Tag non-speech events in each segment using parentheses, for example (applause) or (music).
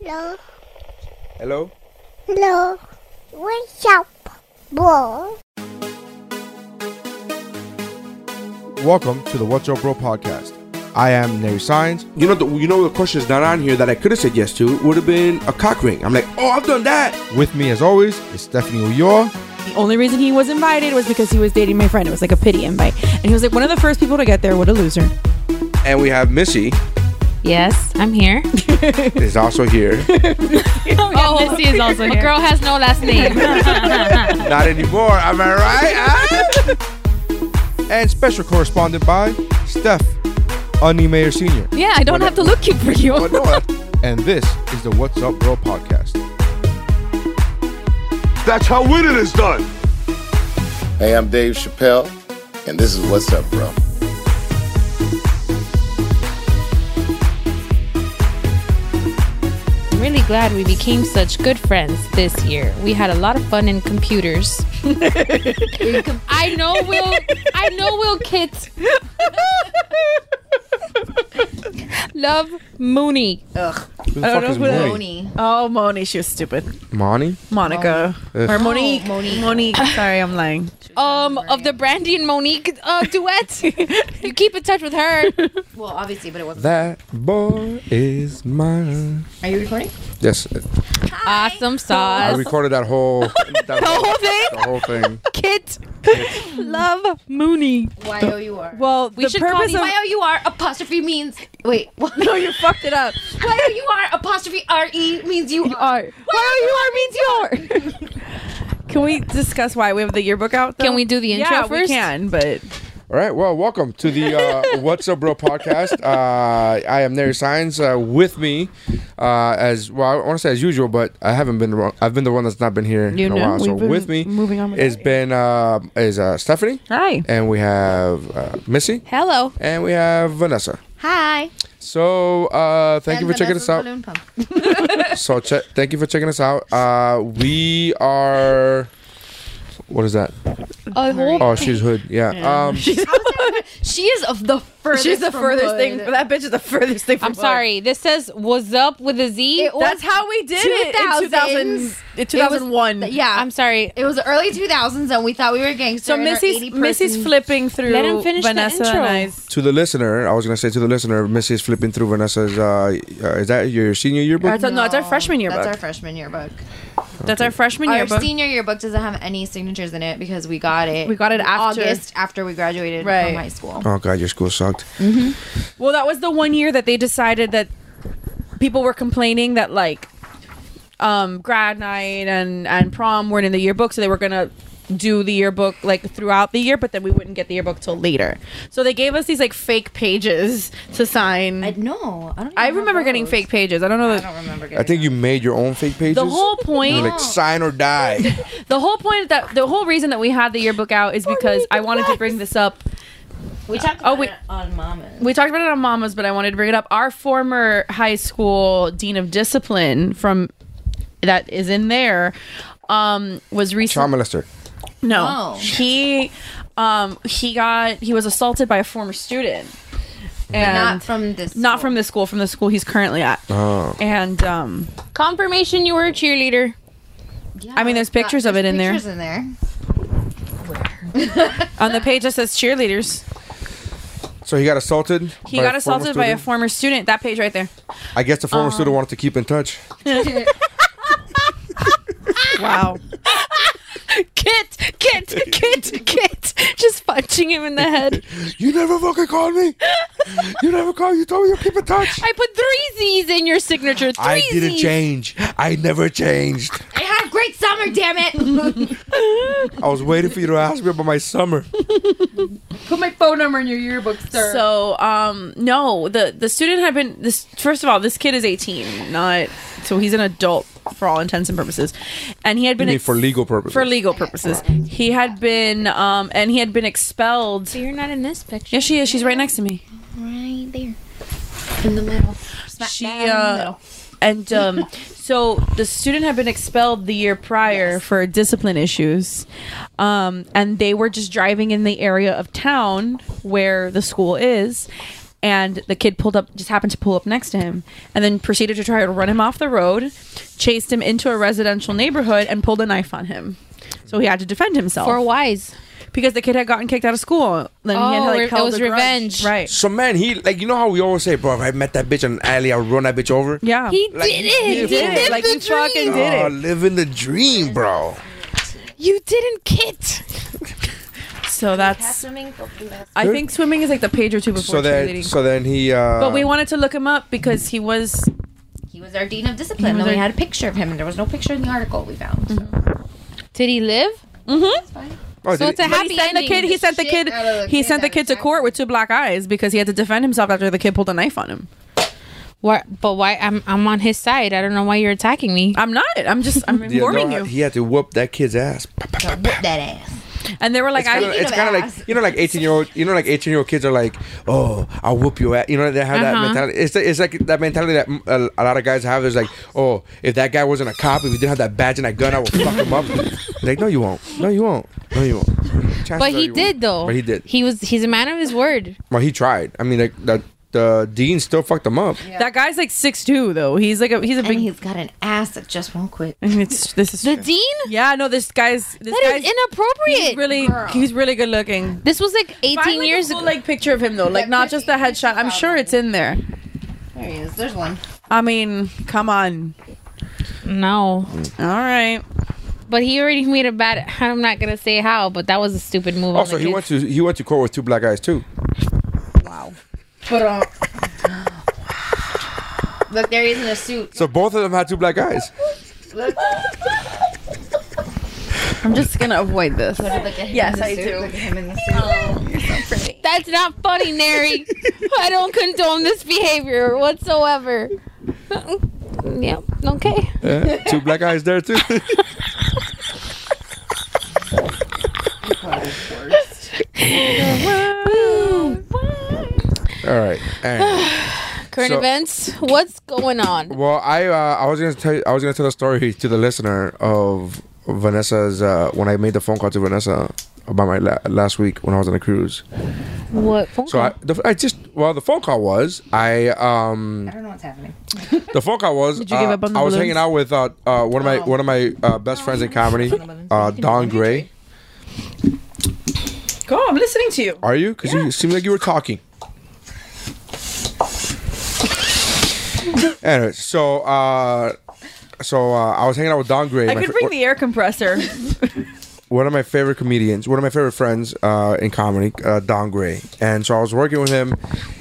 Hello. Hello? Hello. What's up, boy? Welcome to the What's Up Bro podcast. I am Nary Science. You know, the, you know the questions not on here that I could have said yes to would have been a cock ring. I'm like, oh, I've done that. With me, as always, is Stephanie Uyor. The only reason he was invited was because he was dating my friend. It was like a pity invite. And he was like one of the first people to get there. What a loser. And we have Missy Yes, I'm here. is also (laughs) here. (laughs) (laughs) Oh, (laughs) Missy is also here. A girl has no last name. not anymore. Am I right? huh? And special correspondent by Steph Unni (laughs) Mayer Sr. (laughs) yeah, I don't have to look cute for you. But no, I- And this is the What's Up Bro podcast. That's how winning is done. Hey, I'm Dave Chappelle, and this is What's Up, Bro. I'm really glad we became such good friends this year. We had a lot of fun in (laughs) computers. I know we'll I know we'll kit. Love Mooney. Who the fuck is Mooney? Oh, Moni, she was stupid. Monty? Monica. Oh, Or Monique. Monique. (laughs) Monique. Sorry, I'm lying. Um of the Brandy and Monique uh, (laughs) duet. you keep in touch with her. Well, obviously, but it wasn't That boy is mine. Are you recording? Yes. awesome I sauce. recorded that (laughs) whole, that the whole thing? The whole thing. Kit. (laughs) Love Mooney. Y O U R. Well, We the should call purpose these- of Y O U R Oh, apostrophe means wait. no, you fucked it up. Y O U R apostrophe R E means you are. Why are you our means your? Can we discuss why we have the yearbook out? though? Can we do the intro yeah, we first? can, but All right. Well, welcome to the uh, What's Up Bro podcast. Uh, I am Nary Signs. Uh, with me, uh, as well, I want to say as usual, but I haven't been. The wrong, I've been the one that's not been here You in a know, while. So we've been with me, moving on with has that. been uh, is uh, Stephanie, hi. and we have uh, Missy, Hello. and we have Vanessa. Hi. So uh, thank you for checking us out. (laughs) So che- thank you for checking us out. Uh, we are. What is that? A whole Oh, she's hood. (laughs) Yeah. Um, She is of the furthest. She's the from furthest hood. thing. That bitch is the furthest thing. From I'm hood. sorry. This says "Was up with a Z. It was- That's how we did it in 2000, 2000s. in It was- 2001. yeah. I'm sorry. it was the early 2000s, and we thought we were gangsters. So Missy's Missy's flipping through Let him finish the Vanessa intro. and I's to the listener, I was gonna say to the listener, Missy's flipping through Vanessa's. Uh, uh, is that your senior yearbook? Or it's a- no, it's our freshman yearbook. That's our freshman yearbook. That's our freshman Our yearbook. senior yearbook doesn't have any signatures in it because we got it. We got it in after. August after we graduated Right. from high school. Oh god, your school sucked. well, that was the one year that they decided that people were complaining that like um, grad night and and prom weren't in the yearbook, so they were gonna do the yearbook like throughout the year, but then we wouldn't get the yearbook till later. So they gave us these like fake pages to sign. I, I, no, I don't. even have remember getting those. fake pages. I don't know. I The, don't remember I getting. think you made your own fake pages. the whole point. You're like sign or (laughs) die. The whole point that the whole reason that we had the yearbook out Oh, is because I wanted to bring this up. We talked Oh, about wait. it on Mama's. We talked about it on Mama's, but I wanted to bring it up. Our former high school dean of discipline from that is in there um was Child recently molester. no Oh. he um he got he was assaulted by a former student and Not from this. not from the school from the school he's currently at Oh. and um Confirmation you were a cheerleader. I mean, there's pictures of it in there. pictures in there. on the page that says cheerleaders So he got assaulted. he by got a former assaulted by a Uh-huh. student? former student that page right there (laughs) I guess the former student wanted to keep in touch. wow Kit, Kit, (laughs) Kit, Kit. Just punching him in the head. You never fucking called me. you never called. You told me you keep in touch. I put three Z's in your signature. Three I didn't Z's. change. I never changed. I had a great summer, damn (laughs) it. I was waiting for you to ask me about my summer. Put my phone number in your yearbook, sir. So, um, no, the the student had been this. First of all, this kid is eighteen, not so he's an adult for all intents and purposes, and he had been I mean, ex- for legal purposes. for legal purposes. He had been, um, and he had been expelled. So you're not in this picture. Yes, she is. She's right next to me. right there. In the middle. Smack She, dab in the uh, middle. And um, (laughs) so the student had been expelled the year prior for discipline issues, um, and they were just driving in the area of town where the school is, and the kid pulled up, just happened to pull up next to him, and then proceeded to try to run him off the road, chased him into a residential neighborhood, and pulled a knife on him. So he had to defend himself For wise. because the kid had gotten kicked out of school. Then he had Oh, to, like it held was a grudge. revenge. right? So man, he like you know how we always say, bro, if I met that bitch in an alley, I'll run that bitch over. Yeah, He Like, did you it. He did it. lived Like, the you fucking dream. did Oh, it. living the dream, bro. You didn't, Kit. Ah. So that's. I think swimming is like the page or two before So then, cheerleading. so then he. Uh, but we wanted to look him up because he was He was our Mm-hmm. dean of discipline. was And we our- had a picture of him, and there was no picture in the article we found. So Did he live? it's fine. Oh, So did it's a he- mm-hmm. he happy sent the ending. kid. He sent the shit kid. out of Oh, the He kid sent the that kid to attacked court him. with two black eyes because he had to defend himself after the kid pulled a knife on him. Why, but why? I'm I'm on his side. I don't know why you're attacking me. I'm not. I'm just. (laughs) I'm yeah, no, informing you. He had to whoop that kid's ass. Pa, pa, So pa, whoop pa. that ass. And they were like, It's kind I. of Speaking it's of kind of ass. like you know, like eighteen year old, you know, like eighteen year old kids are like, oh, I'll whoop your ass. You know, they have that Uh-huh. mentality. It's, it's like that mentality that mm, a, a lot of guys have. Is like, oh, if that guy wasn't a cop, if he didn't have that badge and that gun, I would fuck (laughs) him up. Like, no, you won't. No, you won't. No, you won't. Chances but are he you did won't. though. But he did. He was. He's a man of his word. Well, he tried. I mean, like the the dean still fucked him up. That guy's like six two though. He's like a. He's a And big. he's got an ass that just won't quit. (laughs) and it's this is. The dean. yeah, no, this guy's. This That guy's is inappropriate. he's really. He's really good looking. this was like 18 Find, like, years a full, ago. like picture of him though, like not just the headshot. I'm sure it's in there. There he is. There's one. I mean, come on. no, All right. but he already made a bad. I'm not gonna say how, but that was a stupid move. Also, he went to he went to court with two black guys too. But um. Look, there he is in a suit. So both of them had two black guys. Look, I'm just gonna avoid this. look at him Yes, in the I suit. do. Look at him in the suit. That's not funny, Neri. I don't condone this behavior whatsoever. (laughs) yep. Okay. Yeah, two black guys there too. (laughs) All right. And- Current So- events. What's going on? well, I uh, I was gonna tell you, I was gonna tell the story to the listener of Vanessa's uh, when I made the phone call to Vanessa about my la- last week when I was on a cruise. What phone So I, the, I just well the phone call was I um I don't know what's happening. The phone call was you give uh, up on the I was balloons? hanging out with uh, uh, one of my one of my uh, best friends in comedy, Oh. uh, Don Gray. Go. I'm listening to you. Are you? Because you seemed like you were talking. anyway, so uh, so uh, I was hanging out with Don Gray. I my could fr- bring the (laughs) air compressor. one of my favorite comedians, one of my favorite friends uh, in comedy, uh, Don Gray. And so I was working with him,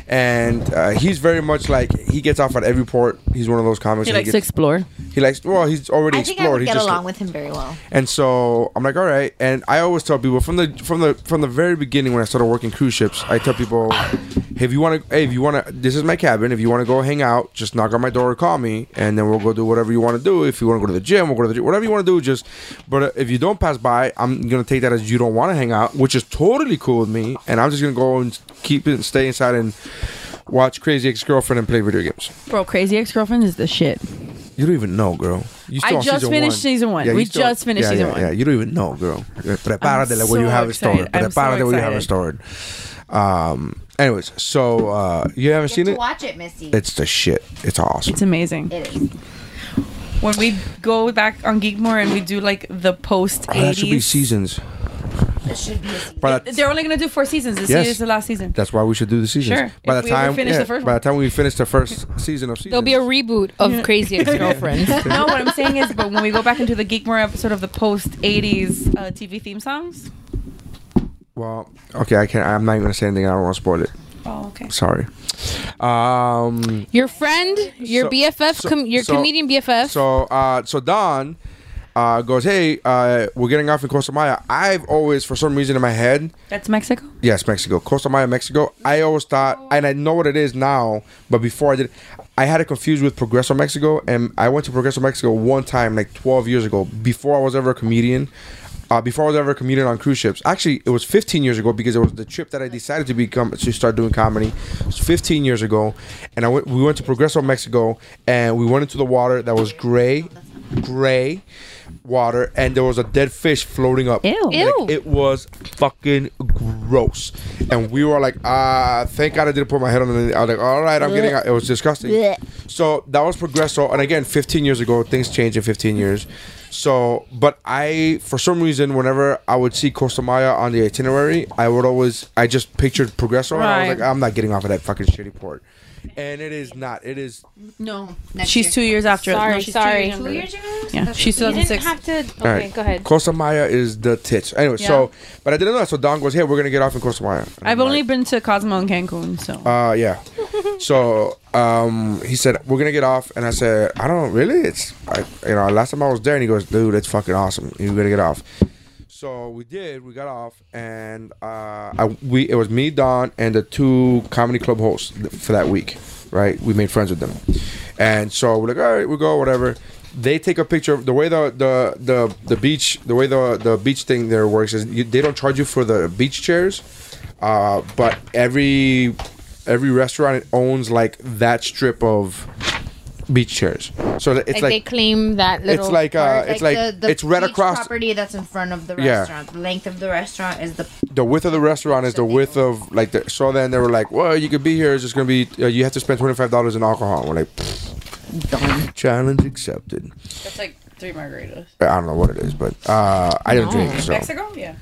and uh, he's very much like he gets off at every port. He's one of those comics. He that likes to gets- explore. He likes. Well, he's already I think explored. I would He get just- along with him very well. And so I'm like, all right. And I always tell people from the from the from the very beginning when I started working cruise ships, I tell people, hey, if you want to, hey, if you want to, this is my cabin. If you want to go hang out, just knock on my door or call me, and then we'll go do whatever you want to do. If you want to go to the gym, we'll go to the gym. Whatever you want to do, just. But uh, if you don't pass by, I'm gonna take that as you don't want to hang out, which is totally cool with me. And I'm just gonna go and keep it, stay inside and watch Crazy Ex Girlfriend and play video games. Bro, Crazy Ex Girlfriend is the shit. You don't even know, girl. You I on just finished season one. We you just finished yeah, season yeah, one. Yeah, you don't even know, girl. Prepárate I'm where you so have it stored. excited. I'm so Prepárate where you have it stored. Um. Anyways, so uh, you haven't Get seen to it? watch it, Missy. It's the shit. It's awesome. It's amazing. It is. When we go back on Geekmore and we do like the post Oh, that should be 80s. seasons. It should be. Missy. By that- They're only going to do four seasons. This Yes. year is the last season. (laughs) that's why we should do the seasons. Sure. By If the we ever time, finish yeah, the first by the one. time we finish the first season of season, There'll be a reboot of Crazy (laughs) Ex-Girlfriend. no, what I'm saying is, but when we go back into the Geekmore episode of the post 80s uh, TV theme songs. well. Okay, I can't. I'm not even gonna say anything. I don't want to spoil it. Oh, okay. Sorry. Um. your friend, your So- BFF, so- com- your so- comedian BFF. So uh, so Don uh, goes, hey, uh, we're getting off in Costa Maya. I've always, for some reason in my head, That's Mexico? yes, Mexico, Costa Maya, Mexico. I always thought, and I know what it is now, but before I did, I had it confused with Progreso Mexico, and I went to Progreso Mexico one time, like 12 years ago, before I was ever a comedian. Uh, before I was ever a comedian on cruise ships, actually, it was 15 years ago because it was the trip that I decided to become to start doing comedy. It was 15 years ago, and I went. We went to Progreso, Mexico, and we went into the water that was gray, gray. water and there was a dead fish floating up. Ew. Like, Ew. it was fucking gross. And we were like, ah, thank God I didn't put my head on the. I was like, all right, I'm getting out. It was disgusting. Blech. So that was Progresso. And again, 15 years ago, things change in 15 years. So, but I, for some reason, whenever I would see Costa Maya on the itinerary, I would always, I just pictured Progresso and I was Right. like, I'm not getting off of that fucking shitty port. And it is not. It is No, Next she's year. two years after. Sorry, no, she's two sorry. years Two younger. years ago? Yeah, she's You didn't 2006. have to. Okay, All right, go ahead. Costa Maya is the tits. Anyway, so but I didn't know that. So Don goes, "Hey, we're gonna get off in Costa Maya." And I've I'm only like, been to Cosmo and Cancun, so uh, yeah. so um, he said, "We're gonna get off," and I said, "I don't really. It's I, you know, last time I was there." And he goes, "Dude, it's fucking awesome. You're gonna get off." So we did. We got off, and uh, I, we it was me, Don, and the two comedy club hosts th- for that week. Right, we made friends with them, and so we're like, all right, we go, whatever. They take a picture. of The way the the the, the beach, the way the the beach thing there works is you, they don't charge you for the beach chairs, uh, but every every restaurant owns like that strip of beach chairs. So it's Like, like, they claim that little. it's like uh, it's like it's right beach across. property that's in front of the Yeah. restaurant. The length of the restaurant is the the width of the restaurant is the width of like the so then they were like well you could be here it's just gonna be uh, you have to spend $25 in alcohol we're like done. challenge accepted that's like three margaritas. i don't know what it is but uh i don't drink so Mexico, yeah.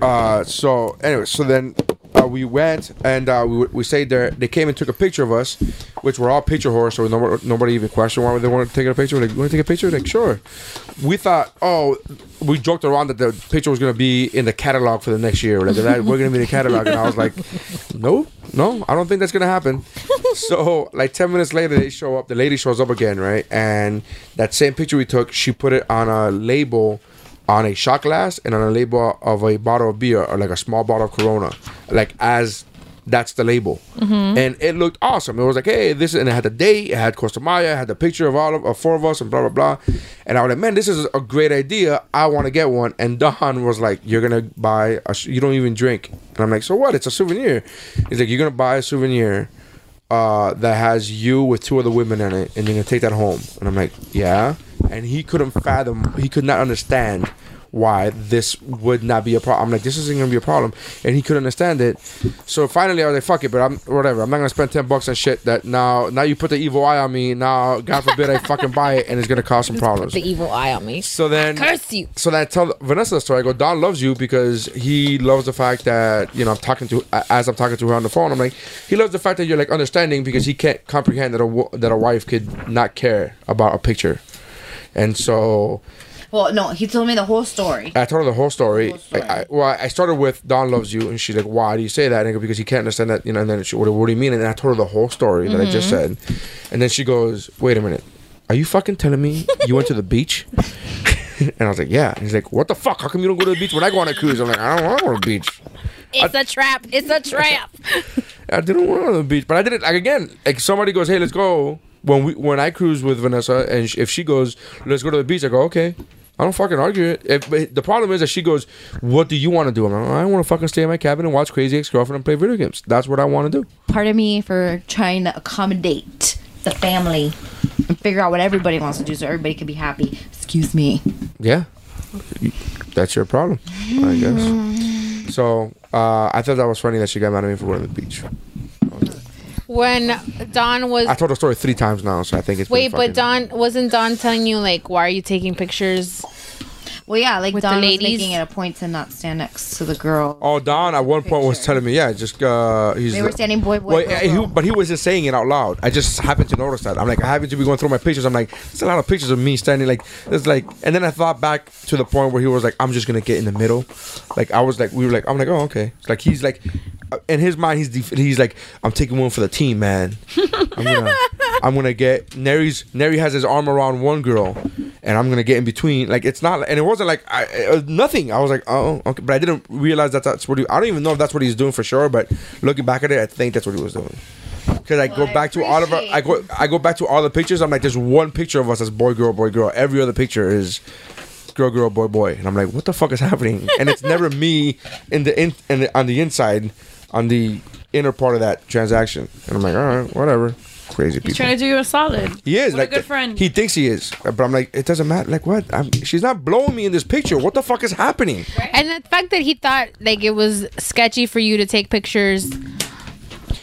uh so anyway so then uh, we went and uh, we, we stayed there. They came and took a picture of us, which were all picture whores, so nobody, nobody even questioned why they wanted to take a picture. We're like, you want to take a picture? We're like, sure. We thought, oh, we joked around that the picture was going to be in the catalog for the next year. We're like, that, we're going to be in the catalog. And I was like, no, no, I don't think that's going to happen. So, like 10 minutes later, they show up. The lady shows up again, right? And that same picture we took, she put it on a label on a shot glass and on a label of a bottle of beer or like a small bottle of Corona, like as that's the label. And it looked awesome. It was like, hey, this and it had the date, it had Costa Maya, it had the picture of all of, of four of us and blah blah blah. And I was like, man, this is a great idea. I want to get one. And Don was like, you're gonna buy a, sh- you don't even drink. And I'm like, so what? It's a souvenir. He's like, you're gonna buy a souvenir uh, that has you with two other women in it, and you're gonna take that home. And I'm like, yeah. And he couldn't fathom, he could not understand why this would not be a problem. I'm like, this isn't gonna be a problem, and he couldn't understand it. So finally, I was like, fuck it, but I'm whatever. I'm not gonna spend ten bucks on shit that now, now you put the evil eye on me. Now, God forbid, I fucking buy it, and it's gonna cause some problems. the evil eye on me. So then, Curse you. So then I tell Vanessa the story. I go, Don loves you because he loves the fact that you know I'm talking to as I'm talking to her on the phone. I'm like, he loves the fact that you're like understanding because he can't comprehend that a wo- that a wife could not care about a picture. And so Well, no, he told me the whole story. I told her the whole story. Whole story. I, I, well, I started with Don loves you, and she's like, "Why do you say that?" And I go, "Because he can't understand that." You know, and then she, what, what do you mean? And then I told her the whole story that I just Mm-hmm. said, and then she goes, "Wait a minute, are you fucking telling me you went to the beach?" (laughs) and I was like, "Yeah." And he's like, "What the fuck? How come you don't go to the beach when I go on a cruise?" I'm like, "I don't want to go to the beach. It's a trap. (laughs) It's a trap. I didn't want to go to the beach, but I did it like again. Like somebody goes, "Hey, let's go." When we when I cruise with Vanessa, and sh- if she goes, "Let's go to the beach," I go, "Okay." I don't fucking argue it. If, but the problem is that she goes, "What do you want to do?" I'm like, "I want to fucking stay in my cabin and watch Crazy Ex-Girlfriend and play video games. That's what I want to do." Part of me for trying to accommodate the family and figure out what everybody wants to do so everybody can be happy. Excuse me. Yeah, that's your problem, I guess. So uh, I thought that was funny that she got mad at me for going to the beach. When Don was I told the story three times now, so I think it's been Wait, but fucking- Don wasn't Don telling you like why are you taking pictures? Well, yeah, like With the Don was ladies? making it a point to not stand next to the girl. Oh, Don at one point was telling me, yeah, just uh, he's. They were standing boy, boy, Well, girl, he- girl. but he wasn't saying it out loud. I just happened to notice that. I'm like, I happened to be going through my pictures. I'm like, it's a lot of pictures of me standing like it's like. And then I thought back to the point where he was like, I'm just gonna get in the middle. Like I was like, we were like, I'm like, oh okay. It's like he's like, uh, in his mind, he's def- he's like, I'm taking one for the team, man. I'm gonna, I'm gonna get Neri's. Neri has his arm around one girl, and I'm gonna get in between. Like it's not, and it wasn't like I it was nothing. I was like, oh, okay, but I didn't realize that that's what he. I don't even know if that's what he's doing for sure. But looking back at it, I think that's what he was doing. Because I go I back to all of our, I go, I go back to all the pictures. I'm like, there's one picture of us as boy, girl, boy, girl. Every other picture is girl, girl, boy, boy. And I'm like, what the fuck is happening? And it's never me in the in, in the, on the inside, on the inner part of that transaction. And I'm like, all right, whatever. Crazy He's people. trying to do you a solid. He is What like a good th- friend. He thinks he is, but I'm like, it doesn't matter. Like what? I'm, she's not blowing me in this picture. What the fuck is happening? And the fact that he thought like it was sketchy for you to take pictures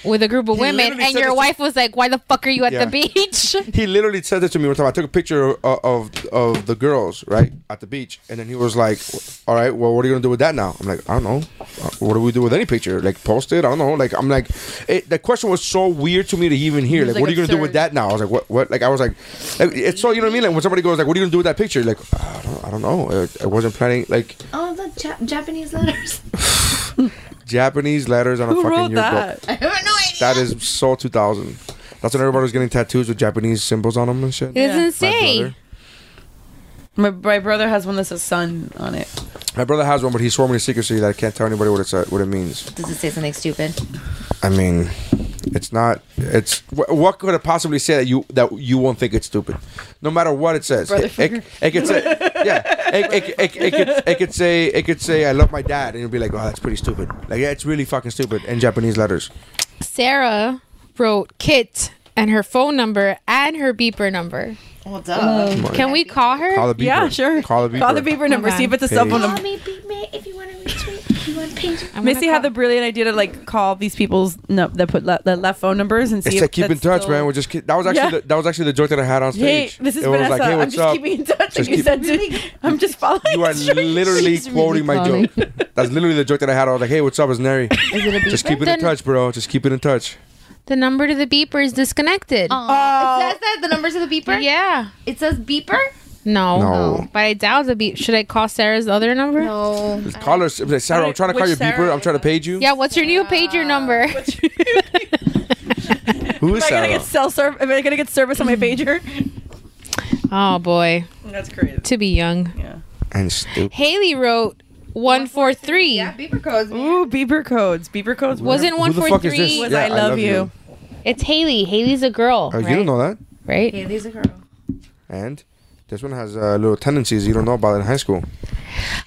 with a group of He women, literally and said your this- wife was like, "Why the fuck are you at Yeah. the beach?" (laughs) He literally said this to me one time. I took a picture of, of of the girls right at the beach, and then he was like, "All right, well, what are you gonna do with that now?" I'm like, "I don't know. Uh, What do we do with any picture? Like post it? I don't know." Like I'm like, it, the question was so weird to me to even hear. Like, was, like, what are you gonna do with absurd. that now? I was like, "What? What?" Like I was like, like, "It's so you know what I mean." Like when somebody goes like, "What are you gonna do with that picture?" Like I don't, I don't know. I, I wasn't planning like Oh, the ja- Japanese letters. (laughs) Japanese letters on a Who fucking wrote yearbook. that? I have no idea. That is so 2000. That's when everybody was getting tattoos with Japanese symbols on them and shit. It's Yeah. My insane. brother. My, my brother has one that says sun on it. My brother has one, but he swore me to secrecy that I can't tell anybody what it's uh, what it means. Does it say something stupid? I mean, it's not. It's wh- what could it possibly say that you that you won't think it's stupid, no matter what it says. It, it, it could say, yeah, it, it, it, it, could, it could say it could say I love my dad, and you'll be like, oh, that's pretty stupid. Like, yeah, it's really fucking stupid in Japanese letters. Sarah wrote Kit and her phone number and her beeper number. Well, duh. Can we call her? Call the beeper. Yeah, sure. Call the beeper. Call the Bieber number. Hold See on. if it's a cell phone Hey. number. me, beat me if you want to reach me. If you want page. I'm gonna Missy had the call- brilliant idea to like call these people's no that put le- that left phone numbers and see It's if like keep in that's touch, still- man. We're just kid- that was actually Yeah. the, that was actually the joke that I had on Hey, stage. this is it was Vanessa. like, hey, I'm what's just up? keeping in touch. Just Like you keep- said, to- (laughs) I'm just following. You (laughs) are straight- literally She's really quoting my calling. joke. That's literally the joke that I had. I was like, hey, what's up? It's Neri. Just keep it in Then- touch, bro. Just keep it in touch. The number to the beeper is disconnected. (laughs) Oh. It says that the numbers of the beeper. Yeah. It says beeper. No. No. But I doubt the beep. Should I call Sarah's other number? No. Just call her. Sarah, Wait, I'm trying to call your which Sarah? beeper. I'm trying to page you. Yeah, what's your new pager number? Who is Am I gonna Sarah? get cell service? Am I gonna get service on my pager? (laughs) oh boy, (laughs) That's crazy. to be young. (laughs) And stupid. Haley wrote 143. Yeah, beeper codes. Ooh, Bieber codes. Bieber codes. Wasn't Who the fuck is 143? this? Was I love you. It's Haley. Haley's a girl, Oh, right? You don't know that. right? Yeah, these are girl. And this one has uh, little tendencies you don't know about in high school.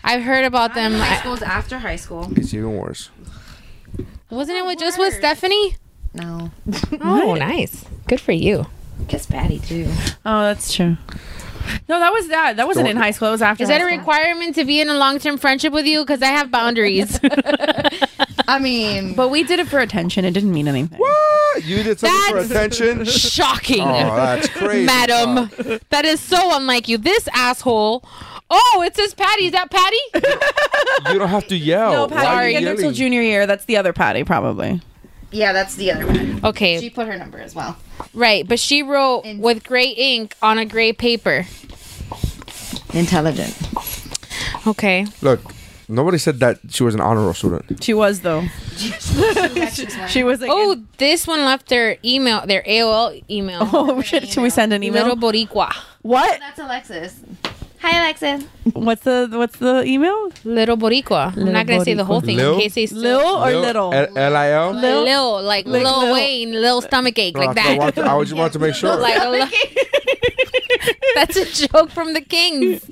I've heard about them. High I- school's after high school. It's even worse. wasn't it with just with Stephanie? No. Oh, nice. Good for you. Kiss Patty too. Oh, that's true. No, that was that. That wasn't in high school. It was after. Is that a high school. requirement to be in a long-term friendship with you? Because I have boundaries. I mean, But we did it for attention. It didn't mean anything. What? Ah, You did something for That's- attention? oh, Shocking. that's crazy. Madam, that is so unlike you. This asshole. Oh, it says Patty. Is that Patty? You don't have to yell. No, Why are Patty. you didn't get there till yelling? junior year. That's the other Patty, probably. yeah, that's the other one. She Okay, put her number as well. right. But she wrote with gray ink on a gray paper. Intelligent. Okay. Look, nobody said that she was an honor roll student. She was though. (laughs) she was like, Oh, this one left their email, their AOL email. oh shit! Should (laughs) we send an email? Little Boricua. what? That's Alexis. Hi, Alexis. What's the what's the email? Little Boricua. I'm not going to say the whole thing Lil? in case they still. Lil or little? L I L. Lil? like Lil, Lil. Wayne, Lil Stomachache, No, like that's what I, that. want to- I just want to make sure. Like a li- (laughs) That's a joke from the Kings.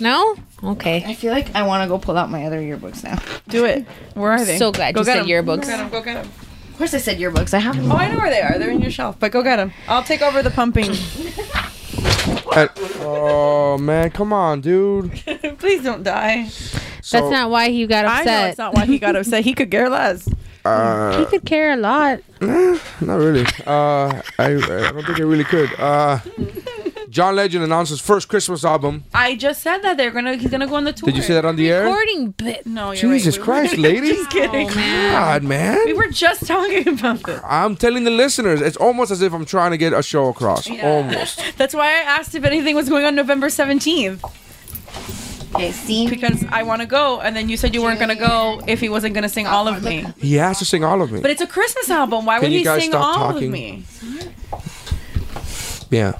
No? Okay. I feel like I want to go pull out my other yearbooks now. Do it. Where are they? So glad Go you get said 'em. yearbooks. Go get 'em, Go get 'em. Of course, I said yearbooks. I have Oh, I know where they are. They're in your shelf. But go get them. I'll take over the (laughs) pumping. And- oh man, come on, dude. Please don't die. That's So, not why he got I upset. know it's not why he (laughs) got upset. He could care less. He uh, could care a lot. (sighs) not really. Uh, I, I don't think I really could. Uh, John Legend announced his first Christmas album. I just said that they're gonna. He's gonna go on the tour. Did you say that on the air? Recording bit. No, you're right. Jesus We were- Christ, lady. (laughs) Just kidding. God, We man. were just talking about this. I'm telling the listeners, it's almost as if I'm trying to get a show across. Almost. That's why I asked if anything was going on November 17th Okay, see? because I want to go, and then you said you weren't gonna go if he wasn't gonna sing all of me. He has to sing all of me. But it's a Christmas album. Why Can would you he guys sing stop all talking? of me? yeah.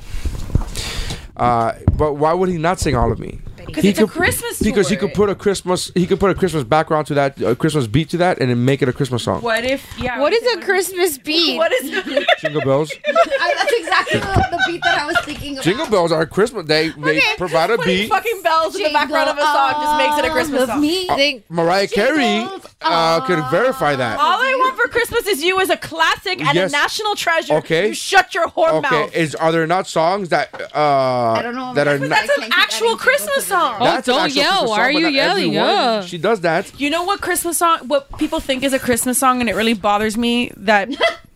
Uh, but why would he not sing all of me? Because He it's a could- Christmas Because he tour. could put a Christmas, he could put a Christmas background to that, a Christmas beat to that, and then make it a Christmas song. What if? Yeah. What we is said (laughs) a Christmas beat? What (laughs) is? Jingle bells. I, that's exactly the, the beat that I was thinking of. Jingle bells are Christmas. They they provide a putting beat. fucking bells in the background of a song just makes it a Christmas song. Think- Mariah Carey uh, could verify that. All I want for Christmas is You is a classic and Yes. a national treasure. Okay. You shut your whore Okay, mouth. is are there not songs that uh I don't know, that are man. not? That's an Thank you, actual Abby. Christmas song. Oh, That's an don't actual yell. Christmas Why song, are but you not every yelling? one. Yeah. She does that. You know what Christmas song? What people think is a Christmas song, and it really bothers me that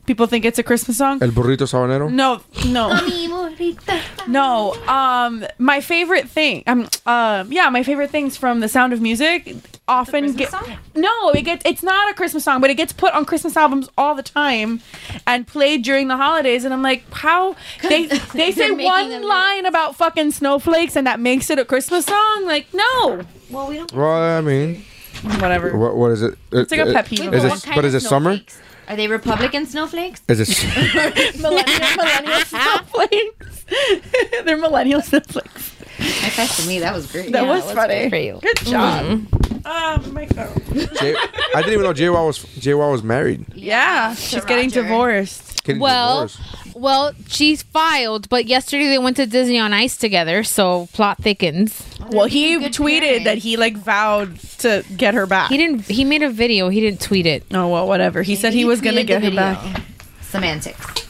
people think it's a Christmas song. El burrito sabanero. Mm. No, no, no. Um, my favorite thing. Um, um, yeah, my favorite things from The Sound of Music often get. No, it gets. It's not a Christmas song, but it gets put on Christmas albums all the time, and played during the holidays. And I'm like, how they they say making one them- line about fucking snowflakes, and that makes it a Christmas song? Like, no, Well, we don't. Well, I mean, (laughs) whatever. what, what is it? It's like a pet peeve. Is Wait, it, but is it summer? Are they Republican snowflakes? Is (laughs) it? millennial, millennial snowflakes. (laughs) They're millennial snowflakes. I guess to me that was great. That was Good for funny. you. Good job. Ah, my God. Jay, I didn't even know Jay Wow was Jay Wow was married. Yeah, she's getting Roger. divorced. Getting Well, divorced. well, she's filed, but yesterday they went to Disney on Ice together, so plot thickens. Well, he good tweeted parents. that he like vowed to get her back. He didn't. He made a video. He didn't tweet it. Oh well, whatever. He said he, was gonna tweeted get the her video. back. Semantics.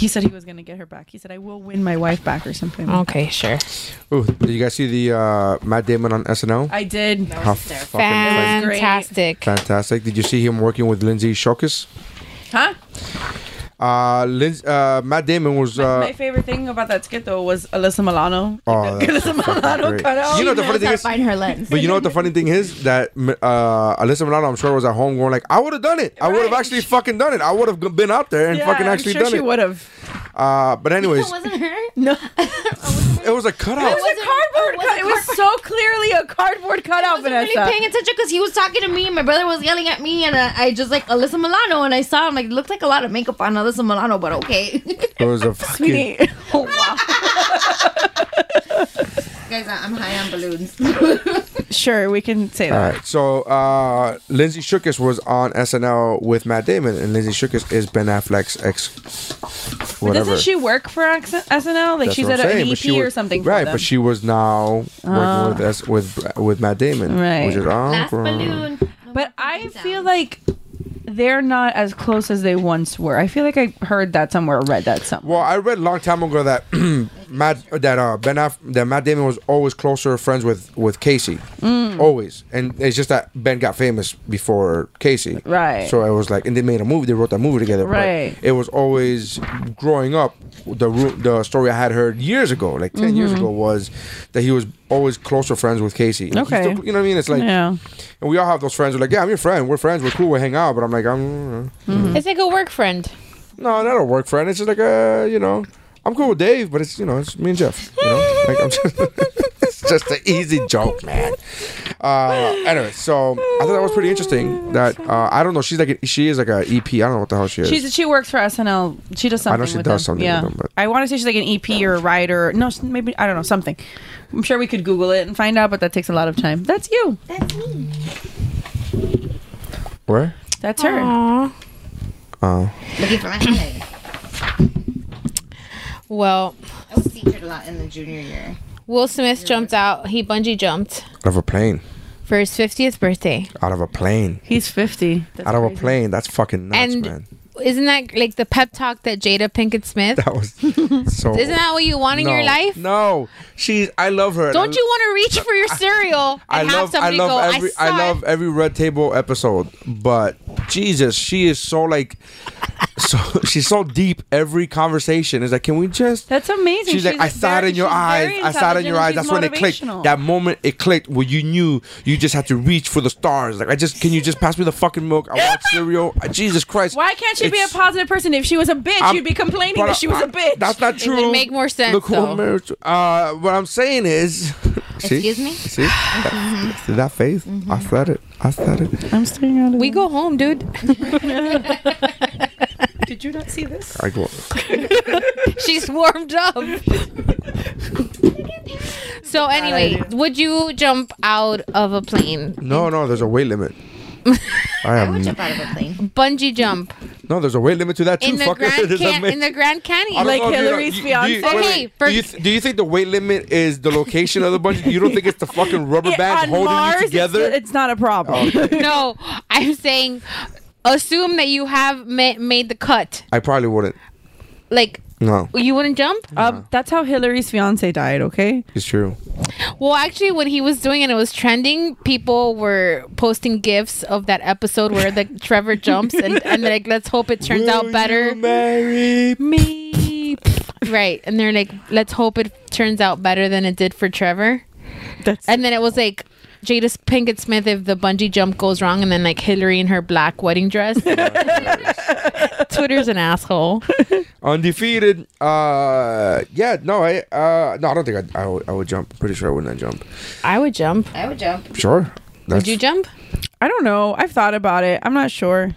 He said he was gonna get her back. He said I will win my wife back or something. Okay, sure. Ooh, did you guys see the uh, Matt Damon on SNL? I did. How fucking fan- great. Fantastic. fantastic! Did you see him working with Lindsay Shocus? Huh? Uh, Lindsay, uh, Matt Damon was. Uh, my favorite thing about that skit though was Alyssa Milano. oh, that's Alyssa fucking Milano great. cut out. You know what the funny thing Let's is? not find her lens. But you know what the funny thing is that uh, Alyssa Milano, I'm sure, was at home going like, "I would have done it. I would have Right. actually fucking done it. I would have been out there and Yeah, fucking I'm actually sure done she it." would have. Uh, but anyways, wasn't (laughs) her. No. it was a cutout. It was a cardboard was cutout. it It was so clearly a cardboard I cutout, wasn't Vanessa. really paying attention because he was talking to me and my brother was yelling at me and uh, I, I just like Alyssa Milano and I saw him like looked like a lot of makeup on Alyssa Milano but okay It was a fucking. Sweetie. Oh, wow. (laughs) guys I- I'm high on balloons (laughs) Sure, we can say All that. right. So uh, Lindsay Shookus was on SNL with Matt Damon, and Lindsay Shookus is Ben Affleck's ex. Whatever. Doesn't she work for X- SNL? Like That's she's what at I'm saying, an but EP she wa- or something. Right, for them. Oh. but she was now working with us with with Matt Damon, Right. Which is last awkward. balloon But I feel like they're not as close as they once were. I feel like I heard that somewhere or read that somewhere. Well, I read a long time ago that (clears throat) Matt that uh, Ben Aff- that Matt Damon was always closer friends with with Casey, Mm. always, and it's just that Ben got famous before Casey, Right. So it was like, and they made a movie, they wrote that movie together, but Right. it was always growing up. The ru- the story I had heard years ago, like 10 years Mm-hmm. ago, was that he was always closer friends with Casey. Like, he's Okay. still- you know what I mean? It's like, yeah. and we all have those friends. We're like, yeah, I'm your friend. We're friends. We're cool. We hang out. But I'm like, I'm. It's like a work friend. No, not a work friend. It's just like a, you know, I'm cool with Dave, but it's you know, it's me and Jeff. You know, like I'm just, (laughs) it's just an easy joke, man. Uh, anyway, so I thought that was pretty interesting. That uh, I don't know. She's like a, she is like a EP. I don't know what the hell she is. She's, she works for SNL. She does I something. know she with does them. something Yeah. with them, but- I want to say she's like an EP or a writer. No, s- maybe I don't know something. I'm sure we could Google it and find out, but that takes a lot of time. That's you. That's me. Where? That's her. Oh, looking (coughs) for my highlighter Well, I was secret a lot in the junior year Will Smith jumped out. He bungee jumped out of a plane. for his 50th birthday. Out of a plane. He's 50. That's out of a crazy. plane. That's fucking nuts, And- man. Isn't that like the pep talk that Jada Pinkett Smith? (laughs) That (laughs) was so. Isn't that what you want in no, your life? No, she's. I love her. Don't you want to reach for your cereal (laughs) I and have love, I somebody love go? every, I, I, saw love it." every Red Table episode, but Jesus, she is so like, so (laughs) she's so deep. Every conversation is like, can we just? That's amazing. She's, like, I saw it very- in your she's eyes. very I saw it in your eyes. intelligent and That's when it she's clicked. motivational. That moment it clicked where you knew you just had to reach for the stars. Like I just, can you just pass me the fucking milk? I (laughs) want cereal. Uh, Jesus Christ! Why can't she be a It's- positive person? If she was a bitch, I'm- you'd be complaining but that she was I- a bitch. That's not true. would make more sense, Look who though. I'm married to. Uh, what I'm saying is, (laughs) see? Excuse me? See that, see that face? I Mm-hmm. said it. I said (laughs) it. I'm staying out of We go home, dude. (laughs) Did you not see this? I go. She's warmed up. (laughs) so anyway, would you jump out of a plane? No, no. There's a weight (laughs) limit. I I Um, would am. jump out of a plane (laughs) Bungee jump No, there's a weight limit to that too. in the fucker. (laughs) Grand There's a Can- ma- in the Grand I don't Canyon. Like know if you know- Hillary's you- do you- fiance? wait, Okay, wait. for- do, you th- do you think the weight limit is the location of the bungee? You don't think it's the (laughs) fucking rubber Yeah, band on holding Mars, you together? Um, (laughs) It's, it's not a problem. no, I'm saying assume that you have ma- made the cut. I probably wouldn't. Like No, you wouldn't jump. uh-huh. Um, that's how Hillary's fiance died. Okay. it's true. Well, actually, when he was doing it, it was trending. People were posting gifs of that episode where (laughs) the Trevor jumps, and, and they're like, let's hope it turns out better. Marry Me, right? And they're like, let's hope it turns out better than it did for Trevor. That's And then it was like. Jada Pinkett Smith, if the bungee jump goes wrong, and then like Hillary in her black wedding dress. (laughs) Twitter's an asshole. undefeated. Uh, yeah. No, I. Uh, no, I don't think I. I would, I would jump. I'm pretty sure I wouldn't jump. I would jump. I would jump. Sure. That's, Would you jump? I don't know. I've thought about it. I'm not sure.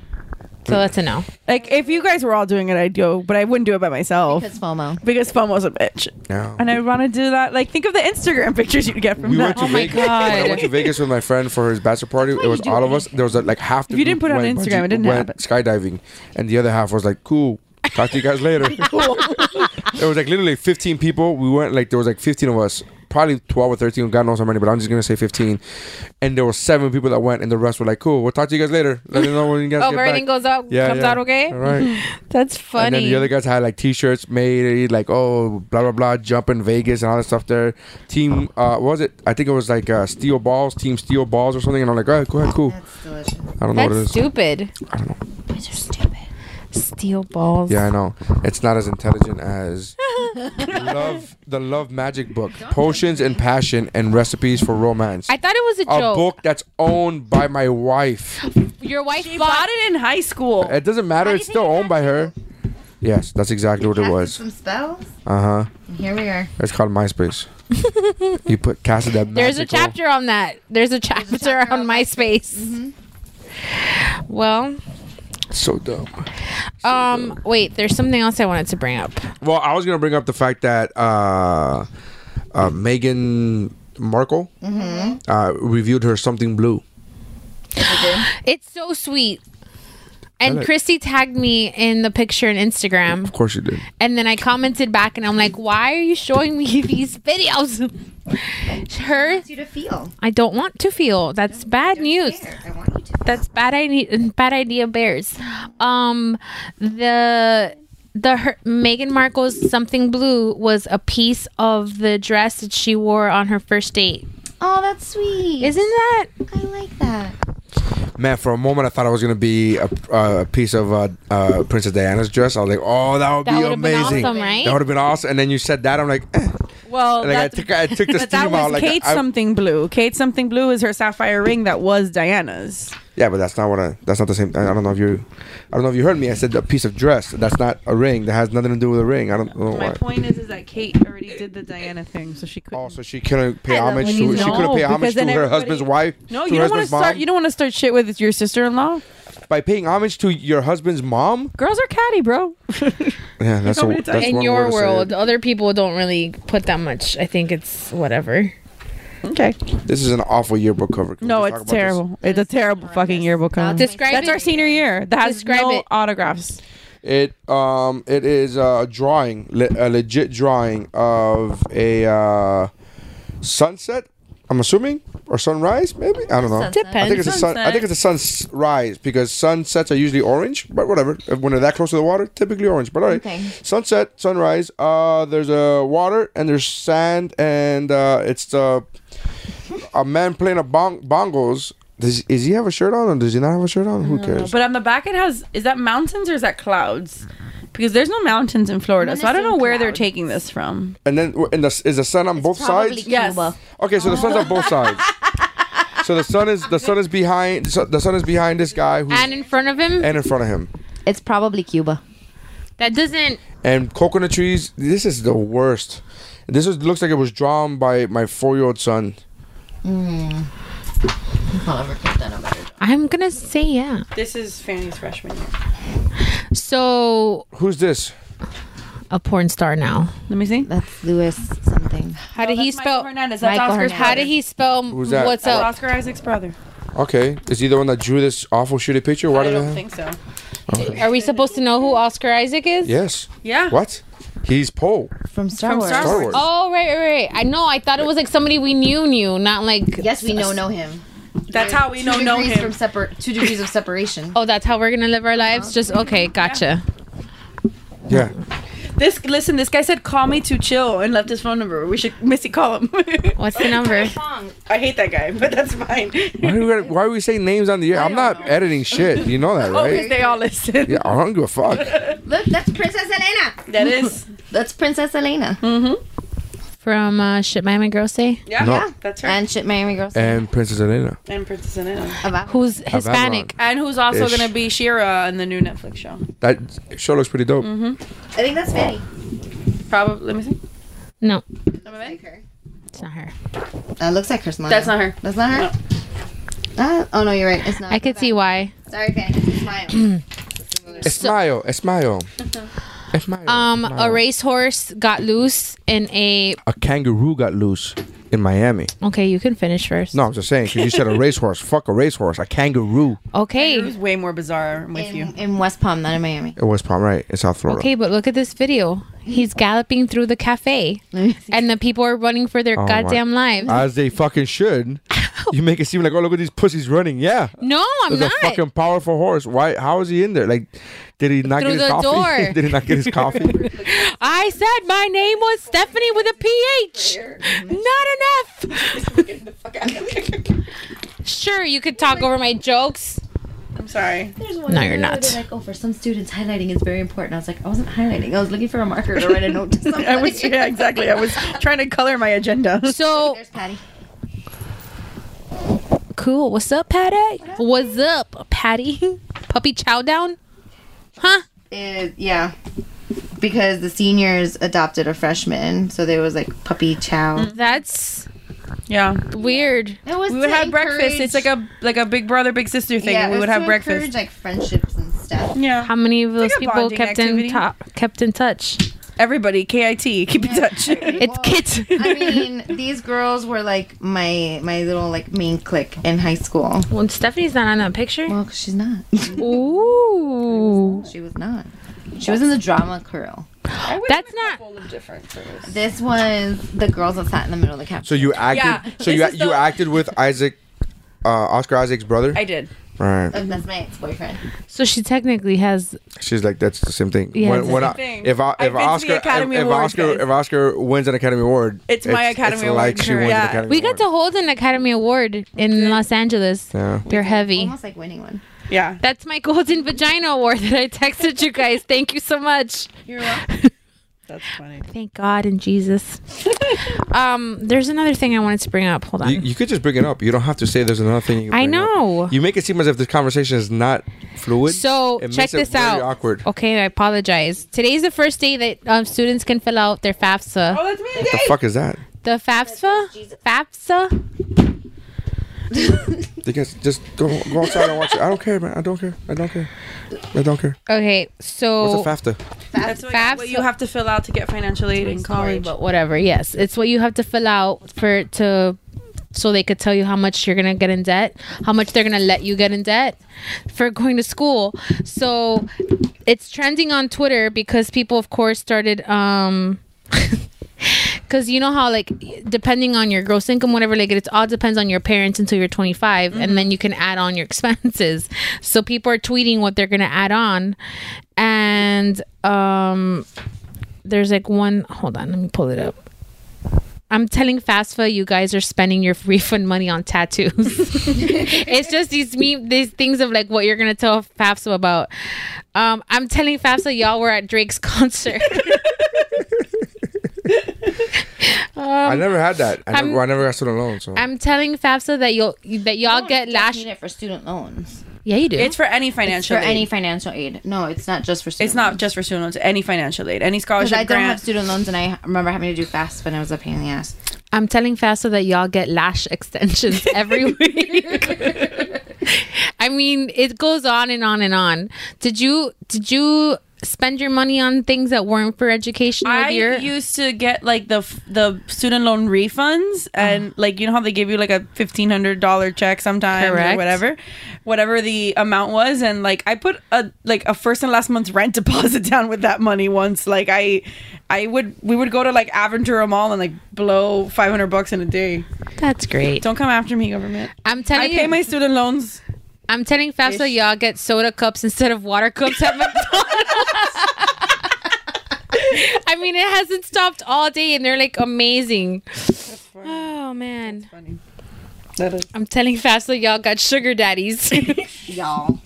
So that's a no. Like if you guys were all doing it, I'd go, but I wouldn't do it by myself Because FOMO. because FOMO's a bitch, No. and I want to do that. Like think of the Instagram (laughs) pictures you'd get from Oh. We that. went (laughs) to my Vegas. when I God. went to Vegas with my friend for his bachelor party. It was all of us. There was like half. The If you didn't group put it on went Instagram, it didn't went happen. Skydiving, and the other half was like, "Cool, talk to you guys (laughs) later." (laughs) It was like literally 15 people. We went like there was like 15 of us, probably 12 or 13. God knows how many, but I'm just gonna say 15. And there were seven people that went, and the rest were like, "Cool, we'll talk to you guys later. Let me know when you guys Oh, get everything back." goes out, Yeah, comes yeah. out okay. All right. (laughs) That's funny. And then the other guys had like T-shirts made, like oh blah blah blah, jump in Vegas and all that stuff. There, team, uh, what was it? I think it was like uh, Steel Balls, Team Steel Balls or something. And I'm like, all right, go ahead, cool. That's delicious. I don't know what it That's is. stupid. I don't know. Boys are stupid. Steel balls. Yeah, I know. It's not as intelligent (laughs) as love, the Love Magic book, potions and passion and recipes for romance. I thought it was a, a joke. book that's owned by my wife. Your wife She bought bought it. it in high school. It doesn't matter. do you It's think still it owned by her. Yes, that's exactly what it Casted was. Some spells. Uh huh. And here we are. It's called MySpace. you put Cassie that. (laughs) There's a magical- chapter on that. There's a chapter, chapter on, on MySpace. Well, So dumb. um, wait. There's something else I wanted to bring up. Well, I was gonna bring up the fact that uh, uh, Megan Markle Mm-hmm. uh, reviewed her something blue. It's so sweet. And Really? Christy tagged me in the picture on Instagram, Of course, you did. and then I commented back, and I'm like, "Why are you showing me (laughs) these videos?" (laughs) Her, It's you to feel. I don't want to feel. That's bad news. There, I want you to. That's bad idea. Bad idea. Bears. Um, the the her, Meghan Markle's something blue was a piece of the dress that she wore on her first date. Oh, that's sweet. Isn't that? I like that. Man, for a moment I thought I was gonna be a, a piece of uh, uh, Princess Diana's dress. I was like, oh, that would That be would have been amazing. awesome, right? That would have been awesome. And then you said that. I'm like, eh. Well, like I that's- took, I took the but that steam out. was Like, Kate I, something blue. Kate something blue is her sapphire ring that was Diana's. yeah, but that's not what I. That's not the same. I, I don't know if you. I don't know if you heard me. I said a piece of dress. That's not a ring. That has nothing to do with a ring. I don't know My why. point is, is that Kate already did the Diana thing, so she couldn't. Oh, so she couldn't pay I love homage when to you she know, couldn't pay homage because to then her husband's everybody- wife. no, to you her don't want to husband's mom? start. You don't want to start shit with your sister-in-law. by paying homage to your husband's mom. Girls are catty, bro. Yeah, that's a- that's In your world, other people don't really put that much. I think it's whatever. okay. This is an awful yearbook cover. Can we No, just talk it's about this? terrible. It's a terrible fucking yearbook. cover. Describe That's it. our senior year. That has Describe no it. autographs. It um it is a drawing, le- a legit drawing of a uh, sunset. I'm assuming or sunrise, maybe I don't know. Sunset. I think it's a sun. I think it's a sunrise because sunsets are usually orange, but whatever. If- When they're that close to the water, typically orange. But all right, Okay. sunset, sunrise. Uh, there's a uh, water and there's sand and uh, it's uh, a man playing a bong bongos. Does is he have a shirt on or does he not have a shirt on? Who cares? But on the back, it has is that mountains or is that clouds? Because there's no mountains in Florida, I'm so I don't know gonna where assume they're clouds. taking this from. And then w- and the, s- is the sun on both Probably sides? Yes. Cuba. Okay, so the sun's on (laughs) both sides. So the sun is the sun is behind so the sun is behind this guy who's And in front of him, and in front of him. It's probably Cuba. that doesn't. and coconut trees. This is the worst. This is, looks like it was drawn by my four-year-old son. I'm gonna say yeah. This is Fanny's freshman year. So Who's this? a porn star now. Let me see. That's Lewis something. How did he spell? Hernandez? That's that's Michael Oscar's Oscar's How did he spell? Who's that? What's That's up? Oscar Isaac's brother. Okay, is he the one that drew this awful shitty picture? Why I did don't I- think so. Are we supposed to know who Oscar Isaac is? (laughs) Yes. Yeah. What? He's Poe. From Star From Wars. Star Star Wars. Oh right, right, right. I know. I thought it was like somebody we knew knew, not like Yes, we know know him. That's how we Two know know degrees him. from separ- (coughs) two degrees of separation. Oh, that's how we're gonna live our lives. Just okay, gotcha. Yeah. This listen, this guy said call me to chill and left his phone number. We should Missy call him. (laughs) What's the number? I hate that guy, but that's fine. Why are we, gotta- why are we saying names on the air? I'm not editing shit. You know (laughs) that, Oh, 'cause right? they all listen. Yeah, I don't give a fuck. (laughs) Look, that's Princess Elena. That is, That's Princess Elena. Hmm. From uh, shit, Miami girls say yeah, No. that's her. And, And shit, Miami girls. Eh. And Princess Elena. Princess Anna. About who? who's Hispanic. And who's also Ish. gonna be Shira in the new Netflix show? That show looks pretty dope. Mm-hmm. I think that's Fanny. Probably. Let me see. No, That it's not her. looks like her smile. That's not her. That's not her. Uh, oh no, you're right. It's not. I could see why. Sorry, Fanny. It's (coughs) Smile. Esmayo, Esmayo. Uh-huh. Esmayo. Uh, Um, a racehorse got loose in a. a kangaroo got loose in Miami. Okay, you can finish first. No, I'm just saying, because (laughs) you said a racehorse. Fuck a racehorse. A kangaroo. Okay. Who's way more bizarre? I'm with you. in, in West Palm, not in Miami. It was Palm, right? In South Florida. Okay, but look at this video. He's galloping through the cafe, and the people are running for their Oh my- goddamn lives. As they fucking should. You make it seem like, oh, look at these pussies running. Yeah. no, I'm There's not. a fucking powerful horse. Why? How is he in there? Like, did he not Through get his the coffee? door. (laughs) did he not get his (laughs) coffee? I said my name was Stephanie with a PH. Not enough. sure, you could talk over my jokes. I'm sorry. There's one No, time you're where not. they're Like, oh, for some students, highlighting is very important. I was like, I wasn't highlighting. I was looking for a marker to write a (laughs) note to somebody. I was yeah, exactly. I was (laughs) trying to color my agenda. So There's Patty. cool. What's up, Patty? What's up, Patty? Puppy chow down? Huh? Uh, yeah. Because the seniors adopted a freshman, so there was like puppy chow. That's Yeah, weird. It was Mm. we would to have breakfast. It's like encourage- a like a big brother, big sister thing. Yeah, it we was would have to breakfast. encourage, like friendships and stuff. yeah, How many of those like a people bonding kept activity. in top, kept in touch? everybody. Kit, keep in (laughs) touch. It's kids. (laughs) (laughs) I mean, these girls were like my my little like main clique in high school. when Stephanie's not on that picture. Well, 'cause she's not. Ooh, She was not. She was in the drama crew. that's not. This was the girls that sat in the middle of the couch. so you acted. Yeah, So you this is you the- acted with Isaac, uh, Oscar Isaac's brother. I did. Right. And that's my ex-boyfriend. So she technically has She's like, that's the same thing. Yeah, when, it's the when same I, thing. If I, I've if been to the Oscar if, Academy if Award, Oscar guys. if Oscar wins an Academy Award, It's my Academy it's Award, Like she wins yeah. an Academy We got to Award. hold an Academy Award in Los Angeles. Yeah. They're heavy. Almost like winning one. Yeah. That's my Golden Vagina Award that I texted you guys. Thank you so much. You're (laughs) welcome. That's funny. Thank God (laughs) and Jesus. um, there's another thing I wanted to bring up. Hold on. You, you could just bring it up. You don't have to say there's another thing. You can I bring up. know. You make it seem as if this conversation is not fluid. So It check makes it this very out. Awkward. Okay, I apologize. Today's the first day that um, students can fill out their FAFSA. Oh, that's me The fuck is that? The FAFSA, FAFSA. You guys just go go outside and watch it. I don't care, man. I don't care. I don't care. I don't care. Okay, so What's a FAFTA? That's what, FAFSA. what you have to fill out to get financial aid in Sorry, college. but whatever. Yes, it's what you have to fill out for to so they could tell you how much you're gonna get in debt, how much they're gonna let you get in debt for going to school. So it's trending on Twitter because people, of course, started um. (laughs) Because you know how, like, depending on your gross income, whatever, like, it all depends on your parents until you're 25, and then you can add on your expenses. So people are tweeting what they're going to add on. And um, there's like one hold on let me pull it up i'm telling fafsa you guys are spending your (laughs) refund money on tattoos (laughs) it's just these meme these things of like what you're gonna tell fafsa about um i'm telling fafsa y'all were at drake's (laughs) concert I never had that. I um, I'm- never, I never got student loan. So i'm telling fafsa that you'll that y'all get lash Oh, Need it for student loans. yeah you do It's for any financial for aid. any financial aid. No, it's not just for student. it's not just for student loans. Any financial aid, any Because scholarship I don't have grant. student loans, and I remember having to do fast when I was a pain in the ass. i'm telling fafsa that y'all get lash (laughs) extensions every week I mean, it goes on and on and on. Did you did you spend your money on things that weren't for educational I year. used to get like the f- the student loan refunds Uh-huh. and like you know how they give you like a fifteen hundred dollar check sometimes Correct. or whatever, whatever the amount was, and like I put a like a first and last month's rent (laughs) deposit down with that money once. Like I, I would we would go to like Aventura Mall and like blow five hundred bucks in a day. That's great. Don't come after me, government. I'm I telling pay you, my student loans. I'm telling FAFSA y'all get soda cups instead of water cups at McDonald's. (laughs) I mean, it hasn't stopped all day, and they're like amazing. Oh man, That is. I'm telling FAFSA y'all got sugar daddies. (laughs) y'all.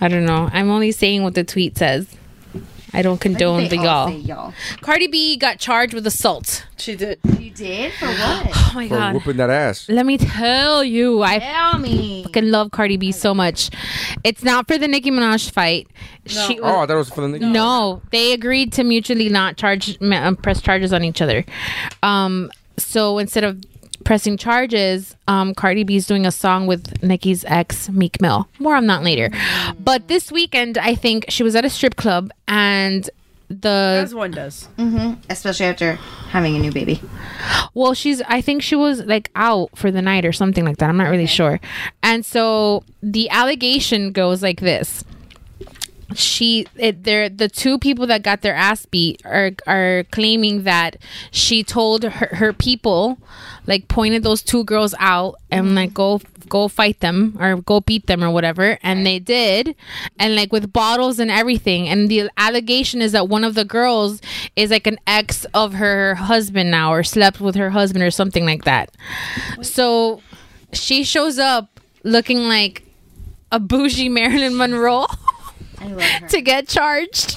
I don't know. I'm only saying what the tweet says. I don't condone the They all y'all. say y'all. Cardi B got charged with assault. She did. You did for (gasps) what? Oh my for god. whooping that ass. Let me tell you, I Tell me. fucking love Cardi B so much. It's not for the Nicki Minaj fight. She Oh, that was for the nigga. No, they agreed to mutually not charge ma- um, press charges on each other. Um, so instead of pressing charges, um, Cardi B's doing a song with Nicki's ex Meek Mill. More on that later. But this weekend, I think she was at a strip club and As the one does. Especially after having a new baby. well she's i think she was like out for the night or something like that i'm not really sure and so the allegation goes like this she it, they're the two people that got their ass beat are are claiming that she told her, her people like pointed those two girls out and like go go fight them or go beat them or whatever and they did and like with bottles and everything and the allegation is that one of the girls is like an ex of her husband now or slept with her husband or something like that so she shows up looking like a bougie Marilyn Monroe I love (laughs) her. to get charged.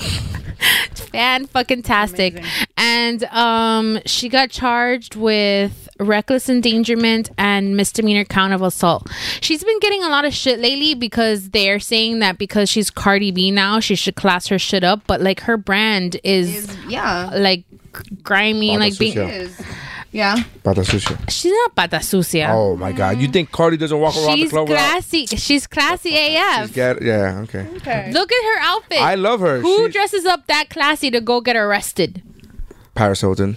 Fan fucking tastic. And um she got charged with reckless endangerment and misdemeanor count of assault. She's been getting a lot of shit lately because they're saying that because she's Cardi B now, she should class her shit up, but like her brand is, Yeah. like grimy Bata like being sucia. Is- Yeah. Oh, Bata sucia. she's not pata sucia. Oh my god. You think Cardi doesn't walk (laughs) around she's the club without classy. She's classy AF. Get- yeah, okay. Look at her outfit. I love her. Who She- dresses up that classy to go get arrested? Paris Hilton.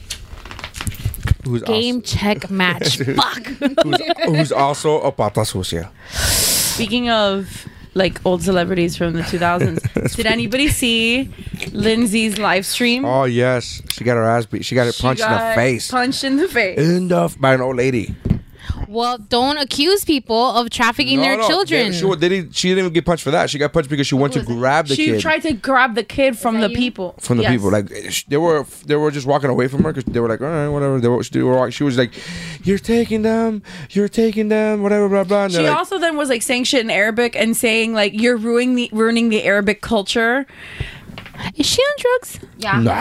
Who's Game check match. Fuck. Also, (laughs) who's also a bata sucia. Speaking of like old celebrities from the (laughs) 2000s, did anybody see Lindsay's live stream? Oh yes, she got her ass beat. She got it She punched in the got face. Punched in the face. in the f- by an old lady. Well, don't accuse people of trafficking No, their no, children. They, she, wa- they didn't, she didn't even get punched for that. She got punched because she went to grab the she kid tried to grab the kid from the people. from the Yes. people. Like sh- they were they were just walking away from her because they were like, all right, whatever. They were, she, they were walk- she was like, "You're taking them, you're taking them, whatever, blah blah." And she they're like, also then was like saying shit in Arabic and saying like you're ruining the ruining the Arabic culture. Is she on drugs? Yeah. Nah.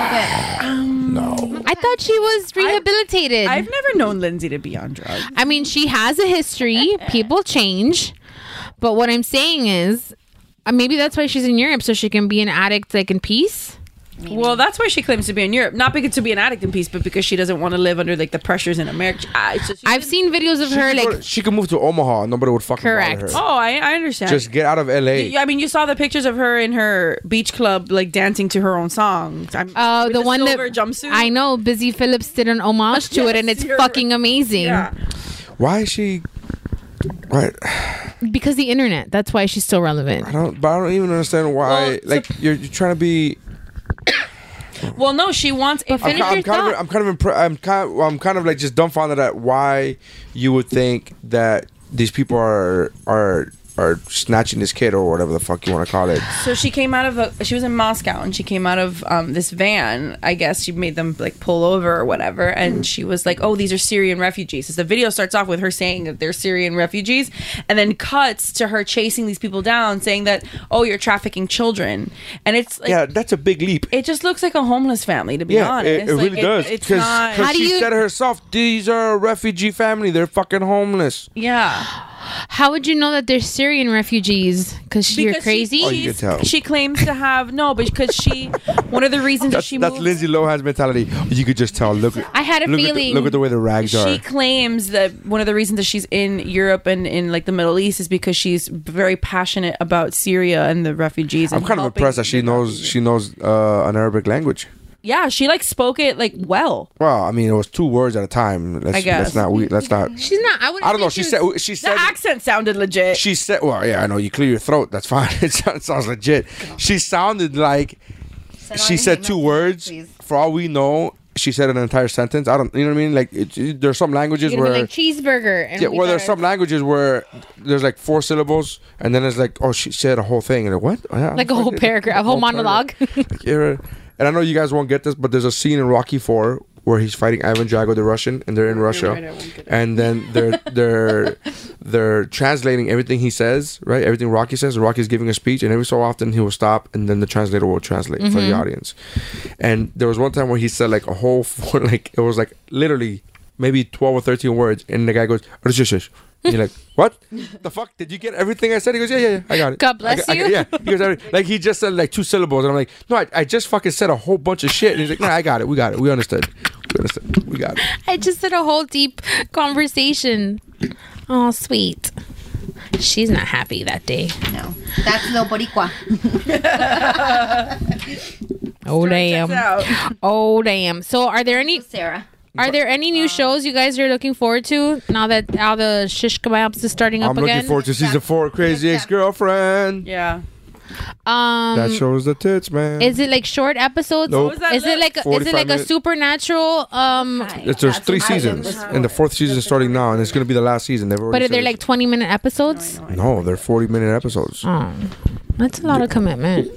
I thought she was rehabilitated. i I've never known Lindsay to be on drugs. mean, she has a history. People change. But what I'm saying is, uh, maybe that's why she's in Europe so she can be an addict like in peace. Well, that's why she claims to be in Europe, not because to be an addict in peace, but because she doesn't want to live under like the pressures in America. I, it's just- I've seen videos of her she, like could, she could move to Omaha. and Nobody would fucking Correct. bother her. oh, I, I understand. Just get out of L.A. Yeah, I mean, you saw the pictures of her in her beach club, like dancing to her own songs. I'm, uh, with the one that silver jumpsuit. I know Busy Phillips did an homage (laughs) to it, and Yes, it's you're fucking amazing Yeah. Why is she? What? because the internet. That's why she's still relevant. I don't. But I don't even understand why. Well, like you're, you're trying to be. Well, no, she wants. a finish I'm, I'm your kind thought. of. I'm kind of. Impre- I'm kind. Of, I'm kind of like just dumbfounded at why you would think that these people are are are snatching this kid or whatever the fuck you want to call (sighs) it. So she came out of a, she was in Moscow and she came out of um, this van. I guess she made them like pull over or whatever. Hmm. And she was like, "Oh, these are Syrian refugees." So the video starts off with her saying that they're Syrian refugees, and then cuts to her chasing these people down, saying that, "Oh, you're trafficking children." And it's like, Yeah, that's a big leap. it just looks like a homeless family, to be yeah, honest. it, it Like, really does. it's Cause, not. 'cause How do she you- said herself, these are a refugee family. They're fucking homeless. yeah. How would you know that they're Syrian refugees? Cause you're Because she- crazy. Oh, you she's- could tell. She claims to have no, because she one of the reasons That's, she that's moved- Lindsay Lohan's mentality. You could just tell. Look, I had a look At the, feeling- look at the way the rags are. she claims that one of the reasons that she's in Europe and in like the Middle East is because she's very passionate about Syria and the refugees. I'm and kind of helping impressed that she the knows refugees. she knows uh, an Arabic language. Yeah, she like spoke it like well. Well, I mean, it was two words at a time. Let's, I guess. Let's not. We, let's (laughs) not. She's not. I wouldn't. I don't say know. She was- said. She The said. accent sounded legit. She said. Well, yeah, I know. You clear your throat. That's fine. (laughs) it sounds sounds legit. She sounded like she said two words. For all we know, she said an entire sentence. I don't. You know what I mean? Like it, it- there's some languages You're where. gonna be like cheeseburger. And yeah, we well, there's thought- some languages where there's like four syllables, and then it's like, oh, she said a whole thing, and like, what? Yeah, (laughs) Like a whole paragraph, a whole monologue. (laughs) (laughs) Like, you're- and I know you guys won't get this, but there's a scene in Rocky Four where he's fighting Ivan Drago, the Russian, and they're in Russia, and then they're they're (laughs) they're translating everything he says, right? Everything Rocky says. Rocky's giving a speech, and every so often he will stop, and then the translator will translate for the audience. And there was one time where he said like a whole (laughs) four, like it was like literally maybe twelve or thirteen words, and the guy goes, "Rush, rush, rush." And you're like, what the fuck? Did you get everything I said? He goes, yeah, yeah, yeah, I got it. God bless I got- I got- you. yeah, (laughs) because I, like he just said like two syllables, and I'm like, no, I, I just fucking said a whole bunch of shit. And he's like, no, I got it. We got it. We understood. We understood. We got it. I just did a whole deep conversation. Oh, sweet. She's not happy that day. No, that's no Boricua. Oh Checks damn. out. Oh damn. So are there any Sarah. are there any uh, new shows you guys are looking forward to now that all the shish kebabs is starting up I'm looking again? forward to season four, Crazy Ex Girlfriend. Yeah. um Mm. That shows the tits, man. is it like short episodes? Nope. What was that Is it like list? a, is it 45 like a minutes. supernatural um It's, there's three seasons, and the fourth season is starting now, and it's gonna be the last season. They've already but are said they it. like 20 minute episodes? no, they're 40 minute episodes. Oh. That's a lot of commitment.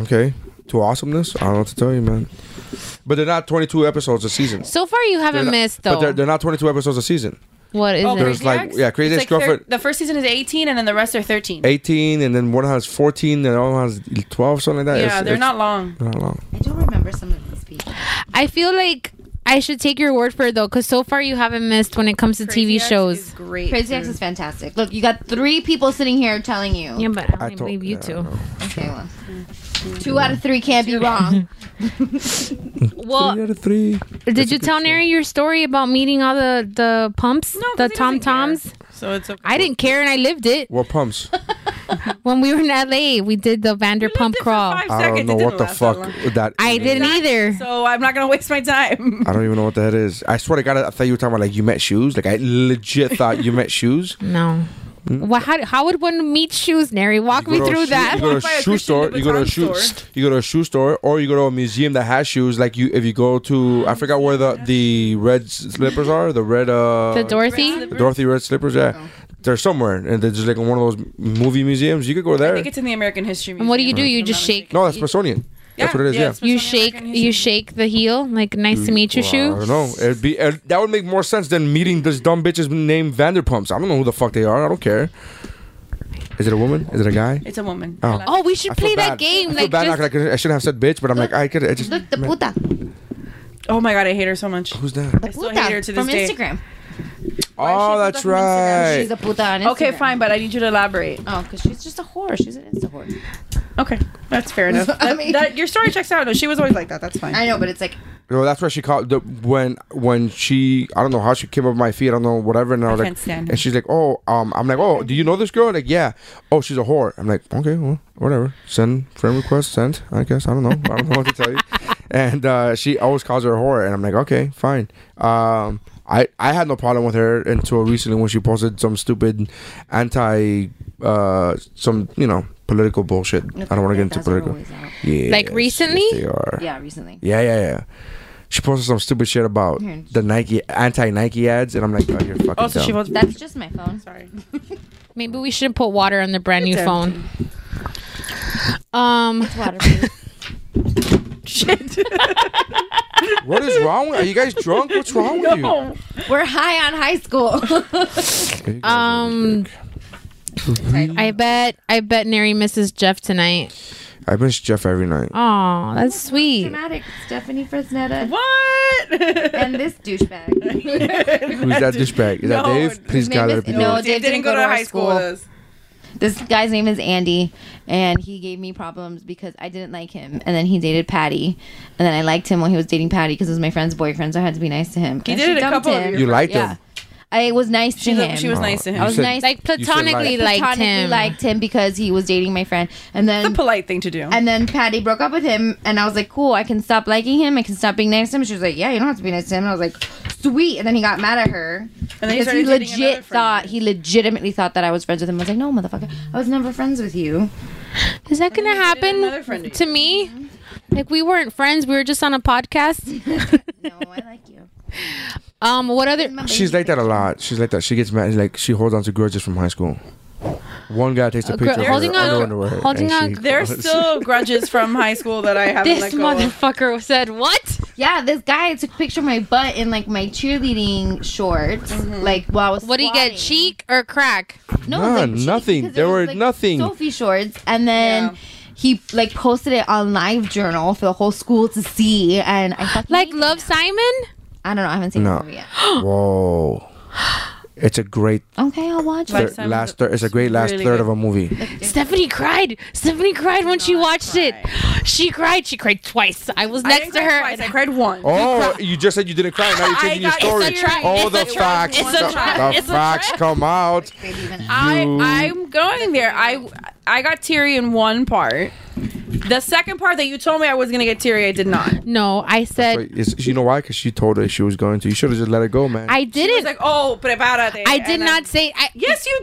Okay, to awesomeness, I don't know what to tell you, man. But they're not 22 episodes a season. So far you They're haven't not- missed But they're, though. they're not 22 episodes a season. What is it? There's like, yeah, Crazy Oh, It's Ex like thir- Girlfriend. the first season is 18, and then the rest are 13. 18 and then one has 14 and the other one has 12 something like that Yeah, It's- they're it's not long. not long I don't remember some of these people. I feel like I should take your word for it though, because so far you haven't missed when it comes to Crazy TV Ex is shows. great. Crazy X is fantastic. Look, you got three people sitting here telling you. Yeah, but I don't I even told- believe you yeah, two. Okay, well, two out of three can't be (laughs) wrong. Well, three out of three did you tell Neri your story about meeting all the the pumps, No, 'cause the he doesn't Tom Toms? care. So it's okay. I didn't care and I lived it what pumps when we were in LA. We did the Vanderpump Lived it for crawl. five i don't seconds. It know didn't what the last that fuck long. that I didn't either. So I'm not gonna waste my time. (laughs) i don't even know what the head is i swear to god i thought you were talking about like you met shoes like i legit thought you met shoes No. Well, how, how would one meet shoes, Neri? Walk You me go to a through shoe- that. you go to a Walk by a shoe Christian store you go to a Louboutin shoe store. you go to a shoe store or you go to a museum that has shoes like you if you go to i forgot where the the red slippers are the red uh the Dorothy? dorothy red slippers yeah they're somewhere and they're just like in one of those movie museums you could go I there think it's in the American History Museum. And what do you do? if You I'm just not shake. no that's smithsonian that's what it is yeah it's You Smithsonian shake. American You Museum. shake the heel. Like nice to meet you, Mm, Well, shoe. I don't know. It'd be it, that would make more sense than meeting this dumb bitches named Vanderpumps. I don't know who the fuck they are. I don't care. Is it a woman? Is it a guy? It's a woman. Oh. I Oh, we should I feel play that bad. game. I feel Like bad now just 'cause I, could- I shouldn't have said bitch, but I'm like I could. I just Look, the puta, Oh my god, I hate her so much. who's that? the still puta hate her to this from day. Instagram. Oh, that's right. She's a puta on Instagram. Okay, fine, but I need you to elaborate. Oh, because she's just a whore. She's an Insta whore. Okay, that's fair (laughs) enough. I That- mean- that- your story checks out. No, she was always like that. That's fine. I know, but it's like Well, that's why she called the, when when she I don't know how she came up with my feet. I don't know whatever. And I, was I like, can't stand her. and she's like, oh, um, I'm like, oh, do you know this girl? Like, yeah. Oh, she's a whore. I'm like, okay, well, whatever. Send friend request. Send. I guess I don't know. I don't know what to tell you. And uh, she always calls her a whore, and I'm like, okay, fine. Um, I I had no problem with her until recently when she posted some stupid anti, uh, some you know political bullshit. I don't want to get into That's where political. we're always at. Yeah. Like recently? they are. Yeah, recently. Yeah, yeah, yeah. She posted some stupid shit about Here. the Nike anti Nike ads, and I'm like, oh, you're fucking. also, she dumb. was. That's just my phone. Sorry. Maybe we should put water on the brand new phone. Um, Waterproof. Shit. What is wrong? with- Are you guys drunk? What's wrong with you? no. We're high on high school. (laughs) Okay, Um, I bet I bet Neri misses Jeff tonight. I miss Jeff every night. Oh, that's sweet. Dramatic. Stephanie Fresneda What? (laughs) and this douchebag. Who's that douchebag? Is that No, Dave? Please name God, let is- it be no, Dave Dave. didn't, go, to high school. with us. (laughs) This guy's name is Andy, and he gave me problems because I didn't like him, and then he dated Patty, and then I liked him when he was dating Patty because it was my friend's boyfriend, so I had to be nice to him. He And did she it a dumped couple of him. years. You liked Yeah. him. Oh, I was nice She, to lo- him. she was nice to You I him. was said- nice. Like you said platonically like- liked Platonically him. liked him because he was dating my friend, and then It's a polite thing to do. and then Patty broke up with him, and I was like, cool, I can stop liking him. I can stop being nice to him. She was like, yeah, you don't have to be nice to him. And I was like, sweet. And then he got mad at her. And then he because started he dating another friend. legit thought, he legitimately thought that I was friends with him. I was like, no, motherfucker, I was never friends with (laughs) you. Is that gonna another friend happen of Mm-hmm. to me? Like we weren't friends. We were just on a podcast. No, Oh, I like you. Um, what other? She's like that a lot. She's like that. She gets mad. Like she holds on to grudges from high school. One guy takes a Uh, picture gr- of her holding under on- underwear. holding and on- she There's goes- still grudges from high school that I haven't This let go of. motherfucker said what? Yeah, this guy took a picture of my butt in like my cheerleading shorts, like while I was. What do you get? squatting. Cheek or crack? No, it Nah, was, like, cheap nothing. because it There was, were like, nothing. Sophie shorts, and then Yeah. he like posted it on Live Journal for the whole school to see, and I fucking Like hate him Love now. Simon? I don't know. I haven't seen No. the movie yet. Whoa. It's a great Okay, I'll watch Like- it. thir- Simon last. was Thir- it's a great last really third good. of a movie. Stephanie cried. Stephanie cried when she watched it. (gasps) She cried. She cried twice. I was I didn't next to cry her. twice, and I cried once. Oh, you just said you didn't cry. Now you're I changing your got- it's story. a trap. All It's a the trap. facts. It's a the- trap. The It's a facts trap. come out. I, You- I'm going there. I I got teary in one part. The second part that you told me I was gonna get teary, I did not. no, I said Wait, is, you know why? Because she told her she was going to. You should have just let it go, man. I She was didn't. like, oh, prepárate. I did And not I'm- say. I, (laughs) Yes, you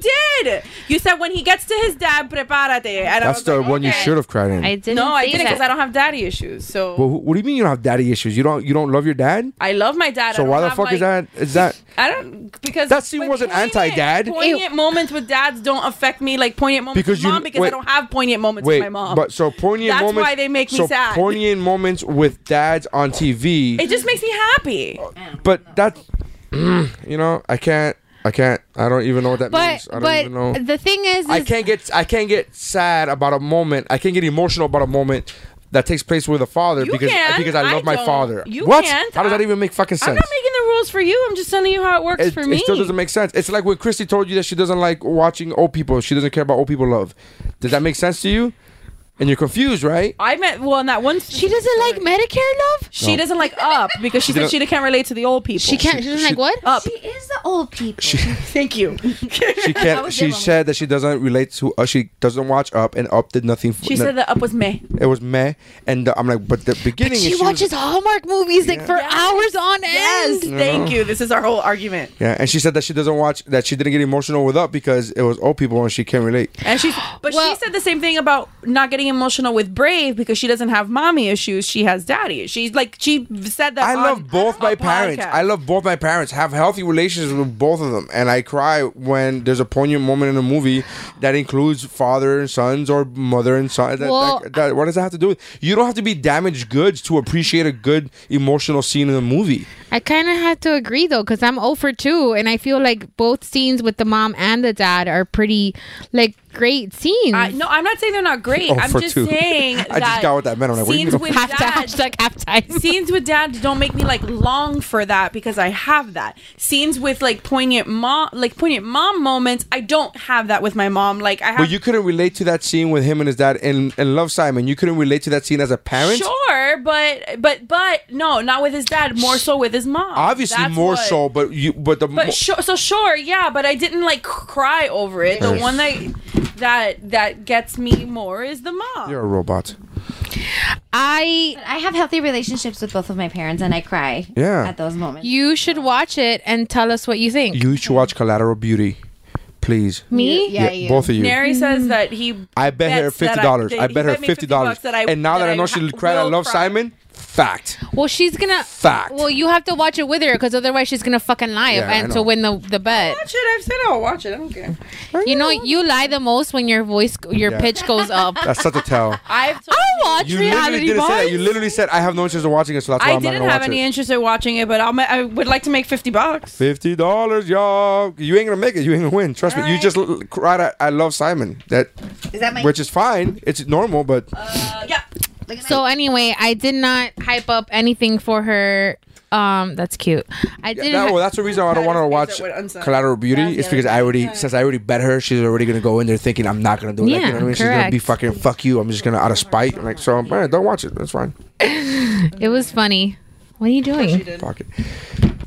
did. You said when he gets to his dad, prepárate. And I That's was the like, one you okay. should have cried in. I didn't. No, I say didn't because that. I don't have daddy issues. So well, who- what do you mean you don't have daddy issues? You don't. You don't love your dad. I love my dad. I So don't why the have, fuck is like- that? Is that? I don't because That scene but wasn't poignant- anti-dad. Poignant moments with dads don't affect me like poignant moments Because with you- mom because I wait. don't have poignant moments Wait, with my mom. but so poignant That's moments. why they make me so sad. Poignant moments with dads on TV. it just makes me happy. but that, (clears throat) you know, I can't. I can't. I don't even know what that means. But I don't even know. but the thing is, I is- can't get. I can't get sad about a moment. I can't get emotional about a moment that takes place with a father You because can. because I I love my don't. father. You what? can't. How does that I- even make fucking sense? I'm not making the rules for you. I'm just telling you how it works it, for it me. still doesn't make sense. It's like when Christy told you that she doesn't like watching old people. She doesn't care about old people love. Does that make sense to you? And you're confused, right? I meant well in that one. she doesn't like Medicare love. She doesn't like up because she said didn't- she can't relate to the old people. She can't. She doesn't like what? up. She is the old people. Thank you. She can't. She said that she doesn't relate to. Uh, she doesn't watch Up, and Up did nothing. For, (laughs) She said that up was me. it was meh. And uh, I'm like, but the beginning. she is was- watches Hallmark movies like for Yes. hours on end. Thank you. This is our whole argument. yeah, and she said that she doesn't watch. That she didn't get emotional with Up because it was old people and she can't relate. And she's but Well- she said the same thing about not getting emotional with Brave because she doesn't have mommy issues. She has daddy. issues. She's like she said that. I on love both a my parents. podcast. I love both my parents. Have healthy relations with both of them, and I cry when there's a poignant moment in a movie that includes father and sons or mother and son. That, Well, that- that- what does that have to do with? You don't have to be damaged goods to appreciate a good emotional scene in a movie. I kind of have to agree though, because I'm 0 for 2, and I feel like both scenes with the mom and the dad are pretty, like, great scenes. I, no, I'm not saying they're not great. Oh, I'm for just two. saying (laughs) I that just got what that meant. I'm like, what do you scenes mean? with half time, dads, hashtag half time. scenes with dads don't make me like long for that because I have that. Scenes with like poignant mom, like poignant mom moments, I don't have that with my mom. Like I have. But you couldn't relate to that scene with him and his dad in, in Love Simon. You couldn't relate to that scene as a parent. Sure, but but but no, not with his dad. More so with his mom. Obviously, That's more what- so, but you, but the mo- But sure, so sure, yeah. But I didn't like c- cry over it. The Yes. one that that that gets me more is the mom. you're a robot. I, I have healthy relationships with both of my parents, and I cry Yeah. at those moments. you should watch it and tell us what you think. You should watch Collateral Beauty, please. Me? yeah, you. both of you. Nary says that he. I bet her bets that fifty dollars. that I he bet her me fifty dollars. bucks that I- And now that I know she ha- cried, I (laughs) will love cry. Simon. Fact. Well, she's gonna. Fact. Well, you have to watch it with her, because otherwise she's gonna fucking lie Yeah, I and to know. win the the bet. Watch it. I've said I'll watch it. I don't care. You know, you lie the most when your voice, your Yeah. pitch goes up. (laughs) That's such a (laughs) tell. I've. Told I watch You literally reality didn't say that. You bars. literally said I have no interest in watching it, so that's why I I am not didn't gonna have watch any it. interest in watching it, but I'll, ma- I would like to make fifty bucks. Fifty dollars, y'all. You ain't gonna make it. You ain't gonna win. Trust me. You Alright. just l- cried. At, I love Simon. That, Is that my? which is fine. It's normal, but Uh, yeah. look at my- So anyway, I did not hype up anything for her Um, that's cute. I didn't. That, ha- well, that's the reason I don't want to That is- watch that went unsaid. Collateral Beauty. That was the It's because other I already, since I already bet her, she's already gonna go in there thinking I'm not gonna do it. like, you Yeah, know what I mean? She's gonna be correct. fucking fuck you. I'm just gonna out of spite. I'm like, so I'm, eh, don't watch it. That's fine. it was funny. What are you doing? Fuck it.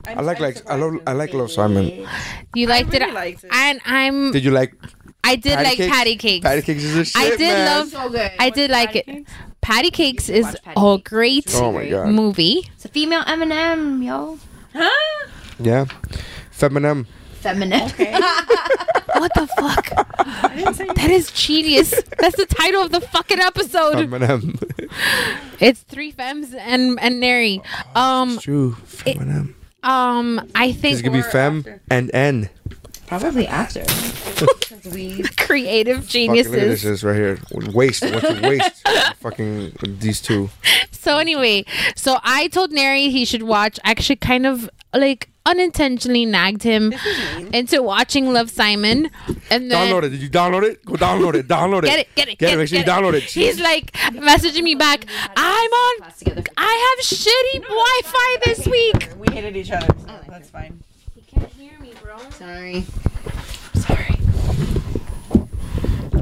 I like like I love I like Love Simon. You liked really it, liked it. and I'm. Did you like I did patty like cakes? patty cakes. Patty Cakes? Is a shit, I did man. love. I did like it. Patty cakes is watch Patty a Cakes. great Oh my god. movie. It's a female Eminem, yo. Yeah. Feminem. Feminine. What the fuck? that is genius. That's the title of the fucking Um, episode. Feminem. It's three femmes and and Neri. Oh, Um, True. Feminem. um, I It's think gonna be we're fem and n. Probably after. 'Cause we (laughs) creative Fucking look at this geniuses. shit right here. Waste. What's a (laughs) waste? Fucking these two. So anyway, so I told Neri he should watch. I actually kind of like unintentionally nagged him into watching Love Simon, and then Download it. Did you download it? Go download it. Download it. Get it, get it, Get it. Make sure you download it. He's like messaging me back. I'm on. together for- I have shitty Wi-Fi this week. We hated each other. Oh, So that's fine. Sorry.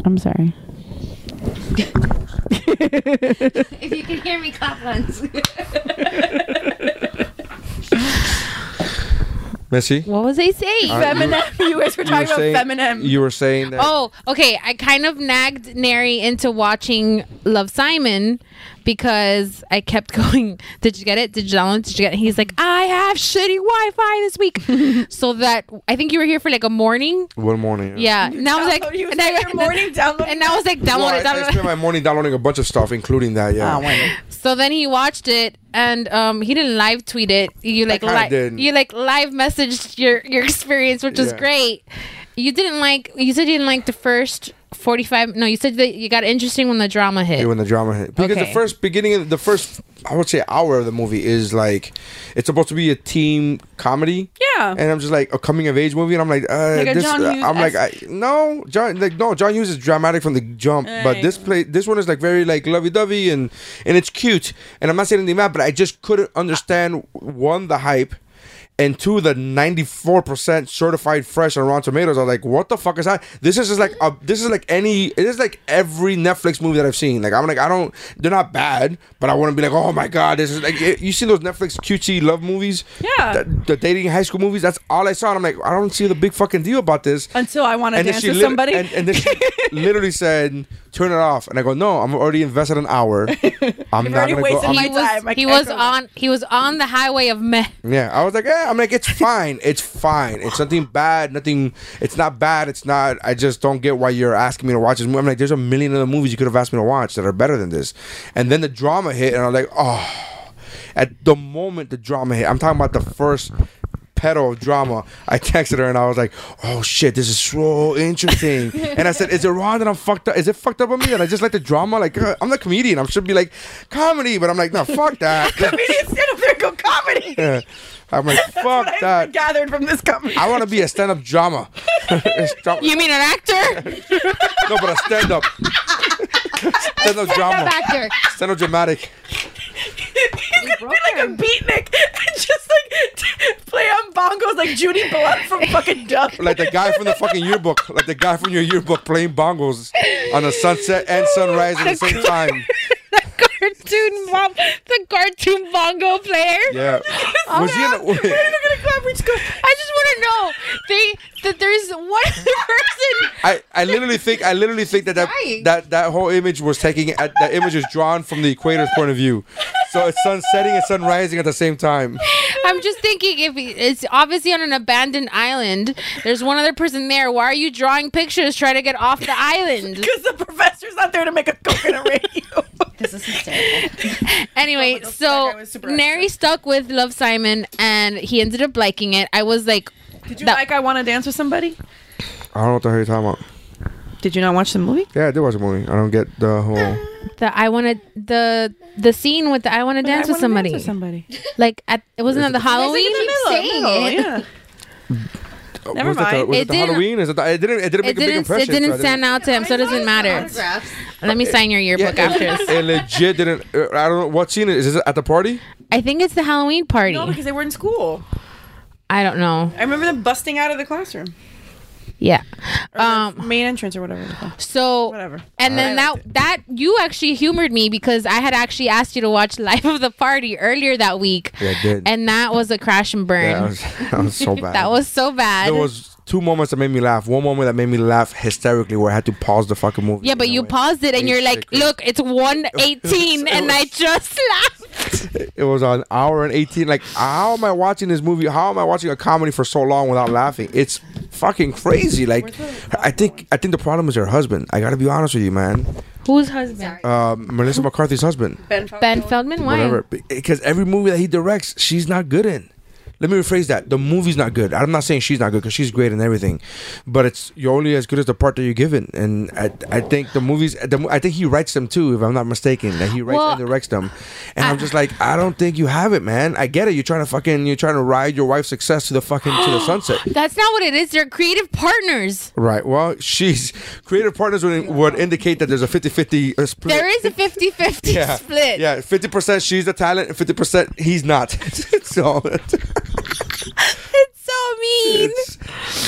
I'm sorry. If you can hear me, clap once. Messy. What was I saying? Feminem. You guys were You were, talking saying, about Feminem. you were saying that. Oh, okay. I kind of nagged Neri into watching Love Simon because I kept (laughs) going, Did you get it? Did you download? it? Did you get it? He's like, I have shitty Wi Fi this week. so that I think you were here for like a morning. One morning. Yeah. And I was like, Oh, you and I, said your morning download. (laughs) and I was like, Well, download it, I, I download it. spent my morning downloading a bunch of stuff, including that. Yeah. So then he watched it and um, he didn't live tweet it. You like kinda li- did. you like live messaged your your (laughs) experience, which is Yeah. great. You didn't like you said you didn't like the first forty five. No, you said that you got interesting when the drama hit. when the drama hit because the Okay. first beginning of the first i would say hour of the movie is like it's supposed to be a team comedy Yeah. and i'm just like a coming of age movie and i'm like uh Like a this John uh, Hughes i'm like I, no john like no john hughes is dramatic from the jump but Right. this play this one is like very like lovey-dovey and and it's cute and i'm not saying anything bad but i just couldn't understand one the hype and two, the ninety-four percent certified fresh on Rotten Tomatoes. I was like, "What the fuck is that?" This is just like a, this is like any it is like every Netflix movie that I've seen. Like I'm like I don't they're not bad, but I wouldn't be like, "Oh my god, this is like it- you see those Netflix cutesy love movies, Yeah. the, the dating high school movies. That's all I saw, and I'm like, I don't see the big fucking deal about this Until I want to then dance she with lit- somebody. And, and then (laughs) she literally said, "Turn it off." And I go, "No, I'm already invested an (laughs) hour. I'm not gonna already go." wasted I'm- my he was time. I he can't was go back. on he was on the highway (laughs) of meh. yeah, I was like, "Yeah." I'm like, "It's fine. It's fine. It's nothing bad. Nothing. It's not bad. It's not. I just don't get why you're asking me to watch this movie." I'm like, "There's a million other movies you could have asked me to watch that are better than this." And then the drama hit, and I'm like, "Oh." At the moment the drama hit, I'm talking about the first pedal of drama. I texted her and I was like, "Oh shit, this is so interesting." and I said, "Is it wrong that I'm fucked up? Is it fucked up on me that I just like the drama? Like uh, I'm the comedian. I should be like comedy, but I'm like, no, fuck that. comedians stand up there and go comedy. (laughs) Yeah. I'm like, fuck What I that. gathered from this comedy. I want to be a stand-up (laughs) drama. It's dra- You mean (laughs) an actor? no, but a stand-up, stand-up drama, actor. stand-up dramatic. You could be like a beatnik and just like (laughs) play on bongos like Judy Blunt from fucking Duck. like the guy from the fucking yearbook, like the guy from your yearbook playing bongos on the sunset and Oh sunrise at the same time. Cartoon mom, the cartoon bongo player. (laughs) (laughs) Yeah. Was he in a, I just want to know they that there's one (laughs) other person. I, I literally think I literally think that that, that that whole image was taking at that image is drawn from the equator's point of view. So it's sun setting and sun rising at the same time. I'm just thinking if he- it's obviously on an abandoned island, there's one other person there. Why are you drawing pictures trying to get off the (laughs) island? Because the professor's not there to make a coconut (laughs) radio. this is hysterical. Anyway, Oh that guy so was super Neri stuck with Love Simon and he ended up liking it. I was like, Did you That- like I Want to Dance with Somebody? I don't know what the hell you're talking about. Did you not watch the movie? Yeah, I did watch a movie. I don't get the Eh, whole the I wanna the the scene with the I wanna dance with somebody. somebody. Oh, Like at it wasn't at the Halloween. saying it. yeah. Oh, Never was that the, mind. was It it the didn't- Halloween? Is it the, it didn't it didn't It make a big didn't. It impression. so I didn't stand out to him, so it doesn't matter. Autographs. Let me sign your Yeah, yearbook it, (laughs) after. it legit didn't. uh, I don't know what scene it is. Is it at the party? I think it's the Halloween (laughs) party. No, because they were in school. I don't know. I remember them busting out of the classroom, Yeah. or Um, the main entrance, or whatever. it was called. So Whatever. And I then that liked that you actually humored me because I had actually asked you to watch (laughs) Life of the Party earlier that week. Yeah, I did. And that was a crash and burn. Yeah, that was, (laughs) that was so bad. (laughs) That was so bad. There was two moments that made me laugh. One moment that made me laugh hysterically, where I had to pause the fucking movie. yeah, but And I you went- paused it and Wait, you're like, second. "Look, it's (laughs) 118 and I just laughed." It was an hour and eighteen. Like, how am I watching this movie? How am I watching a comedy for so long without laughing? It's fucking crazy. Like, I think I think the problem is her husband. I gotta be honest with you, man. Whose husband? Uh, Melissa McCarthy's husband. Ben. Fal- Ben Feldman. (laughs) Why? whatever. Because every movie that he directs, she's not good in. Let me rephrase that. The movie's not good. I'm not saying she's not good because she's great in everything, but it's you're only as good as the part that you're given. And I, I think the movies, the, mo- I think he writes them too, if I'm not mistaken. That he writes Well, and directs them. And I, am just like, I don't think you have it, man. I get it. You're trying to fucking, you're trying to ride your wife's success to the fucking to (gasps) the sunset. That's not what it is. They're creative partners. Right. Well, she's creative partners would, would indicate that there's a 50-50 uh, split. There is a (laughs) 50-50 yeah. split. Yeah, fifty percent she's the talent, and fifty percent he's not. (laughs) so It's so mean. it's,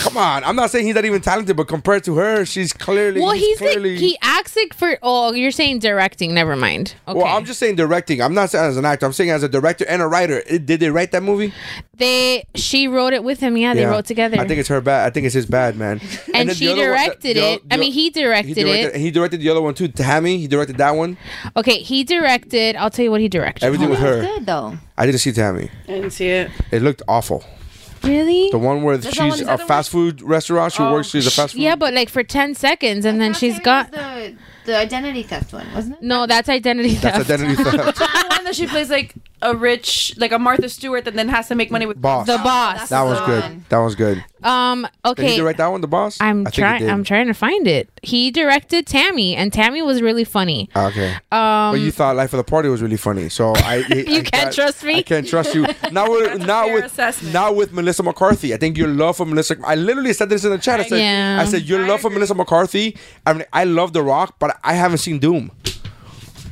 come on, I'm not saying he's not even talented, but compared to her, she's clearly. Well, he's, clearly, like he acts like for oh, you're saying directing. Never mind. Okay. Well, I'm just saying directing. I'm not saying as an actor. I'm saying as a director and a writer. It- did they write that movie? they she wrote it with him. Yeah, they Yeah. wrote together. I think it's her bad. I think it's his bad, man. (laughs) and then the she other one- directed the- it. the- I mean, he directed, directed- it. Oh, He directed the other one too. Tammy. He directed that one. Okay, he directed. I'll tell you what he directed. Everything with That was her. good though. I didn't see Tammy. I didn't see it. It looked awful. Oh, Really? The one where the one- she's is a that the fast food restaurant. She works. She's a fast food. Oh, Yeah, but like for ten seconds, and then Not she's Tammy got. was the, the identity theft one, wasn't it? No, that's identity theft. That's identity (laughs) theft. (laughs) the one that she plays like a rich, like a Martha Stewart, and then has to make money with Boss. the boss. That was Um, good. That was good. um. Did he Okay. direct that one, the boss? I'm I think he trying. did. I'm trying to find it. He directed Tammy, and Tammy was really funny. Ah, Okay. Um. but you thought Life of the Party was really funny, so I. (laughs) You can't trust me? I can't trust (laughs) you. Not with not fair with assessment. not with Melissa McCarthy. I think your love for Melissa. I literally said this in the chat. I said. Yeah. I said your love for Melissa McCarthy. I mean, I love The Rock, but I haven't seen Doom. (laughs)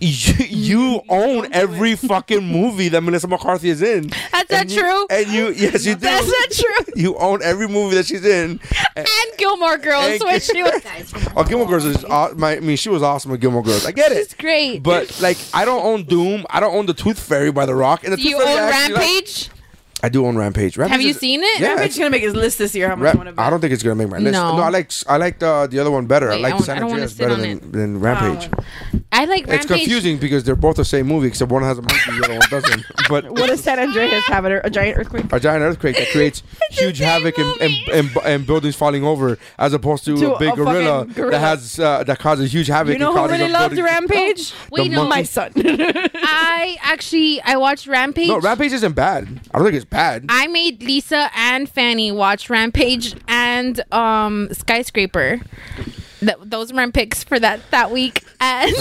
You, you own every fucking movie that Melissa McCarthy is in. That's not And you- true. And you, yes, you do. That's not true. (laughs) You own every movie that she's in. and Gilmore Girls, And- when she was Oh, Gilmore Girls is. aw- my, I mean, she was awesome with Gilmore Girls. I get it. She's great. But like, I don't own Doom. I don't own the Tooth Fairy by The Rock. And the you Tooth Fairy own I actually like. Rampage. I do own Rampage. Rampage Have you is- seen it? Yeah, I'm it's- just gonna make his list this year. How much Rap- I want to. I don't think it's gonna make my list. No. No, I like I like the the other one better. Wait, I I like wanna- I San don't wanna Andreas sit better on than, than Rampage. I like Rampage. It's confusing because they're both the same movie, except one has a monkey, the other one (laughs) doesn't. But What does San Andreas have? A, a giant earthquake. a giant earthquake that (laughs) creates huge havoc and, and, and, and buildings falling over, as opposed to, To a big a fucking gorilla, gorilla. that has uh, that causes huge havoc. You know and who causes really a Oh, loved building- Rampage? Wait, The no, My monkey- son. (laughs) I actually I watched Rampage. No, Rampage isn't bad. I don't think it's bad. I made Lisa and Fanny watch Rampage and um Skyscraper. Th- those were my picks for that that week, and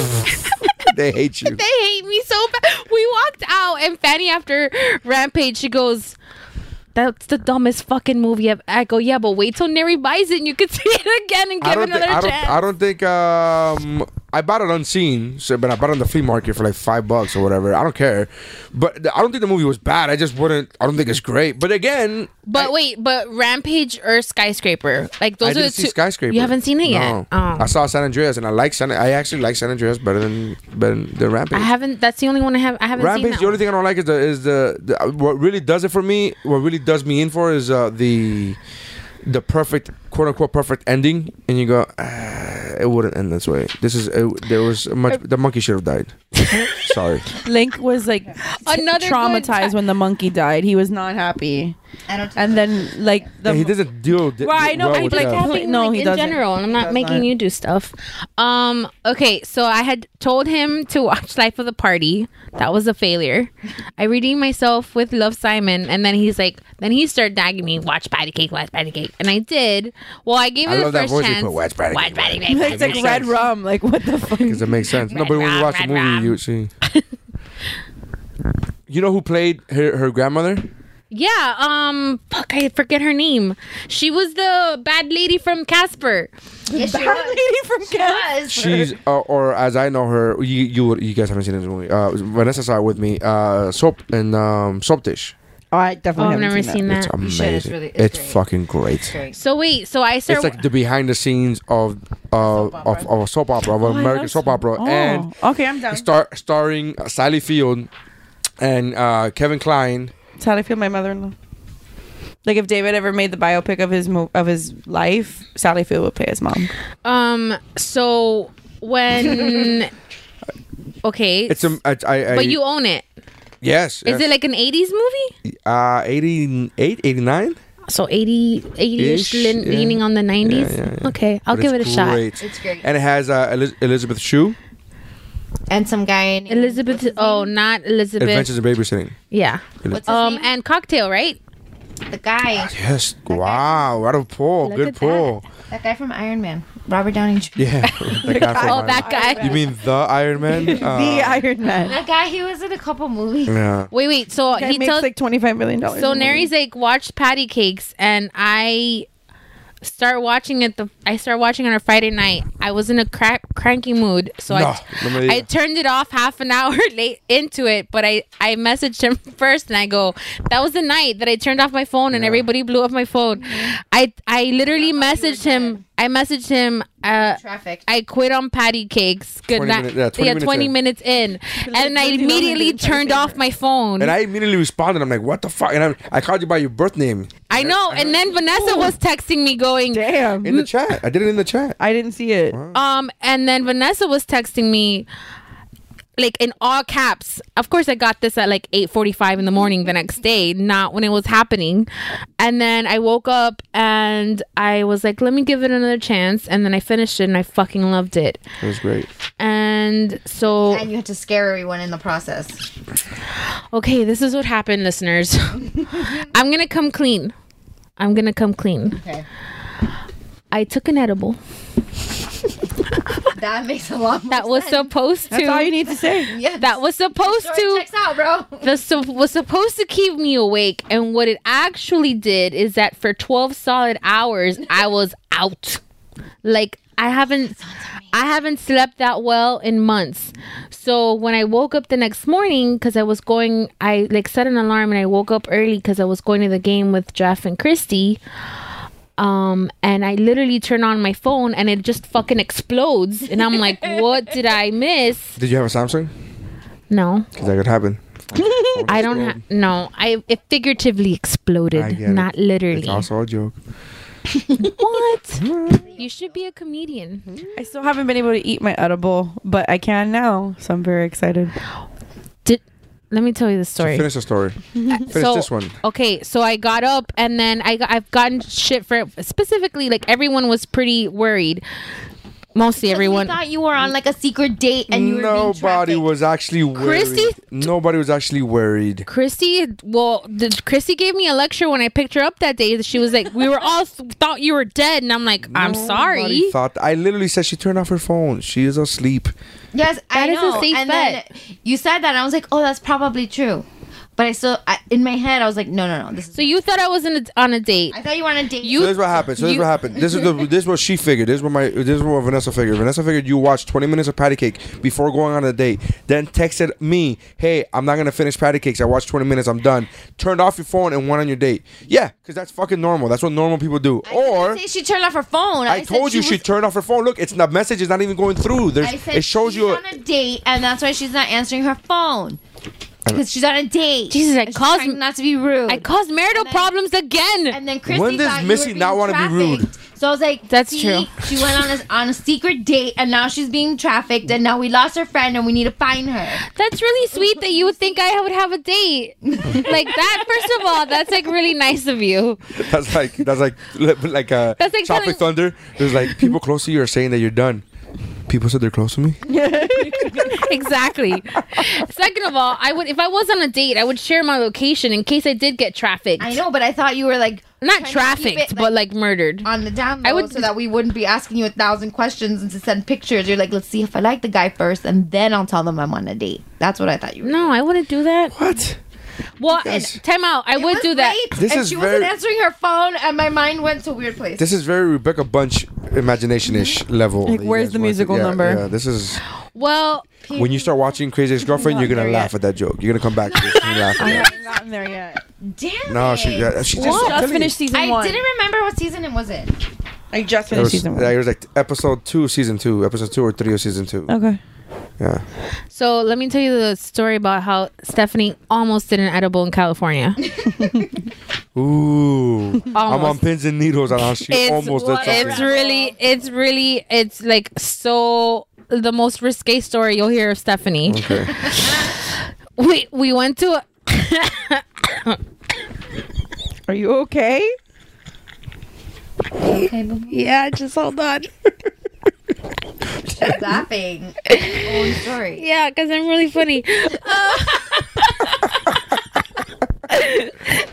(laughs) they hate you. they hate me so bad. We walked out, and Fanny after Rampage, she goes. That's the dumbest fucking movie I've. I go, yeah, but wait till Neri buys it and you can (laughs) see it again and I give don't, it think, another I, don't, chance. I don't think um I bought it unseen, so, but I bought it on the flea market for like five bucks or whatever. I don't care, but the- I don't think the movie was bad. I just wouldn't. I don't think it's great. But again, but wait, but Rampage or Skyscraper, like those I are the didn't two. see skyscraper. You haven't seen it yet. No. Oh. I saw San Andreas, and I like San. I actually like San Andreas better than better than Rampage. I haven't. That's the only one I have. I haven't seen. Rampage. that The only one. thing I don't like is the is the, the uh, what really does it for me. What really does me in for is uh, the the perfect quote unquote perfect ending, and you go, ah, it wouldn't end this way. This is it, there was much the monkey should have died. (laughs) Sorry, Link was like Another good traumatized ti- when the monkey died. He was not happy. I don't. And then like the Yeah, he doesn't deal. di- Um, Well, I know, well but with like, that. how- Helping, No, like, he in doesn't. general. I'm not making you do stuff. Um. Okay, so I had told him to watch Life of the Party. That was a failure. I redeemed myself with Love Simon, and then he's like, then he started nagging me, watch Patty Cake, watch Patty Cake, and I did. Well, I gave I it the love that first voice you chance. put, "Watch Patty Cake, Patty Cake, it's like Patty red Cake." rum. Like what the fuck? Because it makes sense. No, but when you watch the Red Rum, movie, you would see. You know who played her, her grandmother? Yeah, um, fuck, I forget her name. She was the bad lady from Casper. Yes, she (laughs) was. from She was. She's uh, or as I know her, you you would- you guys haven't seen this movie. Uh, Vanessa saw it with me. Uh, soap and um, soap dish. Oh, I Oh, definitely I've never seen that. It's amazing. should, it's It's, really- it's great. fucking great. Great. So wait, so I It's started. like the behind the scenes of uh, of, of a soap opera of an American soap opera, and Oh, okay, I'm done. star starring Sally Field and uh, Kevin Klein. That's how I feel my mother-in-law. Like if David ever made the biopic of his mo- of his life, Sally Field would play his mom. um, so (laughs) when. okay. It's a I, I, I, but you own it. yes Is it like an 80s movie? like uh, 88, 89? So 80 Ish, 80-ish lean- yeah. leaning on the 90s? Yeah, yeah, yeah. Okay, I'll But give it a it's shot. great. It's great. And it has uh, Eliz- Elizabeth Shue, (laughs) And some guy named Elizabeth, oh, not Elizabeth. Adventures in Babysitting. Yeah. What's his Um, name? and Cocktail, right? the guy, Yes. Wow. What a pull. Look at Good that. pull. that guy from Iron Man, Robert Downey Jr. (laughs) Yeah. that guy from Oh, Iron that Man. guy. You mean (laughs) the Iron Man? the Uh, Iron Man. That guy, he was in a couple movies. yeah. Wait, wait. So That he makes tells. like twenty five million dollars. so Neri's like watched patty cakes, and I start watching it. The I start watching it on a Friday night. I was in a cra- cranky mood, so No, I no me diga. I turned it off half an (laughs) hour late into it. But I I messaged him (laughs) first, and I go, "That was the night that I turned off my phone, and everybody blew up my phone." Mm-hmm. I I literally messaged him. I messaged him. Uh, Traffic. I quit on patty cakes. Good 20 night. minute- yeah, 20 minutes in. minutes in, and I Lindsay Lohan immediately did the same turned off my phone. And I immediately responded. I'm like, what the fuck? And I'm, I called you by your birth name I know. And then Vanessa was texting me going, damn, in the chat. I did it in the chat. I didn't see it. um, and then Vanessa was texting me like in all caps. Of course I got this at like 8:45 in the morning the next day, not when it was happening. And then I woke up and I was like, let me give it another chance. And then I finished it and I fucking loved it. It was great. And so And you had to scare everyone in the process. Okay, this is what happened, listeners. (laughs) I'm gonna come clean. I'm gonna come clean. Okay. I took an edible (laughs) That makes a lot more that was sense. supposed That's all you to. need to say. Yes. That was supposed Story to. checks out, bro. The so, was supposed to keep me awake, and what it actually did is that for 12 solid hours, I was out. Like I haven't, I haven't slept that well in months. So when I woke up the next morning, because I was going, I like set an alarm and I woke up early because I was going to the game with Jeff and Christy. Um, and I literally turn on my phone and it just fucking explodes, and I'm like, "What did I miss?" Did you have a Samsung? No, 'Cause that could happen. I don't have. No, I it figuratively I exploded, get it. not literally. It's also a joke. What? (laughs) you should be a Mm-hmm. comedian. I still haven't been able to eat my edible, but I can now, so I'm very excited. Did let me tell you the story. Finish the (laughs) story. Finish so- this one. Okay, so I got up and then I got, I've gotten shit for specifically like everyone was pretty worried. Mostly everyone. We thought you were on like a secret date and you were being Nobody trafficked. was actually worried. Christy- Nobody was actually worried. Christy, well, the, Christy gave me a lecture when I picked her up that day. She was like, "We were all (laughs) thought you were dead," and I'm like, "I'm sorry." Nobody Thought I literally said she turned off her phone. She is asleep. Yes, I That is a know. safe and bet. then you said that, and I was like, "Oh, that's probably true." But I still, I, in my head, I was like, "No, no, no. This is." so you thought I was in a, on a date? I thought you were on a date. You- So this is what happened. So this is you- what happened. This is the this is what she figured. This is what my this is what Vanessa figured. Vanessa figured you watched 20 minutes of patty cake before going on a date. Then texted me, "Hey, I'm not gonna finish patty cakes. I watched 20 minutes. I'm done." Turned off your phone and went on your date. Yeah, because that's fucking normal. That's what normal people do. or didn't say she turned off her phone. I, told you she, was- turned off her phone. Look, it's the message is not even going through. There's I said it shows she's you. a- on a date, and that's why she's not answering her phone because she's on a date. Jesus, I And she's caused- trying not to be rude. I caused marital then- problems again. and then Christy When does thought you Missy were being not wanna be rude? trafficked. So I was like, That's see, true. She went on a, on a secret date, and now she's being trafficked, and now we lost her friend, and we need to find her. That's really sweet that you would think I would have a (laughs) date. like that, first of all, that's like really nice of you. (laughs) (laughs) That's like that's like (laughs) li- like uh That's like Tropic telling- Thunder. There's like people close to you are saying that you're done. People said they're close to me. exactly. Second of all, I would if I was on a date, I would share my location in case I did get trafficked. I know, but I thought you were like Not trying to keep trafficked, it, but like murdered. on the down I low would- so that we wouldn't be asking you a thousand questions and to send pictures. You're like, let's see if I like the guy first, and then I'll tell them I'm on a date. That's what I thought you were. No, I wouldn't do that. What? Well, and, time out. I would do that. This and is she very- wasn't answering her phone, and my mind went to a weird place. This is very Rebecca Bunch imagination ish level. that you where's guys the went to. musical Yeah, number? Yeah, this is Well, when you start watching Crazy Ex Girlfriend, you're gonna laugh at that joke. You're gonna come back to this and laugh. At that. haven't gotten there (laughs) yet. Damn. No, it. she yeah, she just, Just, I'm telling just you. finished season I one. didn't remember what season it was in. I just There was, finished season one. yeah, it was like episode two, of season two, episode two or three of season two. Okay. Yeah, so let me tell you the story about how Stephanie almost did an edible in California. Ooh, I'm on Almost. pins and needles on how she almost did something. it's really, it's really, it's like so the most risque story you'll hear of Stephanie. okay. We we went to (coughs) Are you okay? Okay, boo. Yeah, just hold on. She's laughing. at her Own story. yeah, because I'm really funny. (laughs)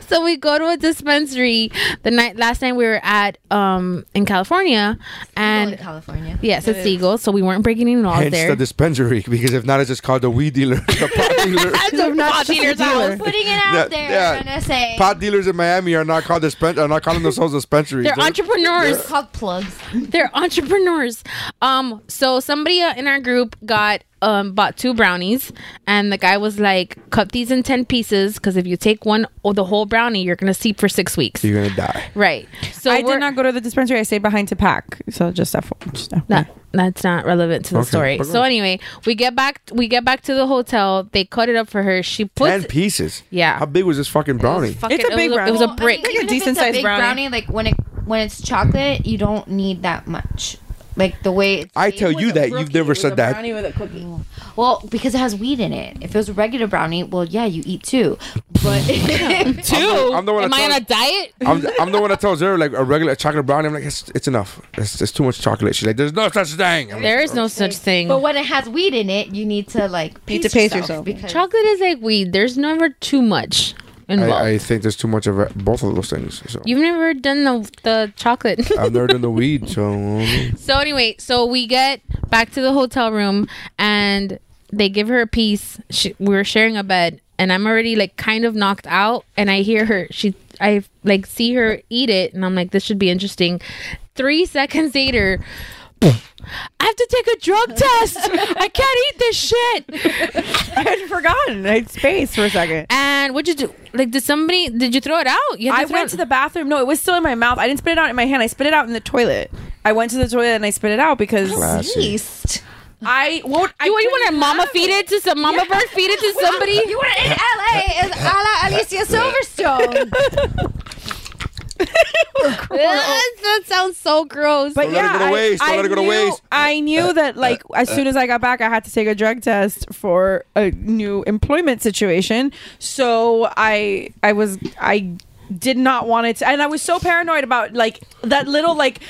so we go to a dispensary the night last night we were at um in California Well, in and. California. Yes, it's legal, so we weren't breaking any laws Hence there. the dispensary, because if not, it's just called the weed dealer, (laughs) the pot dealer. Pot dealer's house. Putting it out Yeah, there. yeah. I'm gonna say. pot dealers in Miami are not called dispen- are not calling themselves dispensaries. They're entrepreneurs. it's called plugs. They're (laughs) entrepreneurs. Um, so somebody uh, in our group got um bought two brownies, and the guy was like, "Cut these in ten pieces, because if you take one or the whole brownie, you're gonna sleep for six weeks." You're gonna die. right. So I did we're- not go to the dispensary. I stayed behind to pack. So just F. Just F- That, that's not relevant to the story. So anyway, we get back we get back to the hotel. They cut it up for her. She Ten puts pieces. Yeah. How big was this fucking brownie? fucking- It's a big it was, brownie. It was a Well, I brick. Like mean, a even if it's decent-sized big brownie. Like when it when it's chocolate, you don't need that much. Like the way it's I tell you that you've never said that. with a cookie. well because it has weed in it. If it was a regular brownie, well yeah, you eat two. But Two. I'm the one Am that I on a tells- diet? I'm, the- I'm the one that tells her like a regular chocolate brownie. I'm like, it's, it's enough. It's, it's too much chocolate. She's like, there's no such thing. I'm like, There is no such thing. but when it has weed in it, you need to like You pace need to pace yourself. because Chocolate is like weed. There's never too much involved. I, I think there's too much of it- both of those things. So. You've never done the the chocolate. (laughs) I've never done the weed, so um, so anyway, so we get back to the hotel room and they give her a piece. She, we were sharing a bed, and I'm already like kind of knocked out, and I hear her. She, I like see her eat it, and I'm like, this should be interesting. Three seconds later. I have to take a drug (laughs) test. I can't eat this shit. I had forgotten. I had space for a second. And what'd you do? Like, did somebody? Did you throw it out? You had I throw went it- to the bathroom. No, it was still in my mouth. I didn't spit it out in my hand. I spit it out in the toilet. I went to the toilet and I spit it out because classy. East. I won't. I You, you couldn't want to mama have feed it to some mama bird feed (laughs) it to somebody? You were in LA as a la (laughs) Alicia Silverstone. Ugh, that sounds so gross. But Don't yeah, let it go to I- waste. Don't I let it go to knew- waste. I knew (laughs) that like as soon as I got back, I had to take a drug test for a new employment situation. So I I was I did not want it to, and I was so paranoid about like that little like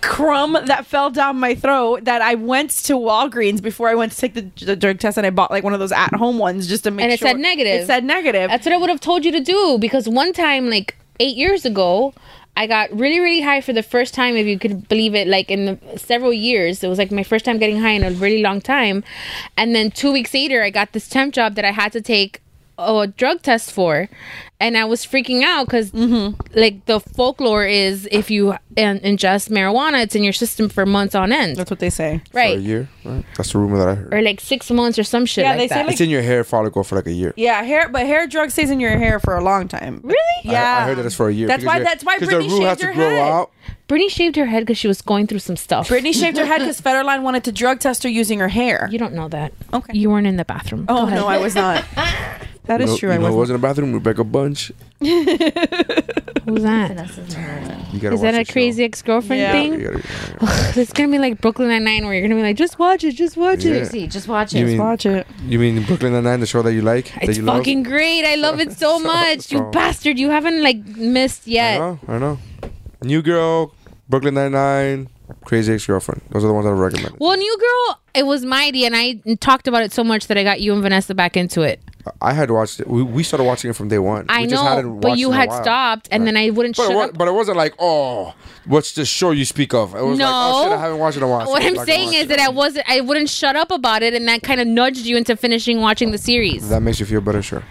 crumb that fell down my throat that I went to Walgreens before I went to take the, the drug test and I bought like one of those at home ones just to make And it sure. said negative. It said negative. That's what I would have told you to do because one time, like eight years ago, I got really, really high for the first time, if you could believe it, like in the, several years. It was like my first time getting high in a really long time. And then two weeks later, I got this temp job that I had to take a drug test for. And I was freaking out because, Mm-hmm. like, the folklore is if you uh, ingest marijuana, it's in your system for months on end. That's what they say. right. For a year, right? That's the rumor that I heard. or like six months or some shit Yeah, like they say, that. like- It's in your hair follicle for like a year. Yeah, hair, but hair drug stays in your hair for a long time. Really? Yeah, I, I heard that it's for a year. That's because why. your- That's why 'cause the Britney root has shaved to her grow head. out. Brittany shaved her head because she was going through some stuff. Brittany shaved her head because Federline wanted to drug test her using her hair. You don't know that. Okay. You weren't in the bathroom. Go oh ahead. no, I was not. That is No, true. you I know who wasn't. was in the bathroom. Rebecca Bunch. Who's that? You gotta watch Is that a the show. crazy ex girlfriend Yeah. thing? You gotta- (laughs) it's gonna be like Brooklyn Nine Nine, where you're gonna be like, just watch it, just watch it. Seriously, just watch You it. mean- Watch it. You mean Brooklyn Nine-Nine, the show that you like? that It's you love? fucking great. I love it (laughs) So- so, much. so- You bastard. You haven't like missed I yet. know, I know. New Girl, Brooklyn Nine-Nine, Crazy Ex-Girlfriend. Those are the ones I recommend. Well, New Girl, it was mighty, and I talked about it so much that I got you and Vanessa back into it. I had watched it. We, we started watching it from day one. I we know, hadn't but watched you in a had while. stopped, and then I wouldn't But shut it, wa- up. but it wasn't like, oh, what's this show you speak of? It was like, oh, shit, (laughs) I haven't watched it in a while. What so I'm I'm not gonna saying watch is it. that I wasn't. I wouldn't shut up about it, and that kind of nudged you into finishing watching the series. That makes you feel better, sure.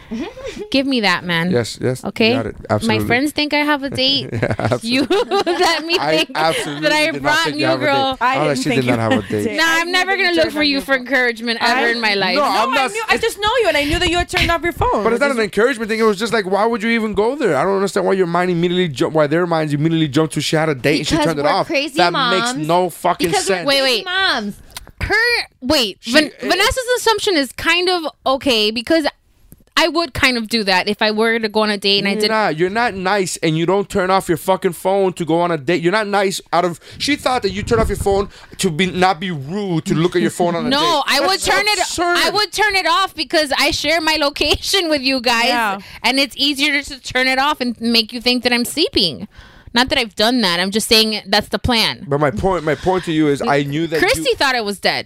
Give me that, man. Yes, yes. you Okay. got it. Absolutely. My friends think I (laughs) have a date. you (laughs) let me I think absolutely that I did not brought think you new have a girl. date. I honestly think did you not have a had a date. date. No, I'm I've never never gonna been look turned for on you your for encouragement ever in my life. No, I'm No, I not. knew. I just know you, and I knew that you had turned off your phone. but it's not an encouragement thing. It was just like, why would you even go there? I don't understand why your mind immediately jumped. Why their minds immediately jumped to she had a date and Because she turned it we're off. crazy that makes moms. no fucking Because we're sense. Wait, wait. moms. her wait Van- vanessa's assumption is kind of okay because i would kind of do that if i were to go on a date and i you're did not. You're not nice, and you don't turn off your fucking phone to go on a date. You're not nice. Out of she thought that you turn off your phone to be not be rude to look at your phone on a date. (laughs) no i would That's turn absurd. it i would turn it off because i share my location with you guys Yeah. and it's easier to turn it off and make you think that i'm sleeping not that i've done that i'm just saying that's the plan But my point, my point to you is, I knew that christy you, thought i was dead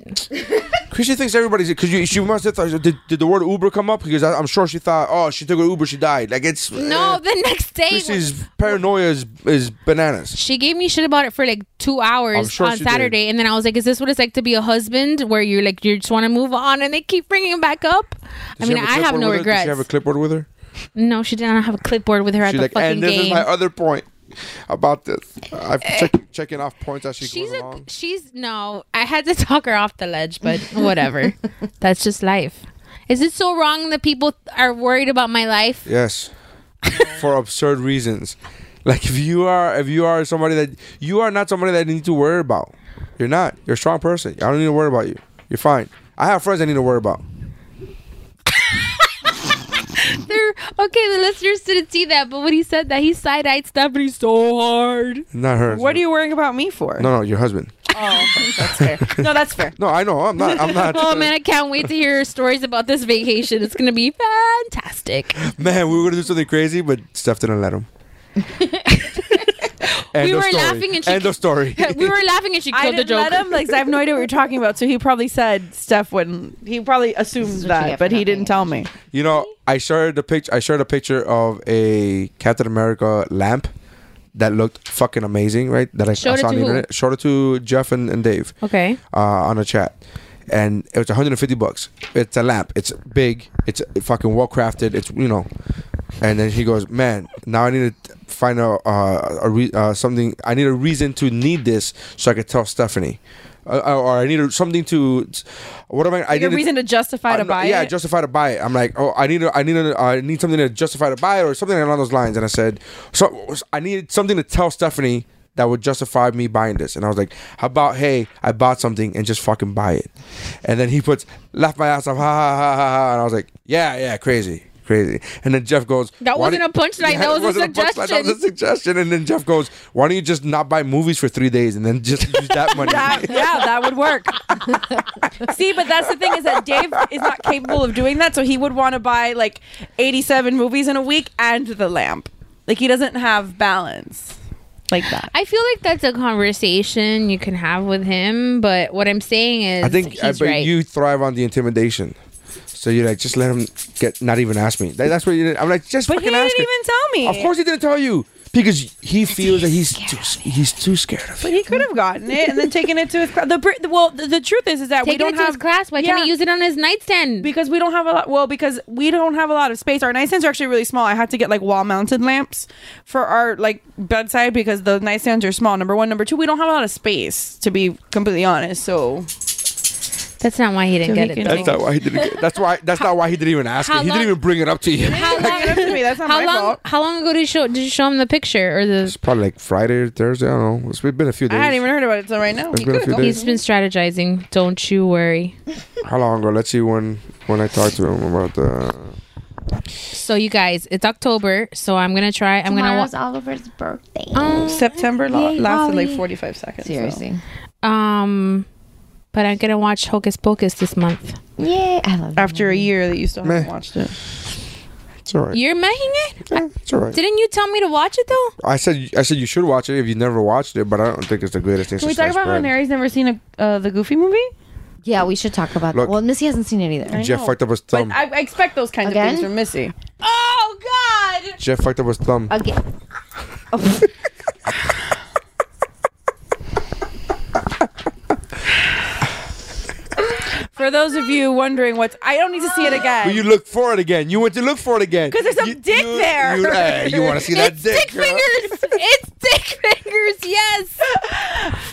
Christy thinks everybody's because you. She must have thought. Did, did the word Uber come up? Because I, I'm sure she thought, oh, she took an Uber, she died. Like it's no eh. the next day Christy's paranoia is is bananas. she gave me shit about it for like two I'm hours sure on she did. Saturday, and then I was like, "Is this what it's like to be a husband, where you're like you just want to move on, and they keep bringing it back up?" I Did she mean, a I have clipboard no with her? Did regrets. she have a clipboard with her? no, she didn't have a clipboard with her at She's the like, fucking and this is game. Eh. my other point about this. I'm check, checking off points as she she's goes a along. she's no. I had to (laughs) talk her off the ledge, (laughs) but whatever. That's just life. Is it so wrong that people are worried about my life? (laughs) Yes, for absurd reasons. Like if you are if you are somebody that you are not somebody that you need to worry about. You're not. You're a strong person. I don't need to worry about you. You're fine. I have friends I need to worry about. They're- okay, the listeners didn't see that, but when he said that, he side eyed Stephanie so hard. Not her. What are you worrying about me for? Oh, No, no, your husband. that's fair. No, that's fair. No, I know. I'm not. I'm not. (laughs) uh, Oh man, I can't wait to hear stories about this vacation. It's gonna be (laughs) fantastic. Man, we were gonna do something crazy, but Steph didn't (laughs) let him. End We of were story. laughing and she- End of story. we were laughing and she I killed the didn't joke. let him like 'cause I have no idea what you're talking about. So he probably said Steph wouldn't. He probably assumed is what you that, get but for he not didn't tell me. You know, I shared the picture. I shared a picture of a Captain America lamp that looked fucking amazing, right? That I, I Showed it saw on to the who? internet. Showed it to Jeff and, and Dave Okay. uh, on a chat, and it was 150 bucks. It's a lamp. It's big. It's fucking well crafted. It's you know, and then he goes, man, now I need to find a uh, a re- uh, something. I need a reason to need this so I could tell Stephanie. Uh, or I need something to. What am I? I Like a need reason to justify to I'm- buy yeah, it. justify to buy it. I'm like, oh, I need, a, I need, a, I need something to justify to buy it, or something along those lines. And I said, so I needed something to tell Stephanie that would justify me buying this. And I was like, how about, hey, I bought something and just fucking buy it. And then he puts, laugh my ass off, ha ha ha ha ha. And I was like, yeah, yeah, crazy. Crazy, and then Jeff goes. That "Why wasn't do- a punchline, that it was a wasn't punchline, that was a suggestion, and then Jeff goes, "Why don't you just not buy movies for three days and then just use (laughs) that money?" That- (laughs) yeah, that would work. See, but that's the thing is that Dave is not capable of doing that, so he would want to buy like 87 movies in a week and the lamp. Like he doesn't have balance like that. I feel like that's a conversation you can have with him, but what I'm saying is I think I he's bet right. you thrive on the intimidation. So you're like, just let him get, not even ask me. That- that's what you did. I'm like, just But he fucking didn't ask her. even tell me. Of course he didn't tell you because he feels that he's too, he's too scared of it. But he could have gotten it and then taken it to his class. The br- the- well, the, the truth is is that we Take it don't to have his class. Why Yeah. can't he use it on his nightstand? because we don't have a lot well because we don't have a lot of space our nightstands are actually really small i had to get like wall mounted lamps for our like bedside because the nightstands are small number one number two we don't have a lot of space to be completely honest so that's not why he didn't So he get can- it. That's Though. not why he didn't. Get, that's why. That's not why he didn't even ask. How It. He didn't long- even bring it up to (laughs) you. (laughs) How Give it to me. long? That's not how my long? fault. How long ago did you show? Did you show him the picture or the? It's probably like Friday or Thursday. I don't know. It's been a few i days. hadn't even heard about it till right now it's been a few days. He's been strategizing. Don't you worry. How long ago? Let's see when when I talked to him about the. So you guys, it's October, so I'm gonna try. I'm gonna. Tomorrow's Wa- Oliver's birthday. september la- Yay, lasted like Ollie. 45 seconds so. Seriously. Um, but I'm gonna watch Hocus Pocus this month. Yay. I love that after a year that you still haven't Meh. watched it It's alright. You're making it? Yeah, it's alright. Didn't you tell me to watch it though? I said I said you should watch it if you never watched it, but I don't think it's the greatest thing. can we since talk sliced about how bread. Neri's never seen a, uh, the goofy movie Yeah, we should talk about Look. that. Well, Missy hasn't seen it either. Jeff fucked up his thumb. But I, I expect those kinds Again? of things from Missy. Oh God! Jeff fucked up his thumb. Again. For those of you wondering what's, I don't need to see it But again. you look for it again. You went to look for it again. 'Cause there's some You- dick you- there. You, want to see that dick? girl. fingers. it's dick fingers. Yes.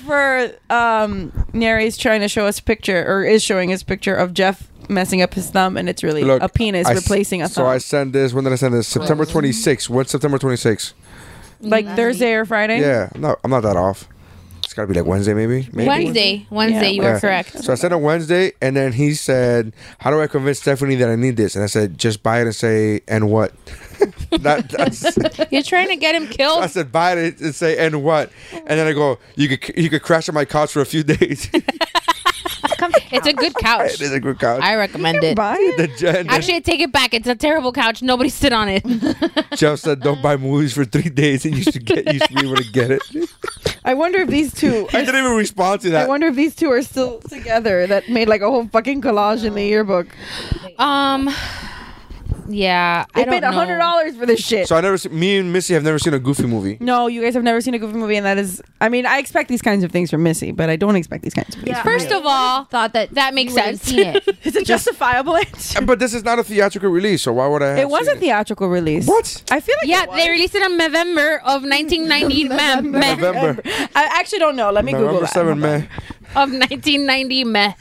for um, Neri's trying to show us a picture, or is showing us a picture of Jeff messing up his thumb, and it's really Look, a penis I s- replacing a thumb, So I send this. When did I send this? September 26th. When's September 26th? like Thursday or Friday. Yeah, I'm not, I'm not that off. It's got to be like Wednesday, maybe. maybe. Wednesday. Wednesday. you are Yeah. correct. So I said on Wednesday, and then he said, "How do I convince Stephanie that I need this?" And I said, "Just buy it and say and what." (laughs) that, (laughs) that's, You're trying to get him I killed. said, "Buy it and say and what?" And then I go, "You could you could crash on my couch for a few (laughs) (laughs) days." It's a good couch. it is a good couch. I recommend it. the gen- Actually, I take it back. It's a terrible couch. Nobody sit on it. Jeff said, "Don't buy movies for three days, and you should get you should be able to get (laughs) it." He I wonder if these two. Are, didn't even respond to I that. wonder if these two are still together. That made like a whole fucking collage in the yearbook. Um. Yeah. They I don't paid a hundred know. dollars for this shit. So I never. Se- me and Missy have never seen a Goofy movie. no, you guys have never seen a goofy movie, and that is. I mean, I expect these kinds of things from Missy, but I don't expect these kinds of things. First of all, Thought that That makes you would've sense. Seen it. Is it justifiable? answer? But this is not a theatrical release, so why would I? Have (laughs) Mm. it was seen a theatrical release. What? I feel like (laughs) yeah, it was. they released it in November of 1990. meh, meh, November. I actually don't know. (laughs) Let me Google November that. seven, man. of 1990. Meh.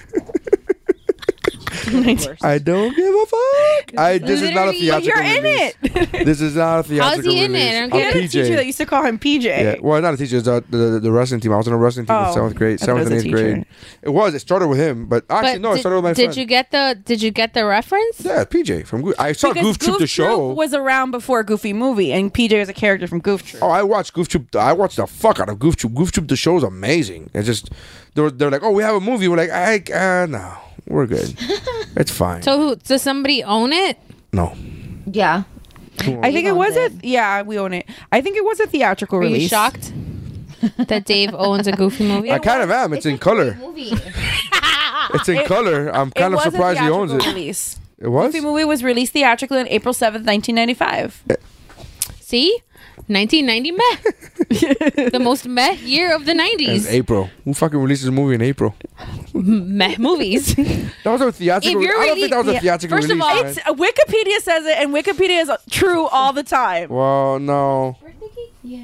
I don't give a fuck. I this is not a Literally, theatrical You're in release. it. This is not a (laughs) theatrical he in it? release. I don't I'm get had a teacher that used to call him PJ. yeah, well, not a teacher. It's the, the, the wrestling team. I was on a wrestling team in Oh, seventh grade, I thought seventh it and was eighth a teacher. grade. It was. It started with him, but actually, But no, it did, started with my did friend. you get the Did you get the reference? yeah, PJ from Goof. I saw Goof Because Troop the show. was around before Goofy movie, and PJ was a character from Goof Troop. Oh, I watched Goof Troop. I watched the fuck out of Goof Troop. Goof Troop, the show is amazing. It's just they're they're like, oh, we have a movie. We're like, I uh, no, we're (laughs) good. it's fine. So who? Does somebody own it? no, Yeah. I think it owned was a it. yeah, we own it. I think it was a theatrical Were release. you shocked that Dave owns a Goofy movie? I kind of am. It's, in color. Movie. It's in (laughs) color. I'm It kind of was a surprised he owns theatrical it. Release. It was. Goofy movie was released theatrically on April seventh, nineteen ninety five. See, 1990. (laughs) Meh. the most meh year of the It's 90s. April. Who fucking releases a movie in April? meh (laughs) movies. That was a theatrical. If you're I don't think really- that was a yeah. theatrical First of release. all, man. It's uh, Wikipedia says it, and Wikipedia is true all the time. well, no.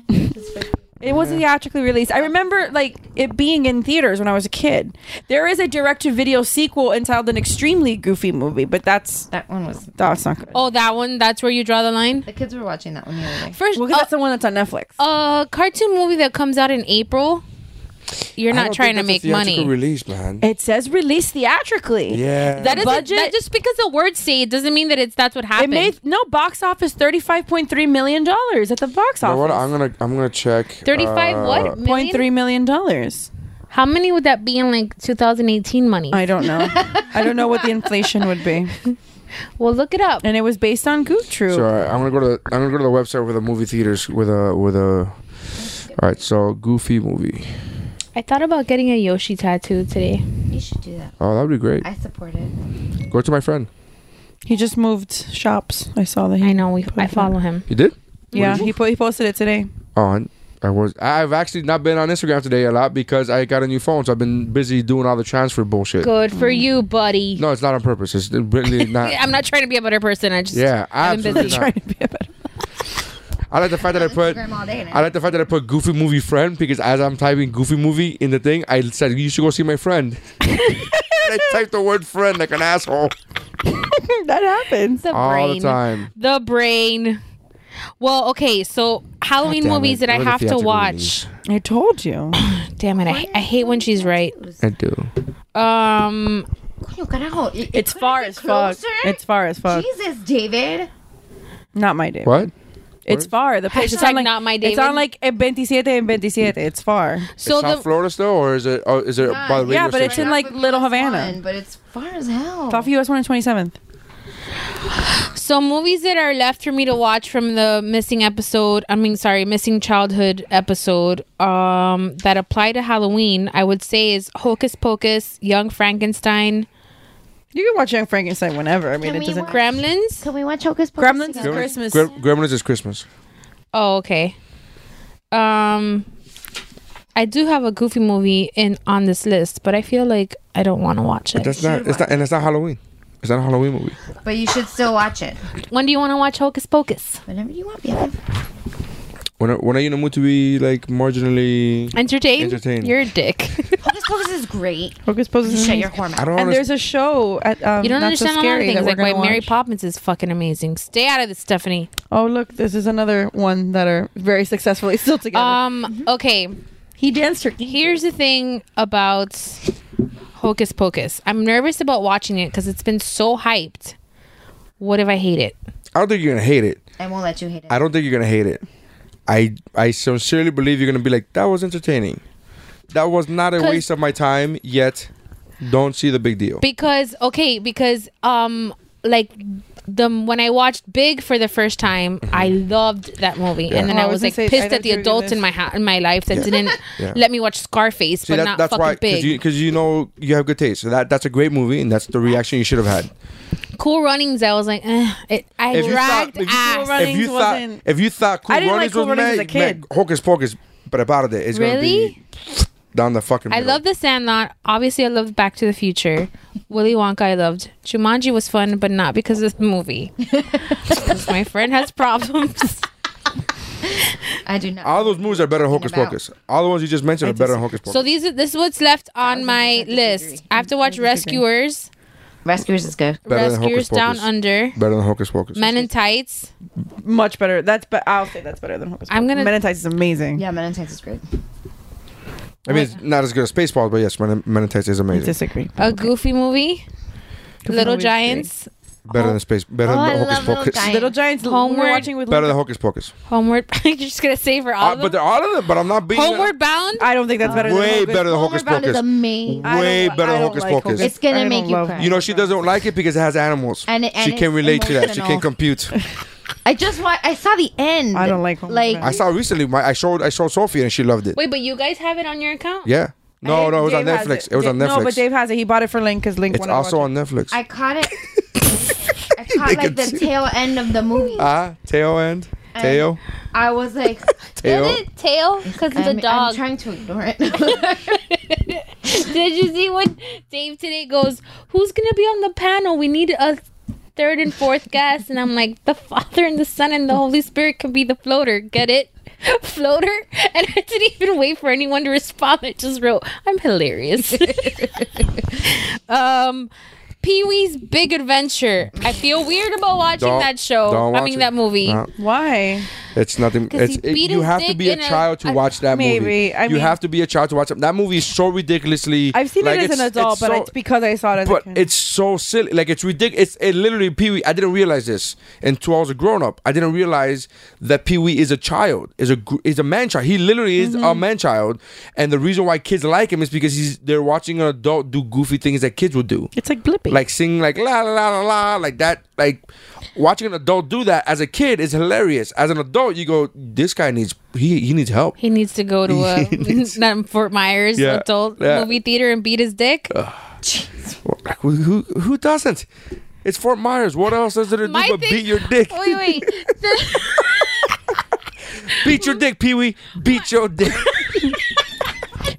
It was theatrically released. I remember like it being in theaters when I was a kid. There is a direct to video sequel entitled "An Extremely Goofy Movie," but that's that one was. that's not good. oh, that one. That's where you draw the line. The kids were watching that one the other day. First, Well, 'cause oh, that's the one that's on Netflix. a cartoon movie that comes out in April, you're I not don't trying to think make that's a theatrical money. Release, man. It says released theatrically. Yeah. that is budget- that just because the words say it doesn't mean that it's that's what It happened. made no box office thirty five point three million dollars at the box You know what? office. I'm gonna I'm gonna check. 35 what? uh, Point Million? three million dollars. How many would that be in like 2018 money? I don't (laughs) know. I don't know what the inflation would be. well, look it up. And it was based on Goof Troop. So all right, I'm gonna go to the, I'm gonna go to the website with the movie theaters with a with a. All right, so Goofy movie. I thought about getting a Yoshi tattoo today. You should do that. Oh, that'd be great. I support it. Go to my friend. He just moved shops. I saw that. He, I know we. I follow him. You did? Yeah, he, po- he posted it today. On. Oh, I was. I've actually not been on Instagram today a lot because I got a new phone, so I've been busy doing all the transfer bullshit. Good for you, buddy. No, it's not on purpose. It's really not. I'm not trying to be a better person. I just yeah, I've been absolutely busy. not. Trying to be a better. I like the fact that I put. Instagram all day. and I like the fact that I put Goofy movie friend because as I'm typing Goofy movie in the thing, I said you should go see my friend. I typed the word friend like an asshole that happens. the all brain. the time. The brain. Well, okay, so Halloween Damn movies it, that I go to have to theatrical watch. release. I told you. Damn it, I, I hate when she's right. I do. Um, Coño, carajo. It- it It's couldn't far be as fuck. closer? It's far as fuck. Jesus, David. Not my day. What? It's far. The place. It's Hashtag on like not my It's on David. like eh, 27 and 27. It's far. so South the Florida still, or is it? Oh, is it by the radio yeah, but it's station? in like But Little it's Havana. fun, but it's far as hell. It's off US 1 and 27th. So movies that are left for me to watch from the missing episode, I mean sorry, missing childhood episode um that apply to Halloween, I would say is Hocus Pocus, Young Frankenstein, You can watch Young Frankenstein whenever. I mean, Can it we doesn't. watch- Gremlins. Can we watch Hocus Pocus? Gremlins is together? Christmas. Gre- Gremlins is Christmas. Oh, okay. Um I do have a goofy movie in on this list, but I feel like I don't want to watch it. That's not. It's not. And it's not Halloween. It's not a Halloween movie. But you should still watch (laughs) it. When do you want to watch Hocus Pocus? Whenever you want, baby. When are, when are you in a mood to be like marginally? Entertain? Entertain. You're a (laughs) dick. Hocus Pocus is great. Hocus Pocus. is Shut your amazing. horn I mouth. don't. And Understand. there's a show at um, You don't Not understand so a lot of Scary things, that like we're why gonna Mary watch. Poppins is fucking amazing. Stay out of this, Stephanie. Oh look, this is another one that are very successfully (laughs) still together. Um, okay. he danced her. Here's the thing about Hocus Pocus. I'm nervous about watching it because it's been so hyped. What if I hate it? I don't think you're gonna hate it. I won't let you hate it. I don't think you're gonna hate it. I I sincerely believe you're gonna be like that was entertaining. That was not a 'Cause- waste of my time. Yet, don't see the big deal. Because okay, because um, like the when I watched Big for the first time, Mm-hmm. I loved that movie, and then Oh, I I was was, gonna like say, I pissed know at the what you're gonna adults in do. my ha- in my life that didn't (laughs) Yeah. let me watch Scarface, See but that, not that's fucking why because Big. you, 'cause you know you have good taste. So that that's a great movie, and that's the reaction you should have had. cool Runnings, I was like, eh, it, I If you thought- dragged if you- ass. Cool if you Runnings thought wasn't- if you thought Cool I didn't like Runnings Cool was Runnings mad, as a kid. mad- hocus pocus, but about it, it's gonna Really? be down the fucking. I middle. love The Sandlot. Obviously, I loved Back to the Future. Willy Wonka, I loved. Jumanji was fun, but not because of (laughs) the movie. 'Cause my friend has problems. I do not. All those movies are better than Hocus About. Pocus. All the ones you just mentioned are better than Hocus Pocus. so these are, this is what's left on my list. I have to watch Rescuers, Rescuers is good. better than Hocus Rescuers Down Pocus. Mm. Under, better than Hocus Pocus. Men in Tights. Much better. That's but I'll say that's better than Hocus. I'm gonna- Pocus. Menetites is amazing. Yeah, Men in Tights is great. I mean, it's not as good as Spaceballs, but yes, Men in, Men in Tights is I amazing. disagree. A goofy movie. Uh, Little movie's Giants. better than Space. Better Oh, I than Hocus love Little Pocus. Giants. Little Giants. Home Homeward. we're watching with. Better than Hocus Pocus. Homeward. (laughs) You're just going to say for all Uh, but of them? they're all of them. But I'm not being Homeward Bound. I don't think that's better. than way Hocus. better than Hocus Homeward Bound is Pocus. amazing. I don't Way li- better I than don't Hocus like Pocus. It's gonna I don't make you love cry. You know she doesn't like it because it has animals. And it- and she can it's relate to that. She emotional. can compute. I just watched. I saw the end. I (laughs) don't like Homeward Like Bound. I saw recently. My, I showed I showed Sophie and she loved it. Wait, but you guys have it on your account? Yeah. No, no, it was on Dave has Netflix. It was on Dave- Netflix. No, but Dave has it. He bought it for Link because Link. it's wanted to also watch on Netflix. I (laughs) caught it. I caught They like can the see- tail end of the movie. Ah, tail end, tail, I was like, (laughs) tail. Tail? Because of I'm, the I'm dog. trying to ignore it. (laughs) Did you see what Dave today goes? Who's gonna be on the panel? We need a third and fourth guest, and I'm like, the Father and the Son and the Holy Spirit could be the floater. Get it? (laughs) Floater, and I didn't even wait for anyone to respond. I just wrote, "I'm hilarious." (laughs) um, Pee Wee's Big Adventure. I feel weird about watching Don't- that show. don't I watch mean it. that movie. No, it. Why? it's nothing. 'Cause It's, he it, beat you his have to dick be a in a- child to I- watch that movie. Maybe, I you mean- have to be a child to watch it. That movie is so ridiculously. I've seen like, it as an adult, but so- it's because I saw it as But a kid. it's so silly. Like it's ridiculous. It's it literally Pee Wee. I didn't realize this until I was a grown up. I didn't realize that Pee Wee is a child. Is a gr- is a man child. He literally is a Mm-hmm. man child. And the reason why kids like him is because he's they're watching an adult do goofy things that kids would do. It's like Blippi. Like sing like la la la la la like that. Like watching an adult do that as a kid is hilarious. As an adult, you go, this guy needs he he needs help. He needs to go (laughs) to a (laughs) not Fort Myers Yeah, adult yeah. Uh. movie theater and beat his dick. Like who who, who doesn't? It's Fort Myers. What else is there to do My but thing- beat your (laughs) dick? (laughs) Wait, wait. The- Beat your dick, Pee Wee. Beat your dick.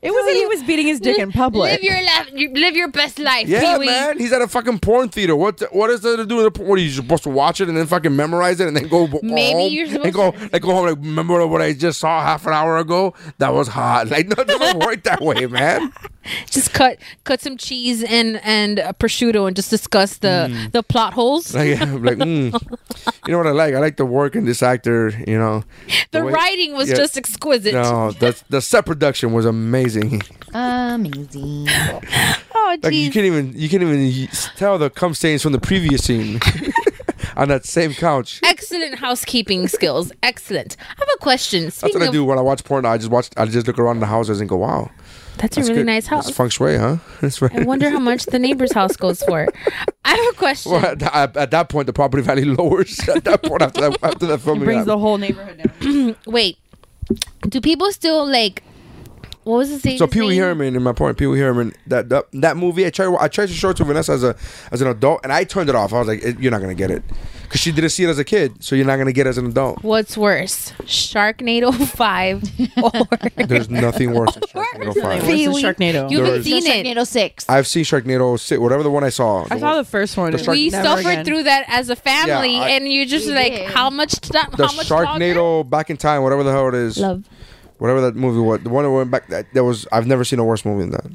it was that he was beating his dick in public. (laughs) Live your life. you- Live your best life. (laughs) Yeah, Pee-wee. man. He's at a fucking porn theater. What the, what is there to do in the porn? What are you supposed to watch it and then fucking memorize it and then go b- Maybe home you're and go like go home like remember what I just saw half an hour ago? That was hot. (laughs) Like no, it doesn't work that way, man. Just cut cut some cheese and and uh, prosciutto and just discuss the Mm. the plot holes. Like, I'm like mm, you know what I like? I like the work in this actor. You (laughs) know, the way- writing was yeah. just exquisite. No, the the set production was amazing. (laughs) Amazing. Oh Like you jeez. can't even you can't even tell the cum stains from the previous scene. (laughs) on that same couch. Excellent housekeeping skills. Excellent. I have a question. That's Speaking what I of, do when I watch porn. I just watch. I just look around the houses and go, "Wow, That's, that's a really good. nice That's house. feng shui, huh? (laughs) That's right." I wonder how much the neighbor's house goes (laughs) for. I have a question. Well, at, tha- at- at that point, the property (laughs) value lowers. At that point, after that, after that filming, brings the happened. whole neighborhood down. Wait, do people still like? What was the so Pee Wee Herman, in my point, Pee Wee Herman, that, that that movie, I tried I tried to show it to Vanessa as a as an adult, and I turned it off. I was like, "Eh, "You're not gonna get it," because she didn't see it as a kid, so you're not gonna get it as an adult. What's worse, Sharknado (laughs) Five or There's nothing worse than Sharknado Five. What's Pee in Wee? Sharknado? You There haven't is- seen it. Sharknado six. I've seen Sharknado six, whatever the one I saw. I saw the first one. Shark- We Never suffered again. through that as a family, I- and you're just We like, did. how much? t- the how much longer? Sharknado back in time, whatever the hell it is, Love. whatever that movie was, the one that went back. That, that was I've never seen a worse movie than that.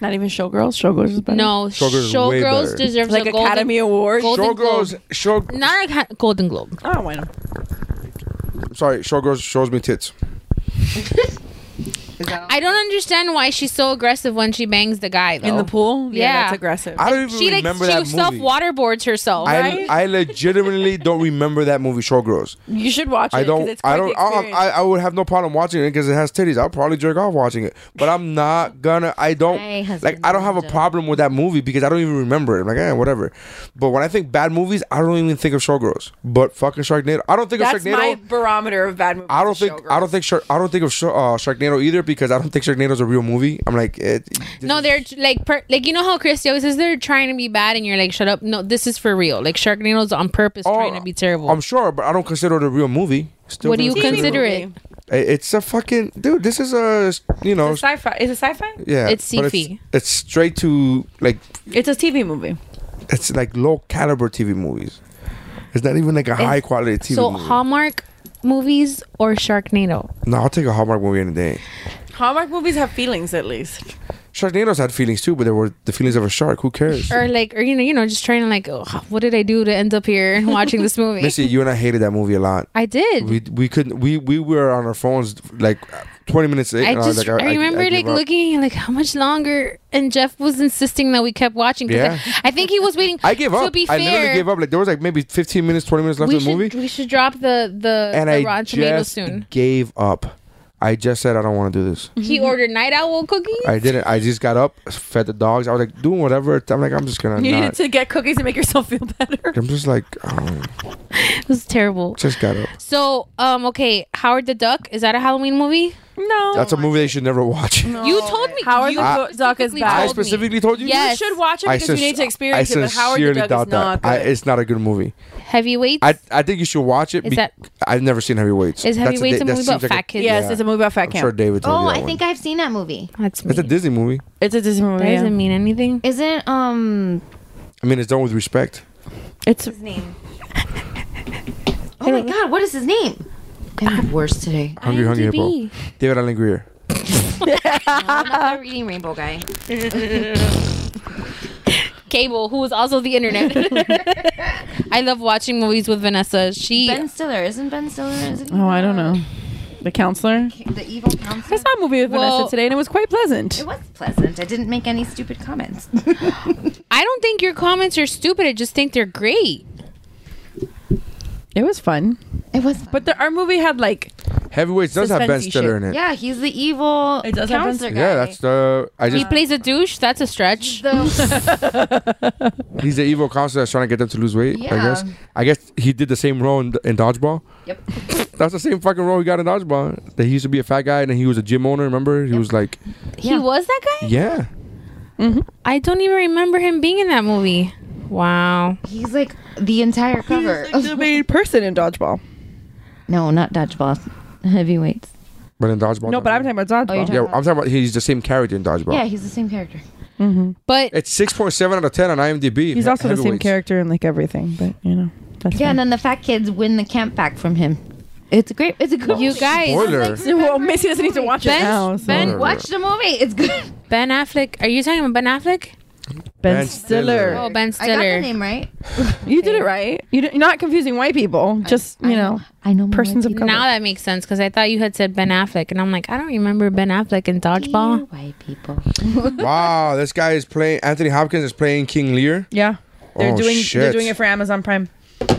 Not even Showgirls. Showgirls is better. No, Showgirls is way better. Showgirls deserves Like a golden, Academy Award. Golden Showgirls, Globe. show, Not a ca- Golden Globe. Oh, why not? sorry, Showgirls shows me tits. Oh. I don't understand why she's so aggressive when she bangs the guy though. In the pool? Yeah. That's aggressive. I don't even she like remember she that self movie. waterboards herself. I, I legitimately don't remember that movie Showgirls. you should watch it. I 'cause don't. It's quite I the don't. I, I, experience. I would have no problem watching it because it has titties. I'll probably jerk off watching it, but I'm not gonna. I don't My like. husband I don't have a doesn't. problem with that movie because I don't even remember it. I'm like, eh, whatever. But when I think bad movies, I don't even think of Showgirls. But fucking Sharknado. I don't think That's of Sharknado. my barometer of bad movies. I don't is think Showgirls. I don't think Shar- I don't think of Sh- uh, Sharknado either because I don't think Sharknado's a real movie. I'm like, eh, no, they're like per, like you know how Christy always says they're trying to be bad and you're like shut up. No, this is for real. Like Sharknado's on purpose Oh, trying to be terrible. I'm sure, but I don't consider it a real movie. Still what do you consider it a real consider movie. it? I- It's a fucking dude. This is a you know It's a sci-fi. Is it sci-fi? yeah. It's but sci-fi. It's straight to like It's a TV movie. it's like low caliber TV movies. It's not even like a high quality TV. So movie. Hallmark movies or Sharknado? no, I'll take a Hallmark movie any day. Hallmark movies have feelings, at least. Sharknado's had feelings too, but they were the feelings of a shark. Who cares? Or like or you know you know just trying to like oh, what did I do to end up (laughs) here and watching this movie? Missy, you and I hated that movie a lot. I did. we we couldn't we we were on our phones like 20 minutes in I and I was just like, I, remember gave like up. looking like how much longer, and Jeff was insisting that we kept watching. 'cause Yeah. I, I think he was waiting. (laughs) I gave To up. be I literally fair, gave up. Like there was like maybe 15 minutes, 20 minutes left we of the should movie, we should drop the the, and the I Rotten just Tomatoes soon. gave up. I just said I don't want to do this. (laughs) He ordered night owl cookies. I didn't. I just got up, fed the dogs. I was like doing whatever. I'm like I'm just (laughs) gonna. You needed Not. to get cookies and make yourself feel better. I'm just like oh, It was terrible. just got up. So um okay, Howard the Duck is that a Halloween movie? No. Oh That's a movie they should never watch. (laughs) you told me Howard you the I- Duck is specifically bad. I told me. specifically told you. Yes. You should watch it I because you sin- need to experience I it. But Howard sincerely the doubt Duck is not that. good. I, it's not a good movie. Heavyweights. I, I think you should watch it. Is that- I've never seen Heavyweights. is That's Heavyweights a, da- that movie about seems like fat kids? yes, Yeah. it's a movie about fat I'm camp. sure David told Oh, you that I one. think I've seen that movie. That's me. it's a Disney movie. it's a Disney movie. that yeah. doesn't mean anything. Isn't um I mean, it's done with respect. It's his name? oh my god, what is his name? I'm the worst today. Hungry, hungry hippo. David Allen Greer. I'm not the Uh, reading rainbow guy. Cable, who is also the (laughs) internet. (laughs) I love watching movies with Vanessa. She (laughs) Ben Stiller, isn't Ben Stiller? Isn't he oh, I don't know. The counselor. The evil counselor. I saw a movie with Well- Vanessa today, and it was quite pleasant. It was pleasant. I didn't make any stupid (laughs) comments. I don't think your comments are stupid. I just think they're great. It was fun. It was, fun. But the, our movie had like Heavyweights does have Ben Suspensey Stiller in it. yeah, he's the evil It does have Ben counselor guy. Yeah, that's the. I He just plays a douche. That's a stretch. the he's the evil counselor that's trying to get them to lose weight. I guess. Yeah. I guess he did the same role in, in dodgeball. Yep. (laughs) That's the same fucking role he got in dodgeball. That he used to be a fat guy and then he was a gym owner. Remember? He was like, He Yeah. was that guy? yeah. I don't even remember him being in that movie. Wow. he's like the entire cover. the (laughs) main person in dodgeball. no, not dodgeball. Heavyweights. But in dodgeball. No, but I'm talking about Oh, you're dodgeball. talking Yeah, I'm talking about he's the same character in dodgeball. Yeah, he's the same character. But It's six point seven out of ten on IMDb. He's also the same Heavyweights. character in like everything, but you know. That's Yeah, fine. and then the fat kids win the camp back from him. It's a great. It's a good. you guys, Spoiler. well, Missy doesn't need to watch it Ben- now. So. Ben- watch the movie. It's good. Ben Affleck. Are you talking about Ben Affleck? Ben Stiller. Stiller. Oh, Ben I got the Stiller. name right. You did it right. You did, you're not confusing white people. Just you know, I know. more persons of people. color. Now that makes sense because I thought you had said Ben Affleck, and I'm like, I don't remember Ben Affleck in Dear Dodgeball. White people. Wow, this guy is playing. Anthony Hopkins is playing King Lear. yeah, they're Oh, doing shit. they're doing it for Amazon Prime.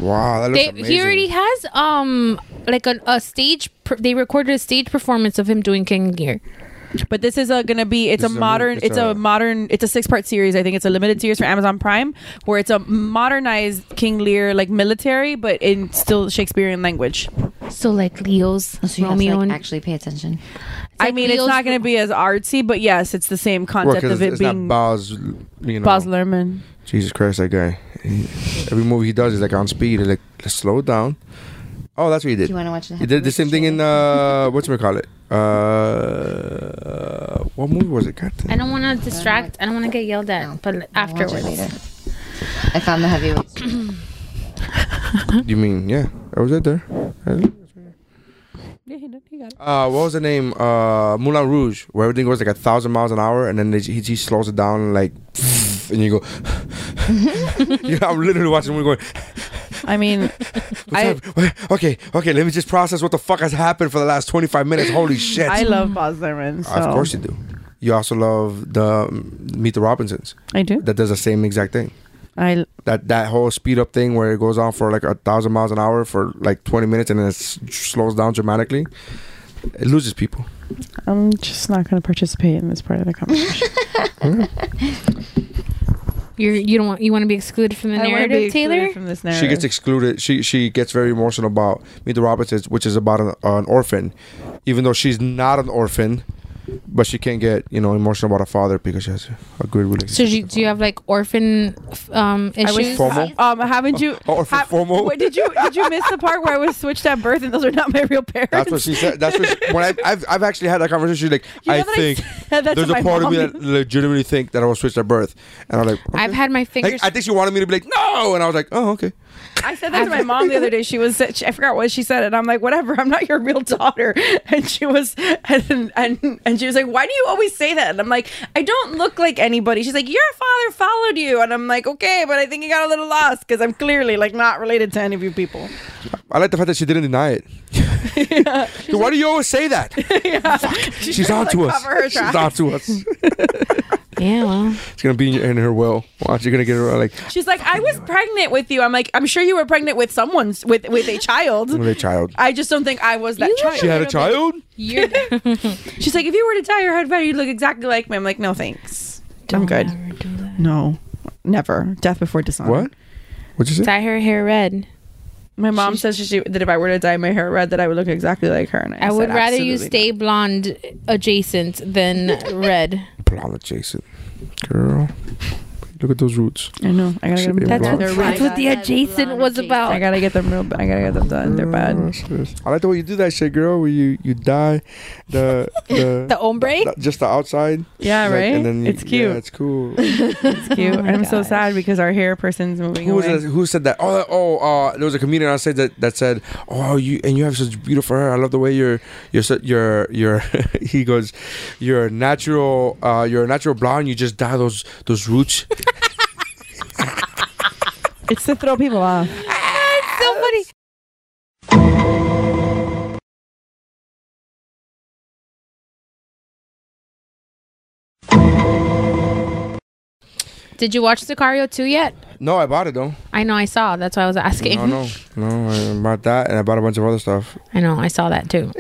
Wow, that looks They, amazing. he already has um like an, a stage. Per, they recorded a stage performance of him doing King Gear. But this is uh gonna be it's This a is a mo- modern it's it's, a, a- modern it's a six part series. I think it's a limited series for Amazon Prime where it's a modernized King Lear like military, but in still Shakespearean language. So like Leo's So you have to Romeo like, and actually pay attention. I like mean, it's Leo's- not gonna be as artsy, but yes, it's the same Well, concept 'cause of it's, it's it being not Boz, you know. Baz Luhrmann. Jesus Christ, that guy. He- every movie he does is like on speed. He's like, let's slow it down. Oh, that's what he Do did. you want to watch the? He did the same thing in uh, what's call it? Uh, what movie was it? God damn. I don't want to distract. I don't want to get yelled at. but afterwards, I found the (laughs) heavyweights. You mean yeah? I was right there. Yeah, he did. He got it. Uh, what was the name? Uh, Moulin Rouge, where everything goes like a thousand miles an hour, and then they, he, he slows it down and like, (laughs) and you go. (laughs) you know, I'm literally watching. We're going. I (laughs) mean, I "What's up? Okay, okay. Let me just process what the fuck has happened for the last 25 minutes. (laughs) Holy shit! I love Baz Luhrmann. So Of course you do. You also love the um, Meet the Robinsons. I do. That does the same exact thing. I That that whole speed up thing where it goes on for like a thousand miles an hour for like 20 minutes and then it s- slows down dramatically. It loses people. I'm just not gonna participate in this part of the conversation. (laughs) you you don't want you want to be excluded from the I wanna be narrative, excluded Taylor. From this narrative. She gets excluded. She she gets very emotional about Meet the Robinsons, which is about an, an orphan, even though she's not an orphan, but she can't get you know emotional about her father because she has a good relationship. So do you, do you have like orphan f- um I was issues? Formal? Um, haven't you? Oh, for formal? Wait, did you did you miss the part where I was switched at birth and those are not my real parents? That's (laughs) what she said. That's what she, when I, I've I've actually had that conversation. She's like, You know I that I think said (laughs) that to there's a my part of me mom. that legitimately think that I was switched at birth, and I'm like, I've okay. had my Like, fingers. I think she wanted me to be like, no, and I was like, oh, okay. I said that to my mom the other day. She was I forgot what she said, and I'm like, whatever. I'm not your real daughter. (laughs) And she was and and and she was like, why do you always say that? And I'm like, I don't look like anybody. She's like, your father followed you, and I'm like, okay, but I think you got a little lost because I'm clearly like not related to any of you people. I like the fact that she didn't deny (laughs) it. (laughs) Dude, why do you always say that? (laughs) She's, on to like, us. cover her She's tracks. on to us. (laughs) It's yeah. Well, gonna be in, your, in her will. Watch, you're gonna get her uh, like She's like, I was pregnant with you. I'm like, I'm sure you were pregnant with someone's with with a child. with a child. I just don't think I was that You look child. She had a child. you're She's like, if you were to dye your head red, you'd look exactly like me. I'm like, no, thanks. I'm good. Never do that. No, never. Death before dishonor. What? What'd you say? Dye her hair red. My mom says she, that if I were to dye my hair red, that I would look exactly like her. And I, I would said, rather you "Absolutely stay blonde adjacent than (laughs) red. Blonde adjacent. Girl, look at those roots. not." I know. I gotta get them. That's That's what- they're I That's really what got the that adjacent blonde was adjacent. about. I gotta get them real. I gotta get them done. They're Mm. bad. I like the way you do that shit, girl. Where you you dye the (laughs) the, the ombre. the- just the outside. Yeah, Like, right. and then you- it's cute. Yeah, it's cool. it's (laughs) cute. Oh my I'm so gosh. sad because our hair person's moving who was away. it, who said that? Oh, that- oh, uh, there was a comedian on stage that, that said, "Oh, you and you have such beautiful hair. I love the way your your su- your your." (laughs) he goes, "You're a natural. Uh, you're a natural blonde. You just dye those those roots." It's to throw people off. Somebody. Did you watch Sicario 2 yet? (laughs) no, I bought it though. I know I saw. That's why I was asking. No, no, no. I bought that, and I bought a bunch of other stuff. (laughs) (laughs) I know I saw that (laughs) too.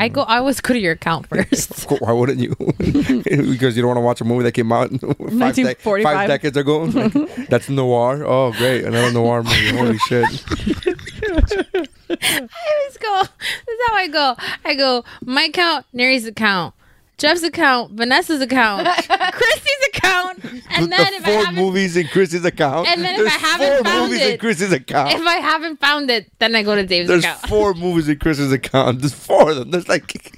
I go. I always go to your account (laughs) first. Cool, Why wouldn't you? (laughs) because you don't want to watch a movie that came out (laughs) in five, dec- 1945. five decades ago. (laughs) Like, that's noir. Oh, great, another noir movie. Holy shit! I always go. That's how I go. I go. My account, Nery's account, Jeff's account, Vanessa's account, Christy's account, and then the if I four haven't, movies in Chris's account. And then if There's I four haven't found movies in it- Chris's account. if I haven't found it, then I go to Dave's There's account. four movies in Chris's account. There's four of them. There's like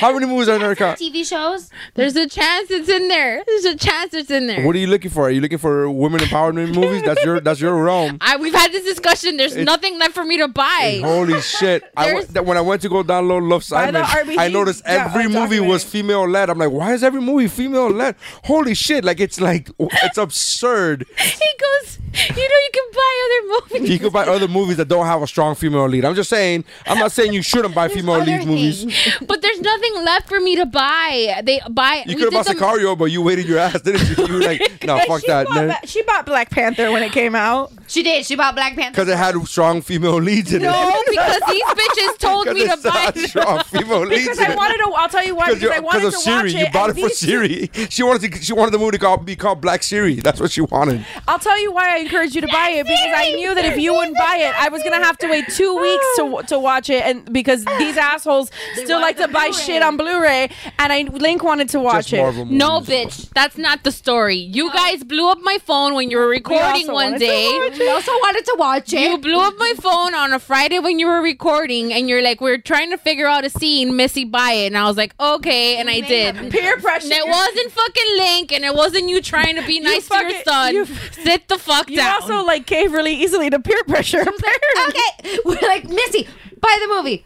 how many movies are in her account? TV shows. There's a chance it's in there. There's a chance it's in there. What are you looking for? Are you looking for women empowerment movies? That's your that's your (laughs) realm. I, we've had this discussion. There's nothing left for me to buy. Holy shit! I went, There's- that when I went to go download Love Simon, the RBG I noticed doc- every movie was documentary. female led. I'm like, why is every movie female led? Holy shit! Like it's like it's absurd. he goes, you know, you can buy other movies. (laughs) You could buy other movies that don't have a strong female lead. I'm just saying. I'm not saying you shouldn't buy female other lead movies. but there's nothing left for me to buy. They buy. You we could have did bought the- Sicario, but you waited your ass, didn't you? You were like, no, fuck she that. Bought, man. ba- she bought Black Panther when it came out. She did. She bought Black Panther. because it had strong female leads in it. (laughs) No, because these bitches told Because me to it's buy. not strong female leads Because in I it. wanted to. I'll tell you why. Because you- I wanted to of watch Siri, it. you bought it and for these two- Siri. (laughs) She wanted to. She wanted the movie to call, be called Black Siri. That's what she wanted. I'll tell you why I encourage you to buy it because I knew that if you wouldn't buy it, I was gonna have to wait two weeks to to watch it, and because these (laughs) assholes still like want to the buy Blu-ray. shit on Blu-ray, and I Link wanted to watch Just it. Marvel movies. No, bitch, that's not the story. You guys blew up my phone when you were recording Uh, also one wanted to day. We also wanted to watch it. You blew up my phone on a Friday when you were recording, and you're like, "We're trying to figure out a scene, Missy, buy it." And I was like, "Okay," and I may did. have And been- Peer pressure. it wasn't fucking Link, and it wasn't you trying to be nice to your fucking- son. you- Sit the fuck You down. also like cave really easily to peer pressure. apparently. okay. We're like Missy, buy the movie.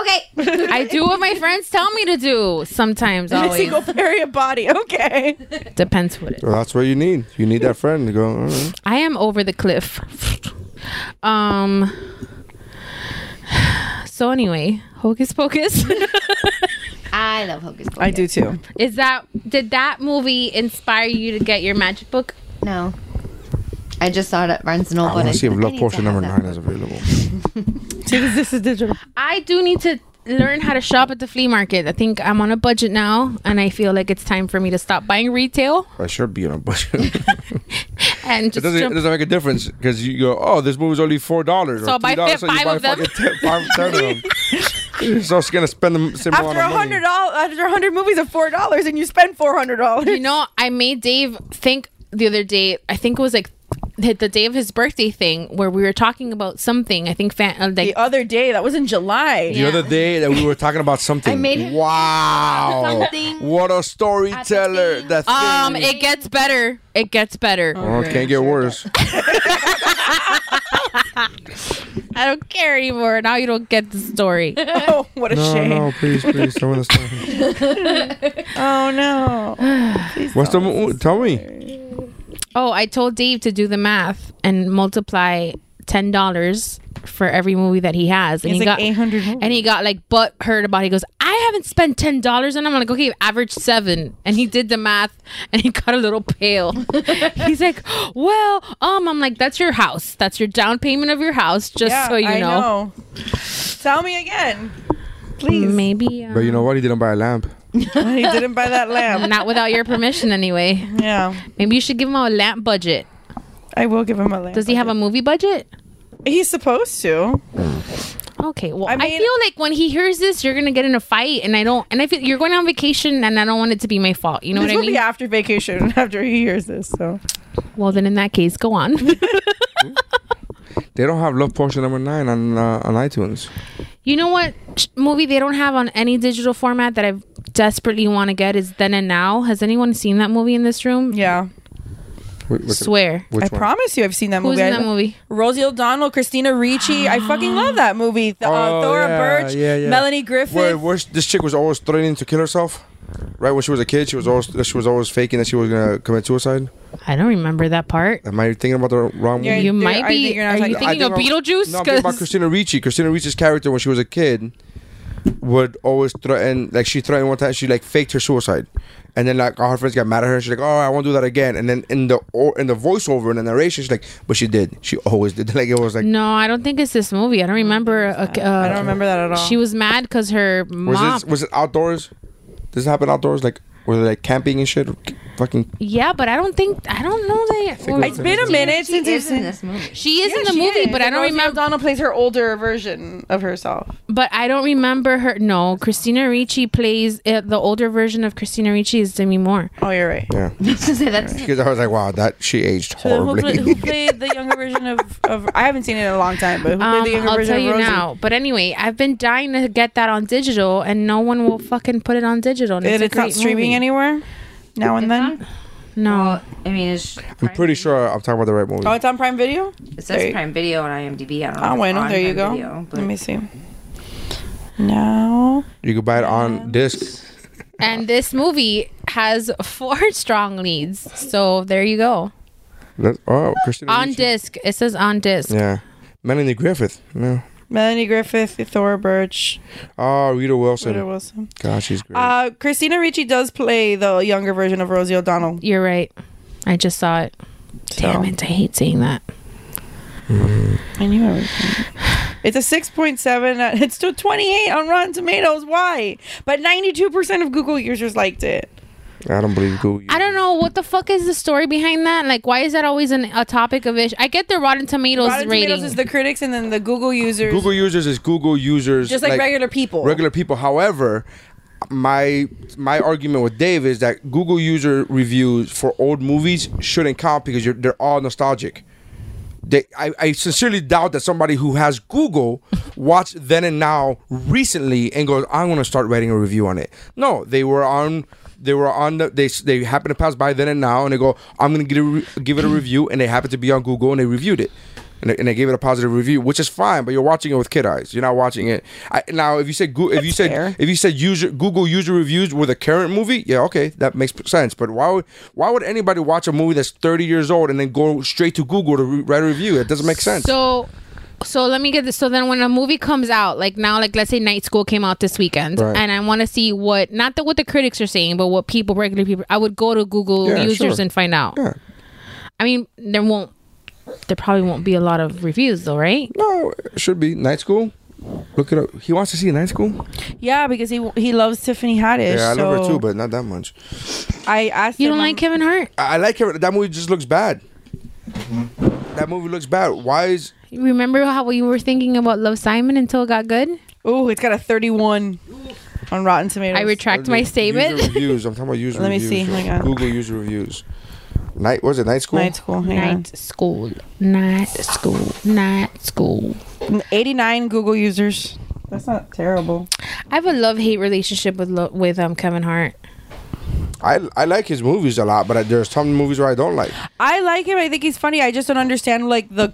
Okay. I do what my friends tell me to do. (laughs) Sometimes, Missy, always go bury a body. Okay. depends what it. Well, that's what you need. You need that friend to go. All right. I am over the cliff. um. So anyway, Hocus Pocus. (laughs) I love Hocus Pocus. I do too. Is that did that movie inspire you to get your magic book? No. I just saw it at Barnes and I Noble. want and to see if said, I Love need Potion to have Number that Nine book. is available. (laughs) this is digital. I do need to learn how to shop at the flea market. I think I'm on a budget now and I feel like it's time for me to stop buying retail I should be on a (laughs) budget. it and just doesn't. It jump. doesn't make a difference because you go, oh, this movie's only four dollars. So if I fit five of them- five, ten of them. You're just gonna spend the same amount After a of money. hundred dollars, after a hundred movies of four dollars, and you spend four hundred you dollars. know, I made Dave think the other day, I think it was like the the day of his birthday thing where we were talking about something. I think fan, uh, like The other day, that was in July. The other day that we were talking about something. I made him- wow. Something. What a storyteller. thing. That thing. um it gets better. It gets better. Oh, it can't get worse. I don't care anymore. Now you don't get the story. (laughs) Oh, what a No, shame. no, please, please, tell me the story. Oh no. What's the mo- tell me? (laughs) Oh, I told Dave to do the math and multiply ten dollars for every movie that he has, and It's he like got 800 movies. and he got like butt hurt about. It. He goes, "I haven't spent ten dollars," and I'm like, "Okay, average seven. And he did the math, and he got a little (laughs) pale. He's like, "Well, um," I'm like, "That's your house. That's your down payment of your house, just so you I know. Tell me again, please. Maybe uh, But you know what? He didn't buy a lamp. he didn't buy that (laughs) lamp. not without your permission, anyway. Yeah, Maybe you should give him a lamp budget. I will give him a lamp. Does he have a movie budget?" He's supposed to. Okay, well, I, I mean- feel like when he hears this, you're gonna get in a fight, and I don't. And I feel you're going on vacation, and I don't want it to be my fault. You know This what I will mean? be after vacation, (laughs) after he hears this. So well, then in that case, go on. (laughs) They don't have Love Potion Number Nine on uh, on iTunes. you know what sh- movie they don't have on any digital format that I desperately want to get is Then and Now. Has anyone seen that movie in this room? yeah, Wait, what's it- Swear. Which I promise you, I've seen that Who's movie. in I- that movie? Rosie O'Donnell, Christina Ricci. I fucking love that movie. The, uh, Oh, Thora yeah, Birch, yeah, yeah. Melanie Griffith. Where, where sh- this chick was always threatening to kill herself, right? When she was a kid, she was always she was always faking that she was gonna commit suicide. I don't remember that part. Am I thinking about the wrong Yeah, one? You dude, might I be. think you're not Are you talking- thinking of I think I'm- Beetlejuice? No, I'm thinking about (laughs) 'Cause- Christina Ricci. Christina Ricci's character when she was a kid would always threaten, like she threatened one time, she like faked her suicide, and then like all her friends got mad at her, and she's like, "Oh, I won't do that again." And then in the or, in the voiceover in the narration, she's like, "But she did. She always did." (laughs) Like it was like, no, I don't think it's this movie. I don't remember. A, uh, I don't remember that at all. She was mad because her was mom. this was it outdoors? Does it happen outdoors? Like were they like camping and shit? Fucking yeah, but I don't think I don't know that. it was it's been a minute She since I've is in seen this movie. She is Yeah, in the she movie, is. but I And don't Rosie remember. O'Donnell plays her older version of herself. But I don't remember her. No, Christina Ricci plays uh, the older version of Christina Ricci is Demi Moore. Oh, you're right. yeah. So (laughs) that's Because I was like, "Wow, that she aged (laughs) Who, pla- horribly." who played the younger version of, of? I haven't seen it in a long time, but who played Um, the younger I'll version tell you of Rosie? now. But anyway, I've been dying to get that on digital, and no one will fucking put it on digital. and It's, a it's not great streaming Oh. movie. anywhere. Now and then. No, Well, I mean, it's. (laughs) I'm pretty sure I'm talking about the right movie. Oh, it's on Prime Video. It There says you- Prime Video on IMDb. I don't know. Ah, if it's bueno, on there you Prime go. Video, but- Let me see. No. You could buy it on disc. and this movie has four (laughs) strong leads. So there you go. That- oh, Christina On Ricci. disc, it says on disc. Yeah. Melanie Griffith. No. Melanie Griffith, Thora Birch, Oh, Rita Wilson. Peter Wilson. God, she's great. Uh, Christina Ricci does play the younger version of Rosie O'Donnell. You're right. I just saw it. Damn So- it! I hate saying that. I knew I was. (sighs) It's a 6.7. uh, It's still 28 on Rotten Tomatoes. Why? But 92% of Google users liked it. I don't believe Google. I don't know what the fuck is the story behind that. Like, why is that always an, a topic of issue? I get the Rotten Tomatoes Rotten rating. Tomatoes is the critics, and then the Google users, Google users is Google users, just like, regular people. regular people. However, my my argument with Dave is that Google user reviews for old movies shouldn't count because you're, they're all nostalgic. They, I, I sincerely doubt that somebody who has Google (laughs) watched then and now recently and goes, "I'm going to start writing a review on it." No, they were on. They were on the. They s- they happened to pass by then and now, and they go, "I'm going to give it a review," and they happened to be on Google and they reviewed it. And they, and they gave it a positive review, which is fine, but you're watching it with kid eyes. You're not watching it. I, now, if you said Goo- if you said fair. if you said user Google user reviews with a current movie, yeah, okay, that makes p- sense. But why would why would anybody watch a movie that's 30 years old and then go straight to Google to re- write a review? It doesn't make sense. So, so let me get this. So then, when a movie comes out, like now, like let's say Night School came out this weekend, Right. and I want to see what not that what the critics are saying, but what people, regular people, I would go to Google Yeah, users sure. and find out. Yeah. I mean, there won't, there probably won't be a lot of reviews though, right? no, it should be night school. Look it up. He wants to see night school. yeah, because he he loves Tiffany Haddish. Yeah, I so love her too, but not that much. I asked You him, don't um, like Kevin Hart? I, I like her. That movie just looks bad. That movie looks bad. Why is Remember how you were thinking about Love Simon until it got good? Ooh, it's got a 31 on Rotten Tomatoes. I retract my User statement. Reviews. I'm talking about user Let me reviews. see. Hang on. Google user reviews. Night was it night school? Night school. Hang on. Night school, night school, night school. 89 Google users. That's not terrible. I have a love hate relationship with lo- with um Kevin Hart. I I like his movies a lot, but I, there's some movies where I don't like. I like him. I think he's funny. I just don't understand like the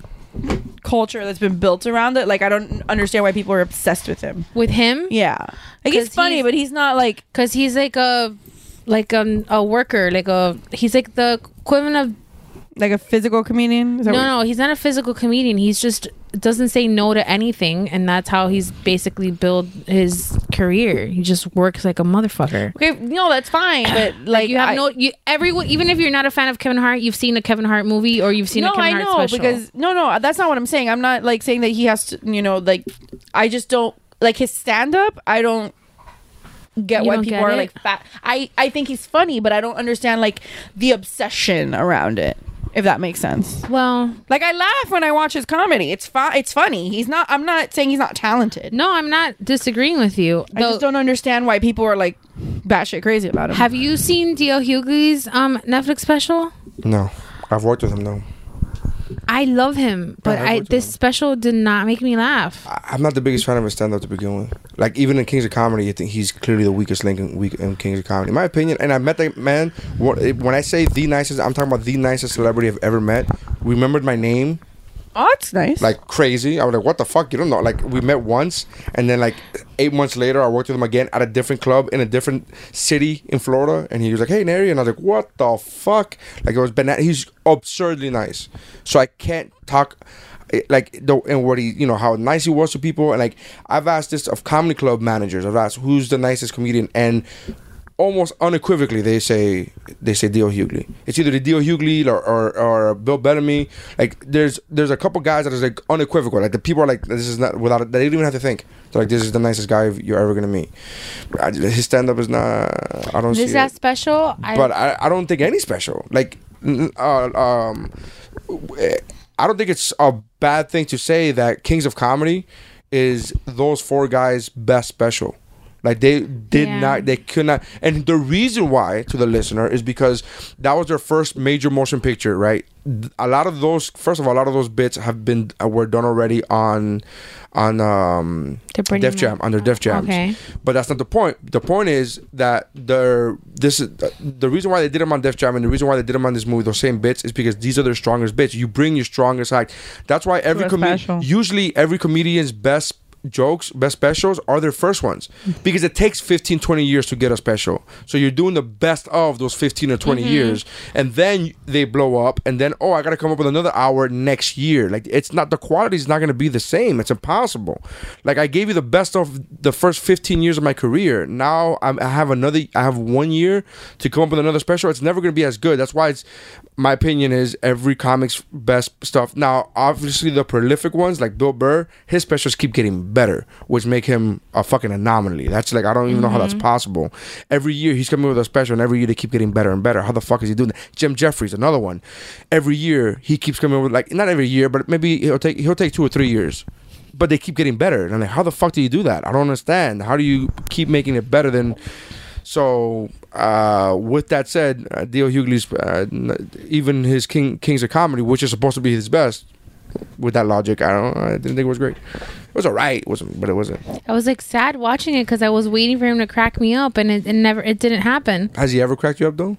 culture that's been built around it. Like I don't understand why people are obsessed with him. With him, Yeah. Like he's 'Cause funny, he's- but he's not like Cause he's like a, like um, a worker, like a he's like the equivalent of like a physical comedian. Is that no, what- no, he's not a physical comedian. He's just doesn't say no to anything, and that's how he's basically built his career. He just works like a motherfucker. Okay, no, that's fine, but (coughs) like, Like you have I- no, you everyone, even if you're not a fan of Kevin Hart, you've seen a Kevin Hart movie or you've seen no, a Kevin I Hart know special. because no, no, that's not what I'm saying. I'm not like saying that he has to, you know, like I just don't like his stand up. I don't get You why don't people get are it? like fat. I I think he's funny, but I don't understand like the obsession around it. If that makes sense. well, Like I laugh when I watch his comedy. It's fun. It's funny. He's not. I'm not saying he's not talented. no, I'm not disagreeing with you. I just Though- don't understand why people are like batshit crazy about him. have you seen D.L. Hughley's um Netflix special? No, I've worked with him though. I love him, but I I would this love- special did not make me laugh. I, I'm not the biggest fan of his stand-up to begin with. Like even in Kings of Comedy, I think he's clearly the weakest link in, weak, in Kings of Comedy, in my opinion. And I met that man. wha- When I say the nicest, I'm talking about the nicest celebrity I've ever met. Remembered my name oh, it's nice. like crazy. I was like, "What the fuck? You don't know?" Like we met once, and then like eight months later, I worked with him again at a different club in a different city in Florida, and he was like, "Hey, Nary," and I was like, "What the fuck?" Like it was banana. He's absurdly nice, so I can't talk. it- Like the and what he you know how nice he was to people and like I've asked this of comedy club managers I've asked who's the nicest comedian and almost unequivocally they say they say Dio Hughley. It's either the Dio Hughley or, or or Bill Bellamy. Like there's there's a couple guys that is like unequivocal. Like the people are like this is not without they don't even have to think. They're like this is the nicest guy you're ever gonna meet. I, his stand up is not. I don't This see that it. special, I, But I I don't think any special like n- uh, um. w- eh, I don't think it's a bad thing to say that Kings of Comedy is those four guys' best special. Like they did Yeah. not, they could not, and the reason why to the listener is because that was their first major motion picture, right? Th- A lot of those, first of all, a lot of those bits have been uh, were done already on, on um, They're pretty Def much- Jam under Def Jam. Okay. But that's not the point. The point is that their this is the reason why they did them on Def Jam and the reason why they did them on this movie, those same bits, is because these are their strongest bits. You bring your strongest act. That's why every a comedian, special. usually every comedian's best jokes, best specials are their first ones because it takes 15, 20 years to get a special. So you're doing the best of those 15 or 20 years. And then they blow up. And then, oh, I got to come up with another hour next year. Like, it's not, the quality is not going to be the same. It's impossible. Like, I gave you the best of the first 15 years of my career. Now I'm, I have another, I have one year to come up with another special. It's never going to be as good. That's why it's, my opinion is every comic's best stuff. Now, obviously, the prolific ones like Bill Burr, his specials keep getting better, which make him a fucking anomaly. That's like I don't even know how that's possible. Every year he's coming with a special, and every year they keep getting better and better. How the fuck is he doing that? Jim Jeffries, another one. Every year he keeps coming with like not every year, but maybe he'll take he'll take two or three years. But they keep getting better, and I'm like, how the fuck do you do that? I don't understand. How do you keep making it better than? So, uh, with that said, uh, Dio Hughley's uh, n- even his King Kings of Comedy, which is supposed to be his best, with that logic, I don't, I didn't think it was great. It was alright, it wasn't, but it wasn't. I was like sad watching it because I was waiting for him to crack me up, and it, it never, it didn't happen. Has he ever cracked you up though?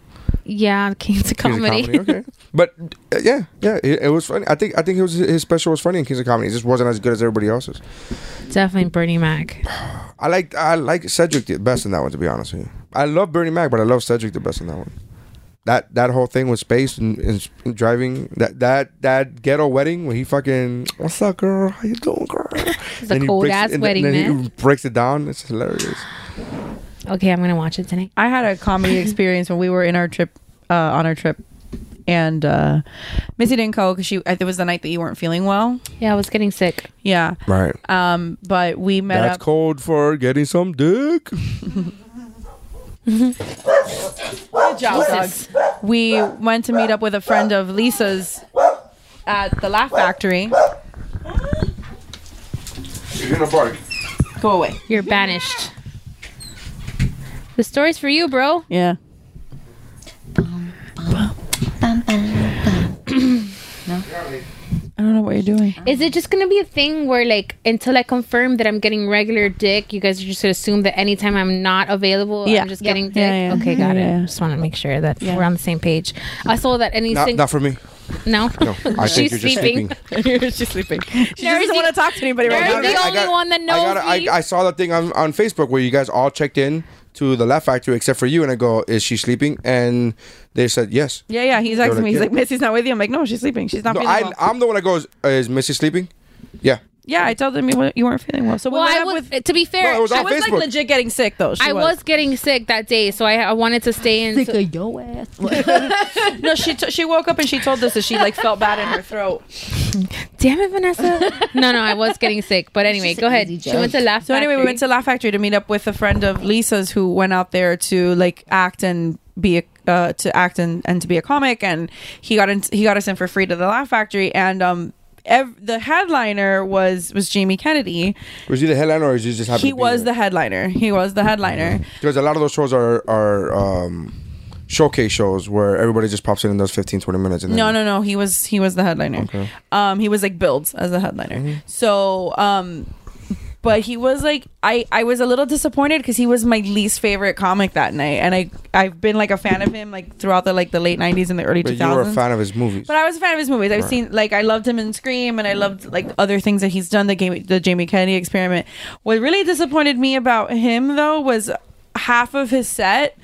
Yeah, (laughs) Kings of Kings of Comedy. okay. But uh, yeah, yeah, it, it was funny. I think I think it was, his special was funny in Kings of Comedy. It just wasn't as good as everybody else's. (laughs) Definitely Bernie Mac. I like I like Cedric the best in that one. To be honest with you, I love Bernie Mac, but I love Cedric the best in that one. That that whole thing with space and, and s- and driving that that that ghetto wedding when he fucking what's up girl how you doing girl (laughs) It's a cold ass and wedding, then man. he breaks it down it's hilarious Okay, I'm gonna watch it tonight. I had a (laughs) comedy experience when we were in our trip, uh, on our trip, and uh, Missy didn't go because she. It was the night that you weren't feeling well. Yeah, I was getting sick. Yeah. right Uh, Um. But we met that's up. code for getting some dick Jesus. We went to meet up with a friend of Lisa's at the Laugh Factory. you're gonna bark Go away. You're banished. The story's for you, bro. (clears throat) Yeah. I don't know what you're doing. Is it just gonna be a thing where, like, until I confirm that I'm getting regular dick, you guys are just gonna assume that anytime I'm not available, Yeah. I'm just Yep. getting dick? Yeah, yeah. Okay, got Yeah, it. yeah. Just want to make sure that Yeah. we're on the same page. I saw that any not, sing- not for me no, no I think you're (laughs) she's just sleeping, (laughs) sleeping. She's sleeping. She doesn't want to talk to anybody You're right now. the I only got- one that knows I, gotta- me. I, I saw that thing on, on Facebook where you guys all checked in to the Laugh Factory except for you, and I go, "Is she sleeping?" And they said yes. Yeah, yeah. He's asking me. He's Yeah. like, Missy's not with you. I'm like, no, she's sleeping. She's not No, feeling I, well. I'm the one that goes, uh, "Is Missy sleeping?" Yeah. yeah, I told him you weren't- you weren't feeling well. So we well, went I up was. with. to be fair, No, it was on I I was like Facebook. legit getting sick though. She I was getting sick that day, so I, I wanted to stay in. so- yo ass. No, she t- she woke up and she told us that she like felt bad in her (laughs) throat. Damn (laughs) it, Vanessa. no, no, I was getting sick. But anyway, just go an ahead. easy She went to laugh. So anyway, we went to Laugh Factory to meet up with a friend of Lisa's who went out there to like act and be a uh, to act and, and to be a comic, and he got in, he got us in for free to the Laugh Factory, and um. Ev- the headliner was was Jamie Kennedy. Was he the headliner, or is he just happy? He was the headliner. He was the headliner. because a lot of those shows are are um, showcase shows where everybody just pops in and does 15, 20 minutes. And No, then, no, no. He was he was the headliner. Um, he was like billed as the headliner. So, um, but he was like I I was a little disappointed because he was my least favorite comic that night, and I I've been like a fan of him like throughout the like the late '90s and the early But 2000s. you were a fan of his movies. But I was a fan of his movies. I've seen like I loved him in Scream, and I loved like other things that he's done. The game, the Jamie Kennedy experiment. What really disappointed me about him though was half of his set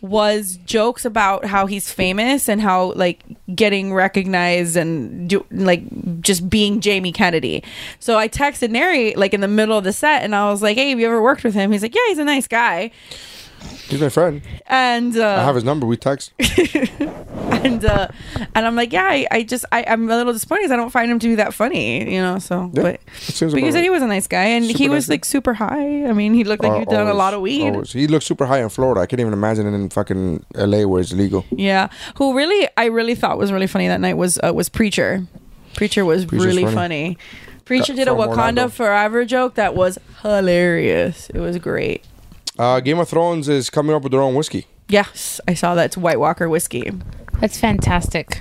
was jokes about how he's famous and how like getting recognized and do, like just being Jamie Kennedy. So I texted Neri like in the middle of the set and I was like, "Hey, have you ever worked with him?" He's like, "Yeah, he's a nice guy." He's my friend. And I uh, have his number. We text. (laughs) and uh, and I'm like, yeah, I, I just I, I'm a little disappointed 'cause I don't find him to be that funny, you know. So, Yeah, but seems but you about said right. he was a nice guy, and Super he nice was guy. like super high. I mean, he looked like Uh, he'd done a always, lot of weed. always. He looks super high in Florida. I can't even imagine it in fucking L.A. where it's legal. Yeah, who really I really thought was really funny that night was uh, was preacher. Preacher was Preacher's really funny. funny. Preacher Got- did a from Wakanda Orlando. Forever joke that was hilarious. It was great. Uh, Game of Thrones is coming up with their own whiskey. Yes, I saw that. It's White Walker whiskey. That's fantastic.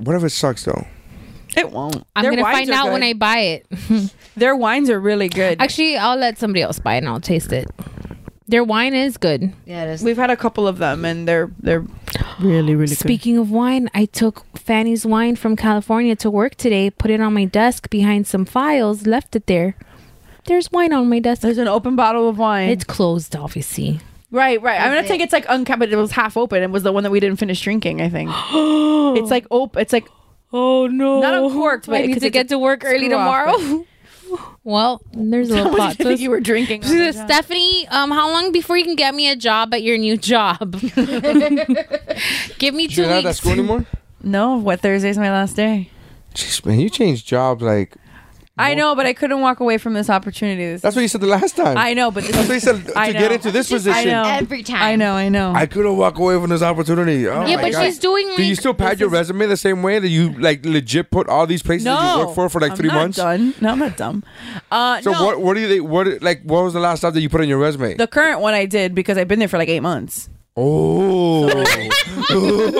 What if it sucks though? It won't. I'm Their gonna wines find are out when good. I buy it. Their wines are really good. Actually, I'll let somebody else buy it and I'll taste it. Their wine is good. Yeah, it is. We've had a couple of them, and they're they're Really, really good. Speaking of wine, I took Fanny's wine from California to work today, put it on my desk behind some files, left it there. There's wine on my desk. There's an open bottle of wine. It's closed, obviously. right, right. I'm gonna think it's like uncapped, but it was half open. It was the one that we didn't finish drinking. I (gasps) think it's like op. It's like Oh no! not uncorked, but I need 'cause to it's a get to work early screw off, (laughs) tomorrow. well, there's a but- little I (laughs) plot didn't think twist. you were drinking. She says, Stephanie, um, how long before you can get me a job at your new (laughs) job? (laughs) Give me two You're not at weeks. school anymore. No, what Thursday's my last day. Jeez, man, you changed jobs like I know, but I couldn't walk away from this opportunity. This that's what you said the last time. I know, but this that's what you said is- to I get know. into this Just- position. know. I, Every time. I know, I know. couldn't walk away from this opportunity. Oh yeah, my but God. she's doing. Do you like- still pad your resume the same way that you like legit put all these places that you work for for like I'm three not months? Done. No, I'm not dumb. Uh, So no, what what do you think? What like what was the last job that you put on your resume? The current one I did because I've been there for like eight months. (laughs) oh,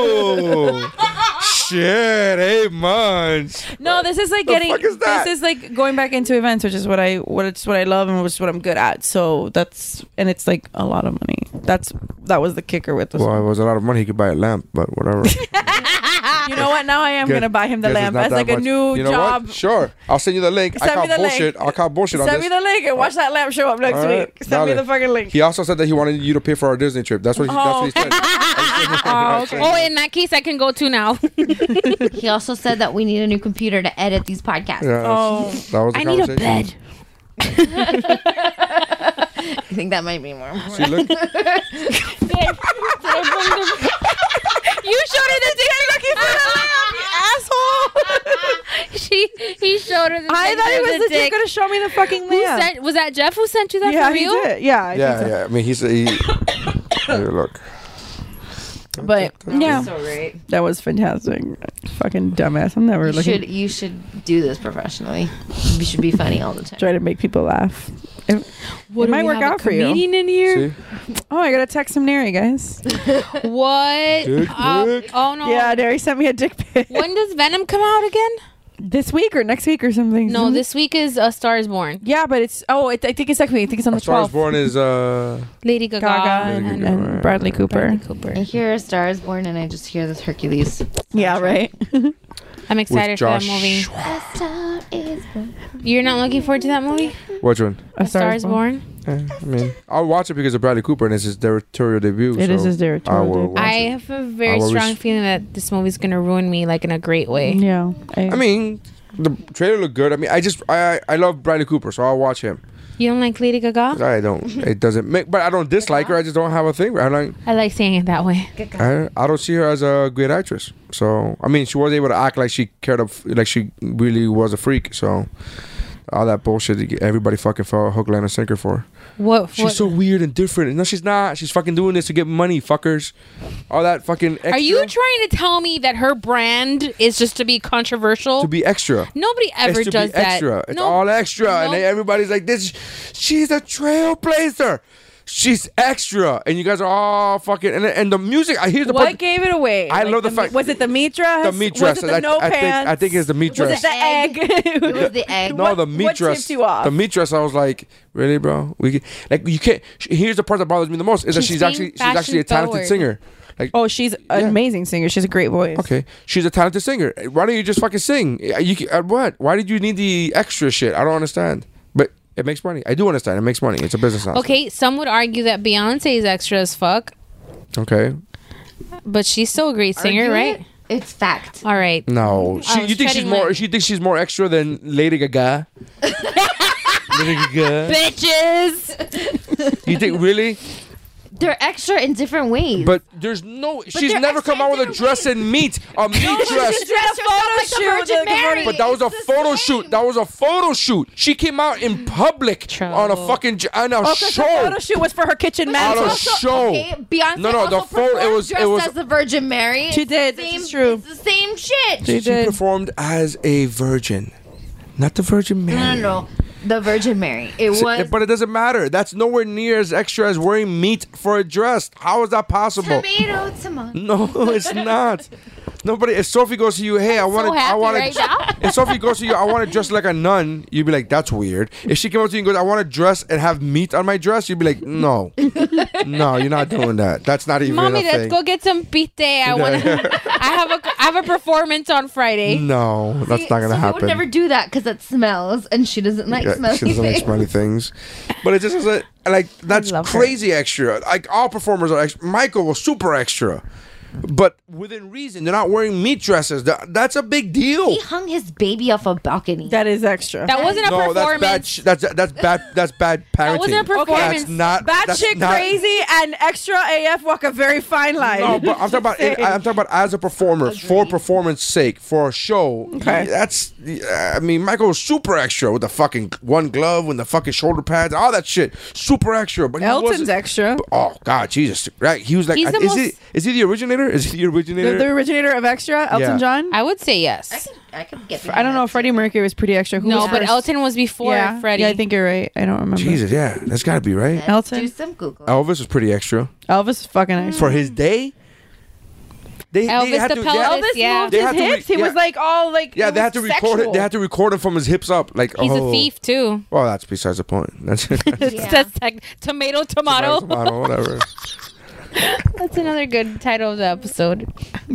oh, shit! Eight months. No, this is like The getting. fuck is that? This is like going back into events, which is what I, what it's what I love and which is what I'm good at. So that's and it's like a lot of money. That's that was the kicker with this. Well, it was a lot of money. He could buy a lamp, but (laughs) whatever. you know what? Now I am Guess- gonna buy him the guess it's lamp not as that like a much. new you know job. What? Sure, I'll send you the link. I Send me call the link. bullshit. I'll call bullshit on Send this. me the link and watch that lamp show up next All right, week. Send me got the it. fucking link. He also said that he wanted you to pay for our Disney trip. That's what he, Oh. that's (laughs) what he said. Oh, okay. Oh, in that case, I can go to (laughs) now. He also said that we need a new computer to edit these podcasts. Yeah, (laughs) Oh. that was the I need a conversation. bed. I think that might be more important. See, look, You showed her the thing I'm looking for, asshole. (laughs) she he showed her the (laughs) I thought picture he of was the legit dick. gonna show me the fucking Who lamp. sent, was that Jeff who sent you that yeah, for he real? did. Yeah, I think yeah, so. yeah. I mean, he's he, (coughs) here, look. But yeah, So great. that was fantastic. Fucking dumbass. I'm never You looking. should you should do this professionally. You should be funny all the time. Try to make people laugh. It, What, it do might we work have a out for you. comedian in here. See, Oh, I gotta text him, Nary, guys. What? (laughs) Dick Uh, pic. oh no. Yeah, Mm-hmm. Nary sent me a dick pic When does Venom come out again? (laughs) this week or next week or something. No, this week is A Star Is Born. Yeah, but it's oh, it, I think it's next week. I think it's on A the Star is 12th. Born is uh. Lady Gaga, Gaga and, and, and and Bradley Cooper. Bradley Cooper. I hear a star is born and I just hear this Hercules. Yeah, right. (laughs) (laughs) I'm excited for that Josh movie. A star is born. You're not looking forward to that movie? Which one? A Star Is Born. Uh, Eh, I mean, I'll watch it because of Bradley Cooper and it's his directorial debut. It so is his directorial I will debut. watch I it. have a very I will strong res- feeling that this movie's gonna ruin me like in a great way. Yeah. I, I mean, the trailer looked good. I mean, I just I I love Bradley Cooper, so I'll watch him. You don't like Lady Gaga? I (laughs) don't. It doesn't make, but I don't dislike her. I just don't have a thing. I like. I like saying it that way. I, I don't see her as a great actress. So I mean, she was able to act like she cared up, like she really was a freak. So all that bullshit that everybody fucking fell hook, line, and sinker for. What? She's what- so weird and different. No, she's not. She's fucking doing this to get money, fuckers. All that fucking. Extra are you trying to tell me that her brand is just to be controversial? to be extra? Nobody ever it's to does be extra. that. It's No- all extra, and no- then everybody's like, "This, she's a trailblazer. She's extra." And you guys are all fucking. And, and the music, I hear the what part- gave it away? I love the me- fact- Was it the meat dress? the meat Was dress. it the I, no I think pants? I think it's the meat Was dress. it the egg? It was the egg. No, What- the meat what dress. tipped you off? The meat dress. I was like, really, bro? We can, like you can't. sh- Here's the part that bothers me the most is that she's She's being actually she's actually a talented fashion forward. singer. Like, Oh, she's an Yeah. amazing singer. She's a great voice. okay, she's a talented singer. Why don't you just fucking sing? Uh, You can, uh, what? Why did you need the extra shit? I don't understand. But it makes money. I do understand. It makes money. It's a business. Now. (laughs) okay, some would argue that Beyonce is extra as fuck, Okay. but she's still a great singer, Argue right? it? It's fact. All right. No. She, was you think she's treading more? light. She thinks she's more extra than Lady Gaga. Lady Gaga. Bitches. You think really? They're extra in different ways. But there's no. she's they're never come out with a dress in meat. A meat dress. Dress photo shoot. the- Mary. But that was a photo shoot. That was a photo shoot. She came out in public on a fucking j- on a Oh, 'cause the show. photo shoot was for her kitchen On mantle. a show. Okay, Beyonce No, no, also the photo- it performed was- it dressed was- as the Virgin Mary. She did. Same, This is true. It's the same shit. She She did. performed as a virgin, not the Virgin Mary. No, no, no. The Virgin Mary. It S- was. But it doesn't matter. That's nowhere near as extra as (laughs) wearing meat for a dress. How is that possible? Tomato, tomato. No, it's not. Nobody. If Sophie goes to you, hey, i want to, I happy want right now. to. If Sophie goes to you, I want to dress like a nun. You'd be like, that's weird. If she came up to you and goes, I want to dress and have meat on my dress, you'd be like, (laughs) no, no, you're not doing that. That's not even Mommy, a let's thing. go get some pite. I (laughs) want to. I have a I have a performance on Friday. Mm. no, that's not gonna Sophie happen. would never do that because that smells, and she doesn't like Yeah, smelly she doesn't like things. smelly things. But it just doesn't like that's crazy extra. Like all performers are extra. Michael was super extra. But within reason, they're not wearing meat dresses. That, that's a big deal. He hung his baby off a balcony. That is extra. That wasn't a No, that's performance. bad. Sh- that's that's bad. That's bad parenting. That wasn't a performance. That's not Bad that's shit not- (laughs) crazy and extra AF walk a very fine line. No, Oh, but I'm talking about it, I'm talking about as a performer for performance sake for a show. Okay. that's I mean Michael was super extra with the fucking one glove and the fucking shoulder pads, all that shit, super extra. But he Elton's wasn't- extra. Oh God, Jesus! Right, he was like, He's is the he most- is he the originator? Is he the The, originator? the originator of extra, Elton Yeah. John. I, I would say yes. I could get. don't know if Freddie Mercury was pretty extra. Who No, was but first? Elton was before yeah. Freddie. Yeah, I think you're right. I don't remember. Jesus, yeah, that's got to be right. Elton. Do some Google. Elvis was pretty extra Elvis is fucking extra. for his day. They, they Mm. Elvis had the to- pelvis. yeah, yeah. They had his to re- hips. he was yeah. like all like. yeah, it they was had to record sexual. it. They had to record him from his hips up. Like He's oh, a thief too. Well, that's besides the point. (laughs) That's (laughs) Yeah. That's tec- tomato, tomato. tomato, whatever. That's another good title of the episode.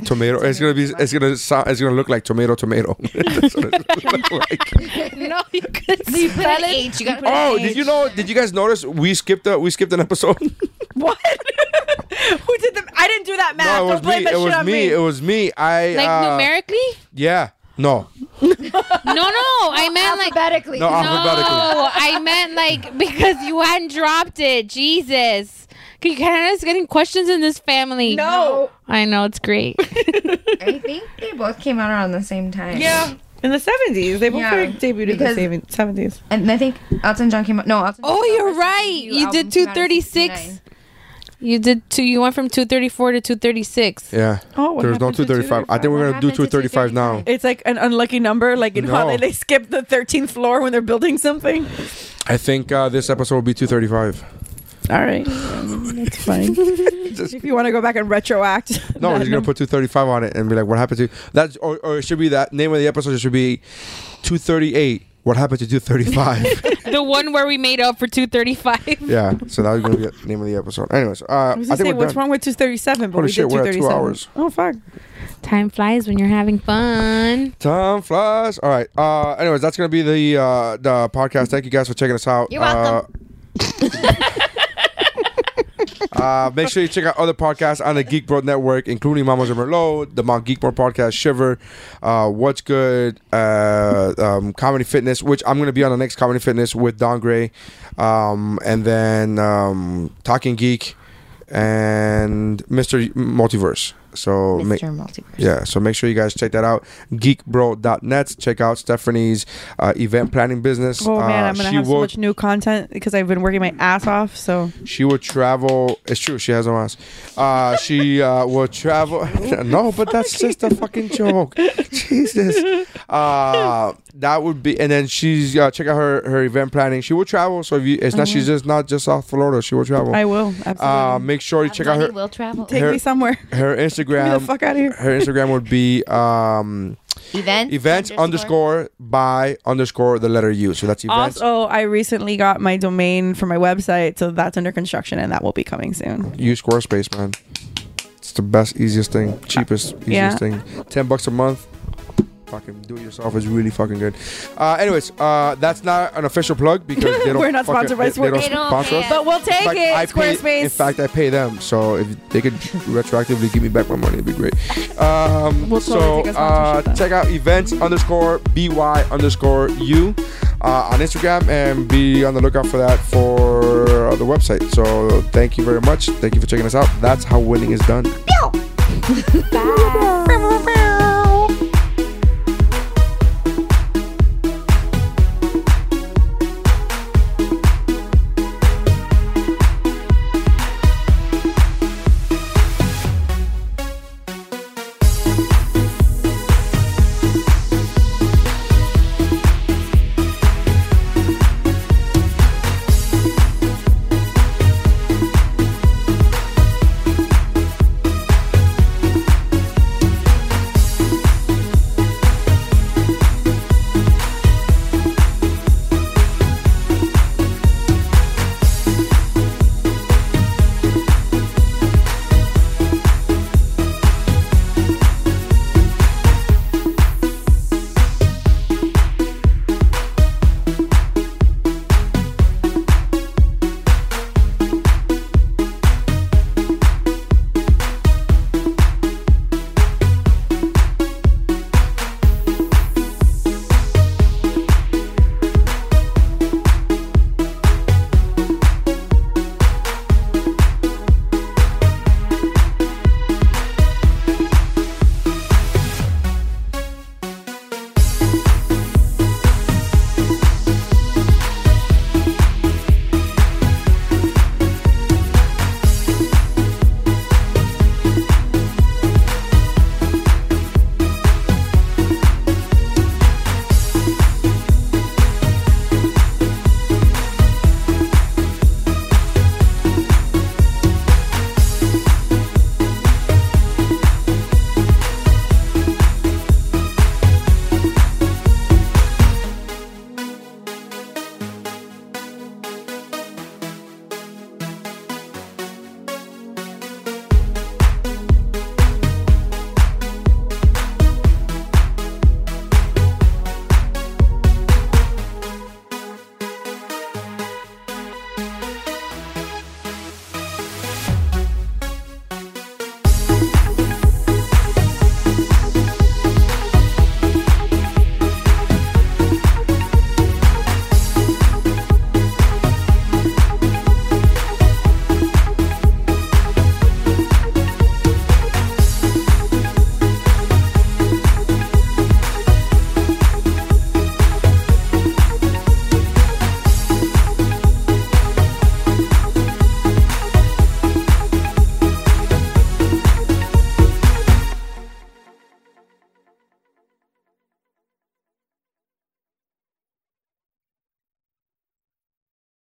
tomato. It's gonna be. It's gonna. Sound, it's gonna look like tomato, tomato. (laughs) That's what it's gonna look (laughs) like. no, you could (laughs) You put an H. You got to Oh, did you know? Did you guys notice we skipped a we skipped an episode? (laughs) What? (laughs) Who did the? I didn't do that math. no, it was Don't blame me. that It shit was on me. It was me. I like uh, numerically. Yeah. No. No, no, I meant like. alphabetically. No, No, alphabetically. I meant like because you hadn't dropped it. Jesus. You guys getting questions in this (laughs) (laughs) family. No. I know, it's great. (laughs) I think they both came out around the same time. Yeah. In the seventies, they both Yeah, debuted because- in the seventies. And I think Elton John came out. No, Elton. oh, you're right. debut You album did came out in 236. 69. You did two. You went from 234 to 236. Yeah. Oh, what There's no happened to 235. I think we're gonna do happened to 235 now. It's like an unlucky number. Like in how No. they, they skip the thirteenth floor when they're building something. I think uh, this episode will be 235. All (laughs) right, Um, that's fine. if you want to go back and retroact, No, that he's gonna number. put 235 on it and be like, "What happened to that?" Or, or it should be that name of the episode should be 238. What happened to 235? (laughs) the one where we made up for 235. yeah. So that was gonna be the name of the episode. Anyways, uh, I, I was think gonna say, we're what's done. wrong with two thirty seven? But Holy we shit, did we're two at thirty two seven. hours. Oh fuck! Time flies when you're having fun. Time flies. All right. Uh, anyways, that's gonna be the uh, the podcast. Thank you guys for checking us out. You're welcome. Uh, (laughs) uh, make sure you check out other podcasts on the Geek Bro Network, including Mamas and Merlot, the Mount Geekmore Podcast, Shiver, uh, What's Good, uh, um, Comedy Fitness, which I'm going to be on the next Comedy Fitness with Don Gray, um, and then um, Talking Geek and Mr. Multiverse. So make. Mr. Multiverse. Yeah, so make sure you guys check that out. Geekbro.net. Check out Stephanie's uh, event planning business. Oh man, Uh, I'm gonna she have will so much new content because I've been working my ass off. So she will travel. It's true, she has no ass. Uh, she uh, will travel. (laughs) no, but (laughs) that's just a fucking joke. Jesus. Uh, that would be, and then she's uh, check out her her event planning. She will travel. So if you, it's not she's just not just South Florida. She will travel. Uh-huh. I will absolutely Uh, make sure you check out her Will travel. take her- me somewhere. (laughs) her Instagram. Get me the fuck out of here. her Instagram would be um, Events. events underscore by underscore the letter U. So that's events. Also, I recently got my domain for my website, so that's under construction and that will be coming soon. Use Squarespace, man. It's the best, easiest thing, cheapest, easiest Yeah. thing. Ten bucks a month. Fucking do it yourself is really fucking good. Uh, anyways, uh, that's not an official plug because (laughs) they don't. We're not fucking- sponsored by they, they don't Squarespace. They don't sponsor us. pay But we'll take In fact, it, I pay- Squarespace. in fact, I pay them, so if they could retroactively give me back my money, it'd be great. Um, (laughs) We'll so totally take a uh, sponsorship then. check out events underscore by underscore u uh, on Instagram and be on the lookout for that for uh, the website. So thank you very much. Thank you for checking us out. That's how winning is done. Bye.